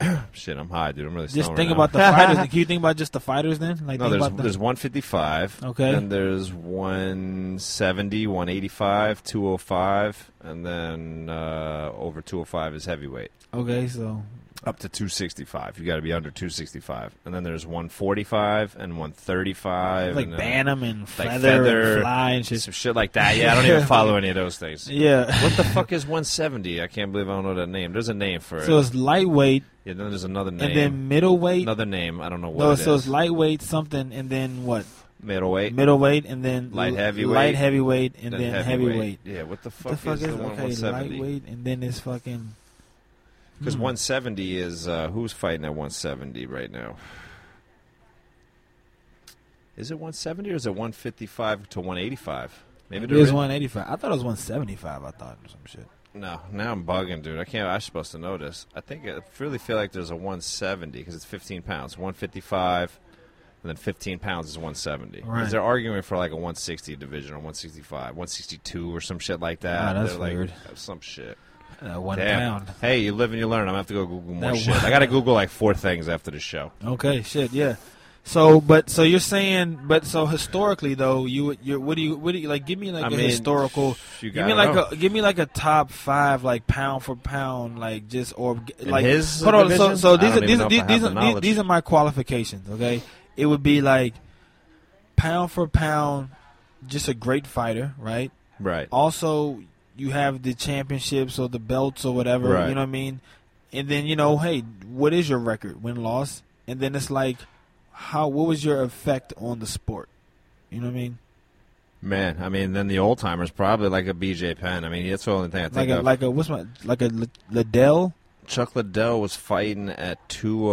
[SPEAKER 2] Shit, I'm high, dude. I'm really
[SPEAKER 3] just
[SPEAKER 2] stoned
[SPEAKER 3] think
[SPEAKER 2] right
[SPEAKER 3] about
[SPEAKER 2] now.
[SPEAKER 3] the fighters. Can you think about just the fighters then? Like
[SPEAKER 2] No,
[SPEAKER 3] think
[SPEAKER 2] there's
[SPEAKER 3] about the-
[SPEAKER 2] there's 155.
[SPEAKER 3] Okay.
[SPEAKER 2] Then there's 170, 185, 205, and then uh, over 205 is heavyweight.
[SPEAKER 3] okay. So
[SPEAKER 2] Up to 265. You got to be under 265. And then there's 145 and 135.
[SPEAKER 3] like
[SPEAKER 2] and, uh,
[SPEAKER 3] Bantam and Feather,
[SPEAKER 2] Feather,
[SPEAKER 3] and Fly and shit.
[SPEAKER 2] some shit like that. Yeah, I don't even follow any of those things.
[SPEAKER 3] Yeah.
[SPEAKER 2] What the fuck is 170? I can't believe I don't know that name. There's a name for it.
[SPEAKER 3] So it's lightweight
[SPEAKER 2] yeah, then there's another name.
[SPEAKER 3] and then middleweight.
[SPEAKER 2] another name. I don't know what
[SPEAKER 3] no,
[SPEAKER 2] it
[SPEAKER 3] so it's
[SPEAKER 2] is.
[SPEAKER 3] lightweight something and then what?
[SPEAKER 2] middleweight.
[SPEAKER 3] Middleweight and then
[SPEAKER 2] Light
[SPEAKER 3] l-
[SPEAKER 2] heavyweight,
[SPEAKER 3] light heavyweight, and then, heavyweight.
[SPEAKER 2] Yeah, what the fuck,
[SPEAKER 3] What the fuck
[SPEAKER 2] is,
[SPEAKER 3] is,
[SPEAKER 2] the one
[SPEAKER 3] okay?
[SPEAKER 2] 170?
[SPEAKER 3] Lightweight and then it's fucking.
[SPEAKER 2] Because
[SPEAKER 3] Hmm.
[SPEAKER 2] 170 is uh, who's fighting at 170 right now? Is it 170 or is it 155 to 185? Maybe
[SPEAKER 3] Maybe
[SPEAKER 2] there
[SPEAKER 3] it was
[SPEAKER 2] is
[SPEAKER 3] one eighty five. I thought it was one seventy five. I thought or some shit.
[SPEAKER 2] No, now I'm bugging, dude. I can't. I'm supposed to know this. I think uh, I really feel like there's a 170 because it's 15 pounds, 155, and then 15 pounds is 170. 'Cause
[SPEAKER 3] Right.
[SPEAKER 2] They're arguing for like a 160 division or 165, 162 or some shit like that.
[SPEAKER 3] Ah, that's
[SPEAKER 2] They're like,
[SPEAKER 3] weird.
[SPEAKER 2] some shit.
[SPEAKER 3] Uh, one
[SPEAKER 2] Damn.
[SPEAKER 3] pound.
[SPEAKER 2] Hey, you live and you learn. I'm gonna have to go Google more
[SPEAKER 3] That
[SPEAKER 2] shit.
[SPEAKER 3] one-
[SPEAKER 2] I gotta Google like four things after the show.
[SPEAKER 3] Okay, shit, yeah. So, but so you're saying, but so historically though, you would- you're what do you what do you like? Give me like
[SPEAKER 2] I
[SPEAKER 3] a
[SPEAKER 2] mean,
[SPEAKER 3] historical.
[SPEAKER 2] You
[SPEAKER 3] Give
[SPEAKER 2] gotta
[SPEAKER 3] me like
[SPEAKER 2] know.
[SPEAKER 3] a give me like a top five like pound for pound like just or
[SPEAKER 2] In
[SPEAKER 3] like
[SPEAKER 2] his
[SPEAKER 3] hold on. So
[SPEAKER 2] division?
[SPEAKER 3] so
[SPEAKER 2] I
[SPEAKER 3] these
[SPEAKER 2] don't
[SPEAKER 3] are
[SPEAKER 2] even
[SPEAKER 3] these
[SPEAKER 2] know
[SPEAKER 3] are
[SPEAKER 2] if I have
[SPEAKER 3] these, these
[SPEAKER 2] the
[SPEAKER 3] are these,
[SPEAKER 2] knowledge.
[SPEAKER 3] these are my qualifications. Okay, it would be like pound for pound, just a great fighter, right?
[SPEAKER 2] right.
[SPEAKER 3] also you have the championships or the belts or whatever
[SPEAKER 2] Right.
[SPEAKER 3] you know what i mean and then you know hey what is your record win loss and then it's like how what was your effect on the sport you know what i mean
[SPEAKER 2] Man, I mean, then the old timers probably like a BJ Penn. I mean, that's the only thing I think
[SPEAKER 3] like a
[SPEAKER 2] of.
[SPEAKER 3] like a what's my like a L- liddell
[SPEAKER 2] Chuck Liddell was fighting at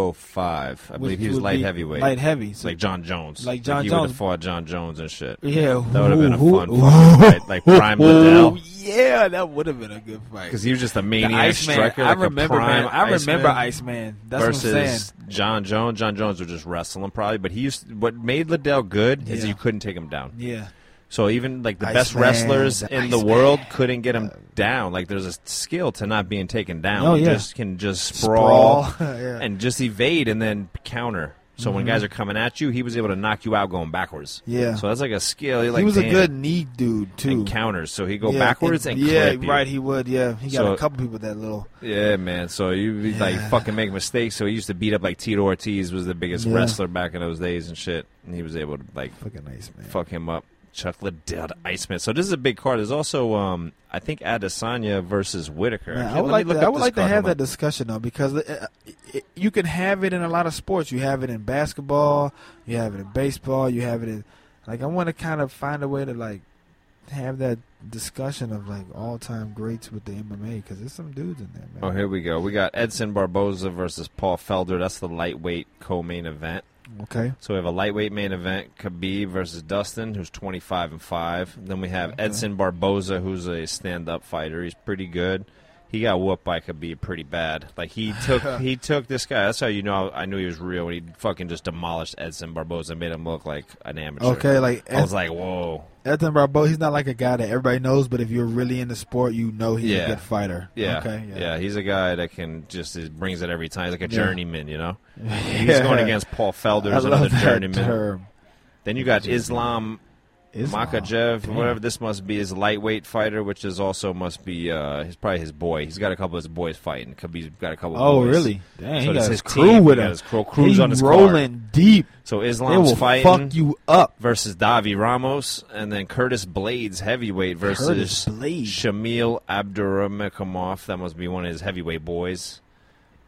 [SPEAKER 2] 205. I believe
[SPEAKER 3] which
[SPEAKER 2] he was
[SPEAKER 3] would
[SPEAKER 2] light
[SPEAKER 3] be
[SPEAKER 2] heavyweight.
[SPEAKER 3] light heavy so
[SPEAKER 2] like John Jones.
[SPEAKER 3] Like John
[SPEAKER 2] he would have
[SPEAKER 3] Jones.
[SPEAKER 2] fought John Jones and shit.
[SPEAKER 3] yeah
[SPEAKER 2] That would have been a
[SPEAKER 3] who-
[SPEAKER 2] fun
[SPEAKER 3] who-
[SPEAKER 2] fucking fight. Like Prime
[SPEAKER 3] oh
[SPEAKER 2] Liddell.
[SPEAKER 3] yeah that would have been a good fight
[SPEAKER 2] Because he was just a
[SPEAKER 3] The
[SPEAKER 2] maniac
[SPEAKER 3] Iceman,
[SPEAKER 2] striker.
[SPEAKER 3] I
[SPEAKER 2] like a
[SPEAKER 3] remember, man.
[SPEAKER 2] prime
[SPEAKER 3] I remember
[SPEAKER 2] Iceman.
[SPEAKER 3] Iceman. That's what I'm saying.
[SPEAKER 2] versus John Jones. John Jones was just wrestling probably, but he used what made Liddell good is
[SPEAKER 3] Yeah.
[SPEAKER 2] you couldn't take him down.
[SPEAKER 3] Yeah,
[SPEAKER 2] So even like the
[SPEAKER 3] Ice
[SPEAKER 2] best
[SPEAKER 3] Man,
[SPEAKER 2] wrestlers
[SPEAKER 3] the
[SPEAKER 2] in
[SPEAKER 3] Ice
[SPEAKER 2] the world couldn't get him down. Like there's a skill to not being taken down.
[SPEAKER 3] Oh,
[SPEAKER 2] you
[SPEAKER 3] yeah.
[SPEAKER 2] just can just sprawl,
[SPEAKER 3] yeah.
[SPEAKER 2] and just evade and then counter. So when guys are coming at you, he was able to knock you out going backwards.
[SPEAKER 3] Mm-hmm. Yeah.
[SPEAKER 2] So that's like a skill. You're like,
[SPEAKER 3] he was a
[SPEAKER 2] damn.
[SPEAKER 3] good knee dude too.
[SPEAKER 2] and counters. So he go
[SPEAKER 3] Yeah,
[SPEAKER 2] backwards and,
[SPEAKER 3] yeah,
[SPEAKER 2] clip you.
[SPEAKER 3] right. He would. Yeah, he got
[SPEAKER 2] So-
[SPEAKER 3] a couple people that little.
[SPEAKER 2] Yeah, man. So you would like
[SPEAKER 3] Yeah.
[SPEAKER 2] fucking make mistakes. So he used to beat up like Tito Ortiz was the biggest
[SPEAKER 3] Yeah.
[SPEAKER 2] wrestler back in those days and shit. And he was able to like
[SPEAKER 3] Fucking nice man.
[SPEAKER 2] fuck him up. Chuck Liddell to Iceman. So this is a big card. There's also um I think Adesanya versus Whitaker.
[SPEAKER 3] Man,
[SPEAKER 2] Actually,
[SPEAKER 3] I
[SPEAKER 2] let me
[SPEAKER 3] would like. To,
[SPEAKER 2] look
[SPEAKER 3] I
[SPEAKER 2] up
[SPEAKER 3] would
[SPEAKER 2] this
[SPEAKER 3] like to
[SPEAKER 2] card.
[SPEAKER 3] have
[SPEAKER 2] Hold
[SPEAKER 3] that discussion though, because it, it, it, you can have it in a lot of sports. You have it in basketball. You have it in baseball. You have it in. Like, I want to kind of find a way to like have that discussion of like all time greats with the MMA because there's some dudes in there,
[SPEAKER 2] on. Oh,
[SPEAKER 3] man.
[SPEAKER 2] here we go. We got Edson Barboza versus Paul Felder. That's the lightweight co-main event.
[SPEAKER 3] Okay.
[SPEAKER 2] So we have a lightweight main event: Khabib versus Dustin, who's 25 and five. Then we have Edson Barboza, who's a stand-up fighter. He's pretty good. He got whooped by Khabib pretty bad. Like he took he took this guy. That's how you know I knew he was real when he fucking just demolished Edson Barboza, made him look like an amateur.
[SPEAKER 3] Okay, like
[SPEAKER 2] I was like, whoa,
[SPEAKER 3] Ethan Barbeau, he's not like a guy that everybody knows, but if you're really in the sport, you know he's
[SPEAKER 2] Yeah.
[SPEAKER 3] a good fighter.
[SPEAKER 2] yeah,
[SPEAKER 3] Okay.
[SPEAKER 2] yeah. He's a guy that can just he brings it every time. He's like a
[SPEAKER 3] Yeah.
[SPEAKER 2] journeyman, you know. He's going against Paul
[SPEAKER 3] I
[SPEAKER 2] Felder's another
[SPEAKER 3] love that
[SPEAKER 2] journeyman.
[SPEAKER 3] term.
[SPEAKER 2] Then you got Islam
[SPEAKER 3] Islam.
[SPEAKER 2] Makachev,
[SPEAKER 3] Damn.
[SPEAKER 2] whatever this must be, is a lightweight fighter, which is also must be uh, he's probably his boy. He's got a couple of his boys fighting. Khabib's got a couple. of
[SPEAKER 3] Oh,
[SPEAKER 2] boys.
[SPEAKER 3] really? Damn,
[SPEAKER 2] So does
[SPEAKER 3] he got
[SPEAKER 2] his
[SPEAKER 3] his crew
[SPEAKER 2] team.
[SPEAKER 3] with
[SPEAKER 2] He got
[SPEAKER 3] him.
[SPEAKER 2] his crew- crew's
[SPEAKER 3] He
[SPEAKER 2] on his
[SPEAKER 3] rolling deep.
[SPEAKER 2] So
[SPEAKER 3] They
[SPEAKER 2] Islam's
[SPEAKER 3] will
[SPEAKER 2] fighting
[SPEAKER 3] fuck you up.
[SPEAKER 2] versus Davi Ramos, and then Curtis Blades heavyweight versus
[SPEAKER 3] Curtis Blades.
[SPEAKER 2] Shamil Abdurakhimov. That must be one of his heavyweight boys.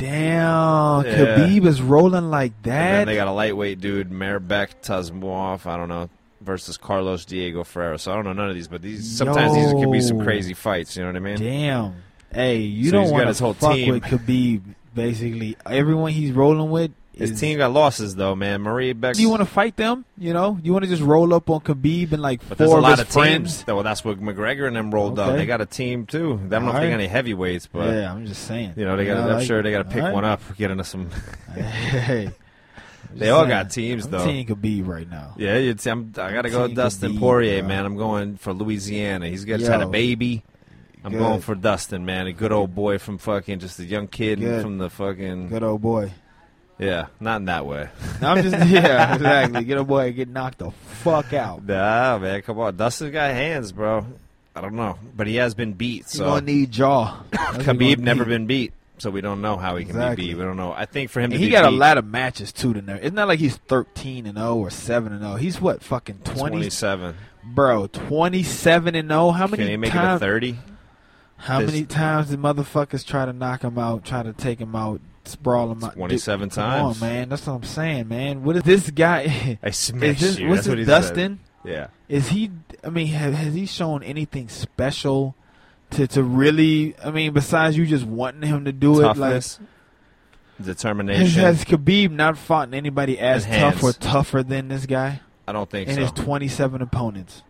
[SPEAKER 3] Damn,
[SPEAKER 2] Yeah.
[SPEAKER 3] Khabib is rolling like
[SPEAKER 2] And then
[SPEAKER 3] that.
[SPEAKER 2] they got a lightweight dude, Merbek Tazmuov. I don't know. Versus Carlos Diego Ferreiro. So I don't know none of these, but these sometimes these can be some
[SPEAKER 3] Yo.
[SPEAKER 2] crazy fights. You know what I mean?
[SPEAKER 3] Damn. Hey,
[SPEAKER 2] So
[SPEAKER 3] you
[SPEAKER 2] he's
[SPEAKER 3] don't
[SPEAKER 2] got
[SPEAKER 3] want to
[SPEAKER 2] his whole
[SPEAKER 3] fuck
[SPEAKER 2] team.
[SPEAKER 3] with Khabib. Basically, everyone he's rolling with.
[SPEAKER 2] His
[SPEAKER 3] is,
[SPEAKER 2] team got losses though, man. Marie Beck.
[SPEAKER 3] Do you want to fight them? You know, you want to just roll up on Khabib and like
[SPEAKER 2] But there's
[SPEAKER 3] four
[SPEAKER 2] a lot
[SPEAKER 3] of
[SPEAKER 2] of
[SPEAKER 3] his friends.
[SPEAKER 2] teams. Though that's what McGregor and them rolled up.
[SPEAKER 3] Okay.
[SPEAKER 2] They got a team too. I don't know if they
[SPEAKER 3] Alright.
[SPEAKER 2] got any heavyweights, but
[SPEAKER 3] yeah, I'm just saying.
[SPEAKER 2] you know they got.
[SPEAKER 3] Yeah,
[SPEAKER 2] I'm
[SPEAKER 3] like-
[SPEAKER 2] sure they got to pick
[SPEAKER 3] alright.
[SPEAKER 2] one up. Get into some.
[SPEAKER 3] Hey,
[SPEAKER 2] They all got teams though.
[SPEAKER 3] Team Khabib right now.
[SPEAKER 2] Yeah, you'd see, I'm, I gotta go
[SPEAKER 3] Team
[SPEAKER 2] Dustin
[SPEAKER 3] Khabib,
[SPEAKER 2] Poirier,
[SPEAKER 3] bro.
[SPEAKER 2] man. I'm going for Louisiana. He's got
[SPEAKER 3] Yo.
[SPEAKER 2] had a baby. I'm
[SPEAKER 3] Good.
[SPEAKER 2] going for Dustin, man. A good old boy from fucking, just a young kid
[SPEAKER 3] Good.
[SPEAKER 2] from the fucking.
[SPEAKER 3] Good old boy.
[SPEAKER 2] Yeah, not in that way.
[SPEAKER 3] No, I'm just yeah, exactly. Good old boy get knocked the fuck out.
[SPEAKER 2] Nah, man, come on. Dustin's got hands, bro. I don't know, but he has been beat.
[SPEAKER 3] You
[SPEAKER 2] So
[SPEAKER 3] gonna need jaw.
[SPEAKER 2] Khabib never been beat, so we don't know how he can
[SPEAKER 3] Exactly.
[SPEAKER 2] be beat. We don't know. I think for him to
[SPEAKER 3] he
[SPEAKER 2] be
[SPEAKER 3] got a
[SPEAKER 2] beat,
[SPEAKER 3] lot of matches too to never. It's not like he's 13 and 0 or 7 and 0. He's what fucking 20,
[SPEAKER 2] twenty-seven.
[SPEAKER 3] bro, 27 and 0. How many
[SPEAKER 2] Can he make it a
[SPEAKER 3] times?
[SPEAKER 2] thirty?
[SPEAKER 3] How
[SPEAKER 2] This-
[SPEAKER 3] many times did motherfuckers try to knock him out, try to take him out, sprawl him out?
[SPEAKER 2] 27
[SPEAKER 3] Dude, come
[SPEAKER 2] times.
[SPEAKER 3] on, man. That's what I'm saying, man. What is this guy?
[SPEAKER 2] I
[SPEAKER 3] is
[SPEAKER 2] smashed
[SPEAKER 3] this,
[SPEAKER 2] you.
[SPEAKER 3] what's
[SPEAKER 2] That's what he
[SPEAKER 3] this,
[SPEAKER 2] said.
[SPEAKER 3] Dustin?
[SPEAKER 2] Yeah,
[SPEAKER 3] Is he? I mean, has, has he shown anything special to to really? I mean, besides you just wanting him to do
[SPEAKER 2] toughness,
[SPEAKER 3] it, like has,
[SPEAKER 2] determination.
[SPEAKER 3] has Khabib not fought anybody as
[SPEAKER 2] And
[SPEAKER 3] tough or
[SPEAKER 2] hands.
[SPEAKER 3] tougher than this guy
[SPEAKER 2] I don't think
[SPEAKER 3] and
[SPEAKER 2] so.
[SPEAKER 3] his twenty seven opponents?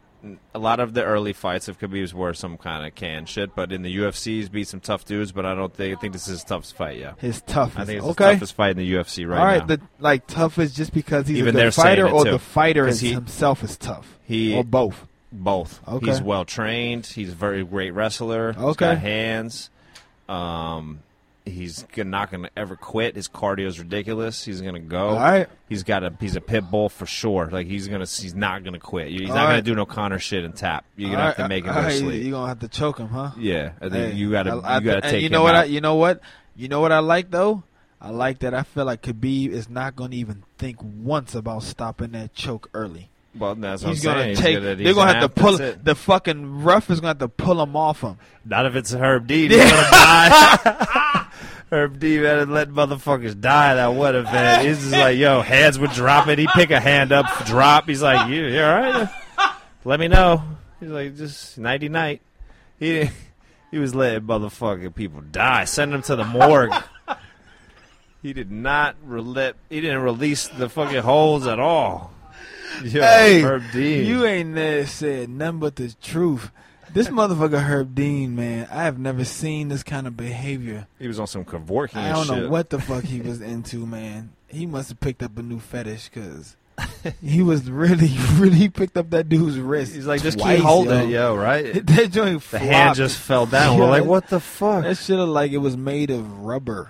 [SPEAKER 2] a lot of the early fights of Khabib's were some kind of can shit, but in the UFC, he's beat some tough dudes. But I don't think I think this is his toughest fight. Yeah,
[SPEAKER 3] His toughest.
[SPEAKER 2] I think it's the
[SPEAKER 3] okay.
[SPEAKER 2] toughest fight in the UFC right
[SPEAKER 3] All right,
[SPEAKER 2] now.
[SPEAKER 3] the like toughest just because he's
[SPEAKER 2] Even
[SPEAKER 3] a
[SPEAKER 2] they're
[SPEAKER 3] good
[SPEAKER 2] saying
[SPEAKER 3] fighter,
[SPEAKER 2] it,
[SPEAKER 3] or
[SPEAKER 2] too.
[SPEAKER 3] the fighter
[SPEAKER 2] 'Cause
[SPEAKER 3] is,
[SPEAKER 2] he-
[SPEAKER 3] himself is tough,
[SPEAKER 2] he
[SPEAKER 3] or both.
[SPEAKER 2] Both.
[SPEAKER 3] Okay.
[SPEAKER 2] He's well trained. He's a very great wrestler. He's
[SPEAKER 3] Okay.
[SPEAKER 2] got hands. Um, he's g- not going to ever quit. His cardio is ridiculous. He's going to go.
[SPEAKER 3] All right.
[SPEAKER 2] He's got a he's a pit bull for sure. Like he's gonna he's not gonna quit. He's
[SPEAKER 3] All
[SPEAKER 2] not gonna
[SPEAKER 3] right.
[SPEAKER 2] do no Connor shit and tap. You're gonna
[SPEAKER 3] All
[SPEAKER 2] have to
[SPEAKER 3] right,
[SPEAKER 2] make him
[SPEAKER 3] all
[SPEAKER 2] go to
[SPEAKER 3] right,
[SPEAKER 2] sleep.
[SPEAKER 3] You're gonna have to choke him, huh?
[SPEAKER 2] yeah, I think
[SPEAKER 3] Hey,
[SPEAKER 2] you gotta
[SPEAKER 3] I- I
[SPEAKER 2] you gotta
[SPEAKER 3] th- and
[SPEAKER 2] take
[SPEAKER 3] You know
[SPEAKER 2] him
[SPEAKER 3] what? I,
[SPEAKER 2] out.
[SPEAKER 3] you know what? You know what I like though. I like that. I feel like Khabib is not going to even think once about stopping that choke early.
[SPEAKER 2] well, that's what
[SPEAKER 3] He's
[SPEAKER 2] I'm
[SPEAKER 3] gonna
[SPEAKER 2] saying.
[SPEAKER 3] take.
[SPEAKER 2] he's gonna,
[SPEAKER 3] they're
[SPEAKER 2] he's
[SPEAKER 3] gonna have to pull
[SPEAKER 2] that's it.
[SPEAKER 3] the fucking rough is gonna have to pull him off him.
[SPEAKER 2] Not if it's Herb D. He's gonna die. Herb D. Man, let motherfuckers die. That would have been. He's just like, yo, hands would drop it. He pick a hand up, drop. He's like, you, you all right? Let me know. He's like, just nighty night. He he was letting motherfucking people die. Send them to the morgue. He did not rele- He didn't release the fucking holes at all. Yo,
[SPEAKER 3] Hey,
[SPEAKER 2] Herb Dean.
[SPEAKER 3] You ain't never said nothing but the truth. This motherfucker Herb Dean, man, I have never seen this kind of behavior.
[SPEAKER 2] he was on some Kevorkian
[SPEAKER 3] I don't
[SPEAKER 2] shit.
[SPEAKER 3] know what the fuck he was into, man. He must have picked up a new fetish because he was really, really picked up that dude's wrist.
[SPEAKER 2] He's like, just
[SPEAKER 3] twice,
[SPEAKER 2] keep holding
[SPEAKER 3] yo.
[SPEAKER 2] it, yo, right?
[SPEAKER 3] that joint
[SPEAKER 2] The
[SPEAKER 3] flopped.
[SPEAKER 2] hand just fell down. We're
[SPEAKER 3] Yeah,
[SPEAKER 2] like,
[SPEAKER 3] that-
[SPEAKER 2] what the fuck?
[SPEAKER 3] that should have like it was made of rubber.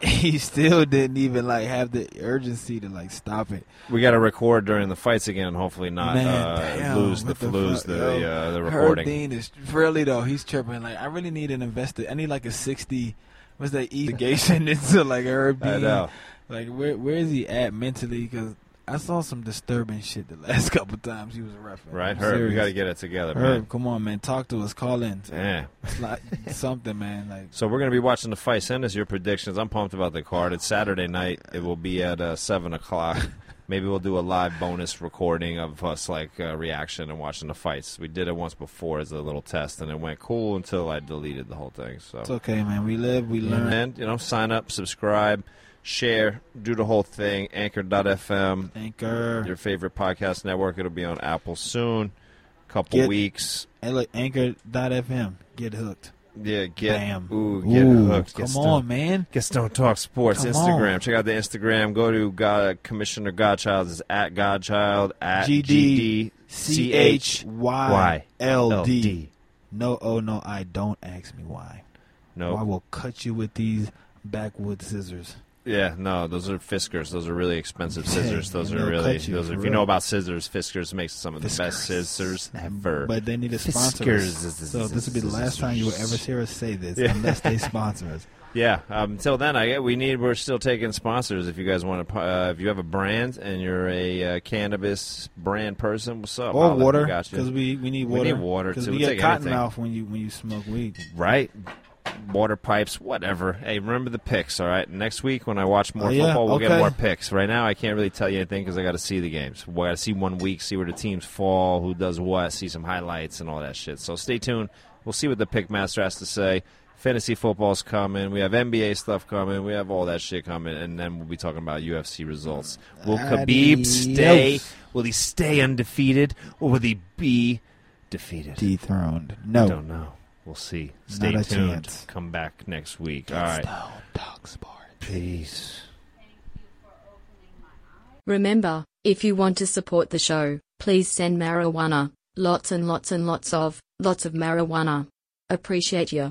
[SPEAKER 3] he still didn't even like have the urgency to like stop it.
[SPEAKER 2] We got to record during the fights again, and hopefully not
[SPEAKER 3] Man,
[SPEAKER 2] uh,
[SPEAKER 3] damn,
[SPEAKER 2] lose the,
[SPEAKER 3] what the
[SPEAKER 2] lose
[SPEAKER 3] fuck,
[SPEAKER 2] the
[SPEAKER 3] yo.
[SPEAKER 2] uh, the
[SPEAKER 3] Herb
[SPEAKER 2] recording.
[SPEAKER 3] Dean is really though. He's tripping. Like I really need an investor. I need like a sixty. What's that investigation into like Herb Dean?
[SPEAKER 2] I know.
[SPEAKER 3] Like where where is he at mentally? Because I saw some disturbing shit the last couple times he was referencing.
[SPEAKER 2] Right, Herb, we got to get it together,
[SPEAKER 3] Herb, come on, man. Talk to us. Call in.
[SPEAKER 2] man. Yeah.
[SPEAKER 3] It's like something, man. Like
[SPEAKER 2] So we're going to be watching the fight. Send us your predictions. I'm pumped about the card. It's Saturday night. It will be at uh, 7 o'clock. Maybe we'll do a live bonus recording of us, like, uh, reaction and watching the fights. We did it once before as a little test, and it went cool until I deleted the whole thing.
[SPEAKER 3] it's okay, man. We live, we learn.
[SPEAKER 2] And you know, sign up, subscribe, share, do the whole thing. Anchor.fm,
[SPEAKER 3] Anchor.
[SPEAKER 2] your favorite podcast network. It'll be on Apple soon. Couple
[SPEAKER 3] Get-
[SPEAKER 2] weeks.
[SPEAKER 3] Hey, look, anchor.fm. Get hooked.
[SPEAKER 2] Yeah, get
[SPEAKER 3] Bam.
[SPEAKER 2] ooh, get
[SPEAKER 3] Ooh,
[SPEAKER 2] hooked.
[SPEAKER 3] Come
[SPEAKER 2] Get
[SPEAKER 3] on,
[SPEAKER 2] stoned.
[SPEAKER 3] man.
[SPEAKER 2] Get Stone Talk Sports
[SPEAKER 3] Come
[SPEAKER 2] Instagram.
[SPEAKER 3] on.
[SPEAKER 2] Check out the Instagram. Go to God, Commissioner Godchild is at Godchild at G
[SPEAKER 3] GD
[SPEAKER 2] D C H Y L
[SPEAKER 3] CHYLD.
[SPEAKER 2] D.
[SPEAKER 3] No, oh, no, I don't ask me why. I
[SPEAKER 2] No,
[SPEAKER 3] will cut you with these backwoods scissors.
[SPEAKER 2] yeah, no, those are Fiskars. Those are really expensive
[SPEAKER 3] Yeah,
[SPEAKER 2] scissors. Those
[SPEAKER 3] and
[SPEAKER 2] are
[SPEAKER 3] they'll
[SPEAKER 2] really
[SPEAKER 3] cut you
[SPEAKER 2] those. Are, if
[SPEAKER 3] for
[SPEAKER 2] you
[SPEAKER 3] real.
[SPEAKER 2] know about scissors, Fiskars makes some of the best
[SPEAKER 3] Fiskars.
[SPEAKER 2] scissors ever.
[SPEAKER 3] But they need to sponsor us.
[SPEAKER 2] Fiskars.
[SPEAKER 3] So this will be the last time you will ever hear us say this,
[SPEAKER 2] Yeah.
[SPEAKER 3] unless they sponsor us.
[SPEAKER 2] Yeah. Um, until then, I we need. We're still taking sponsors. If you guys want to, uh, if you have a brand and you're a uh, cannabis brand person, what's up?
[SPEAKER 3] Or
[SPEAKER 2] Holla, we
[SPEAKER 3] water,
[SPEAKER 2] got you.
[SPEAKER 3] because we, we need
[SPEAKER 2] We
[SPEAKER 3] water.
[SPEAKER 2] need water,
[SPEAKER 3] because
[SPEAKER 2] too.
[SPEAKER 3] we
[SPEAKER 2] We'll
[SPEAKER 3] get
[SPEAKER 2] take
[SPEAKER 3] cotton
[SPEAKER 2] anything.
[SPEAKER 3] mouth when you when you smoke weed.
[SPEAKER 2] right. Water pipes, whatever. Hey, remember the picks, all right? Next week when I watch more
[SPEAKER 3] Oh, yeah,
[SPEAKER 2] football, we'll get
[SPEAKER 3] okay.
[SPEAKER 2] more picks. Right now, I can't really tell you anything because I got to see the games. Well, I got to see one week, see where the teams fall, who does what, see some highlights and all that shit. So stay tuned. We'll see what the pick master has to say. Fantasy football's coming. We have NBA stuff coming. We have all that shit coming, and then we'll be talking about UFC results. Will Khabib
[SPEAKER 3] Adios.
[SPEAKER 2] stay? Will he stay undefeated, or will he be defeated?
[SPEAKER 3] Dethroned. No.
[SPEAKER 2] Don't know. We'll see. Stay
[SPEAKER 3] Not a
[SPEAKER 2] tuned.
[SPEAKER 3] chance.
[SPEAKER 2] Come back next week. All right.
[SPEAKER 3] Dog sport.
[SPEAKER 2] Peace.
[SPEAKER 5] Remember, if you want to support the show, please send marijuana. Lots and lots and lots of, lots of marijuana. Appreciate you.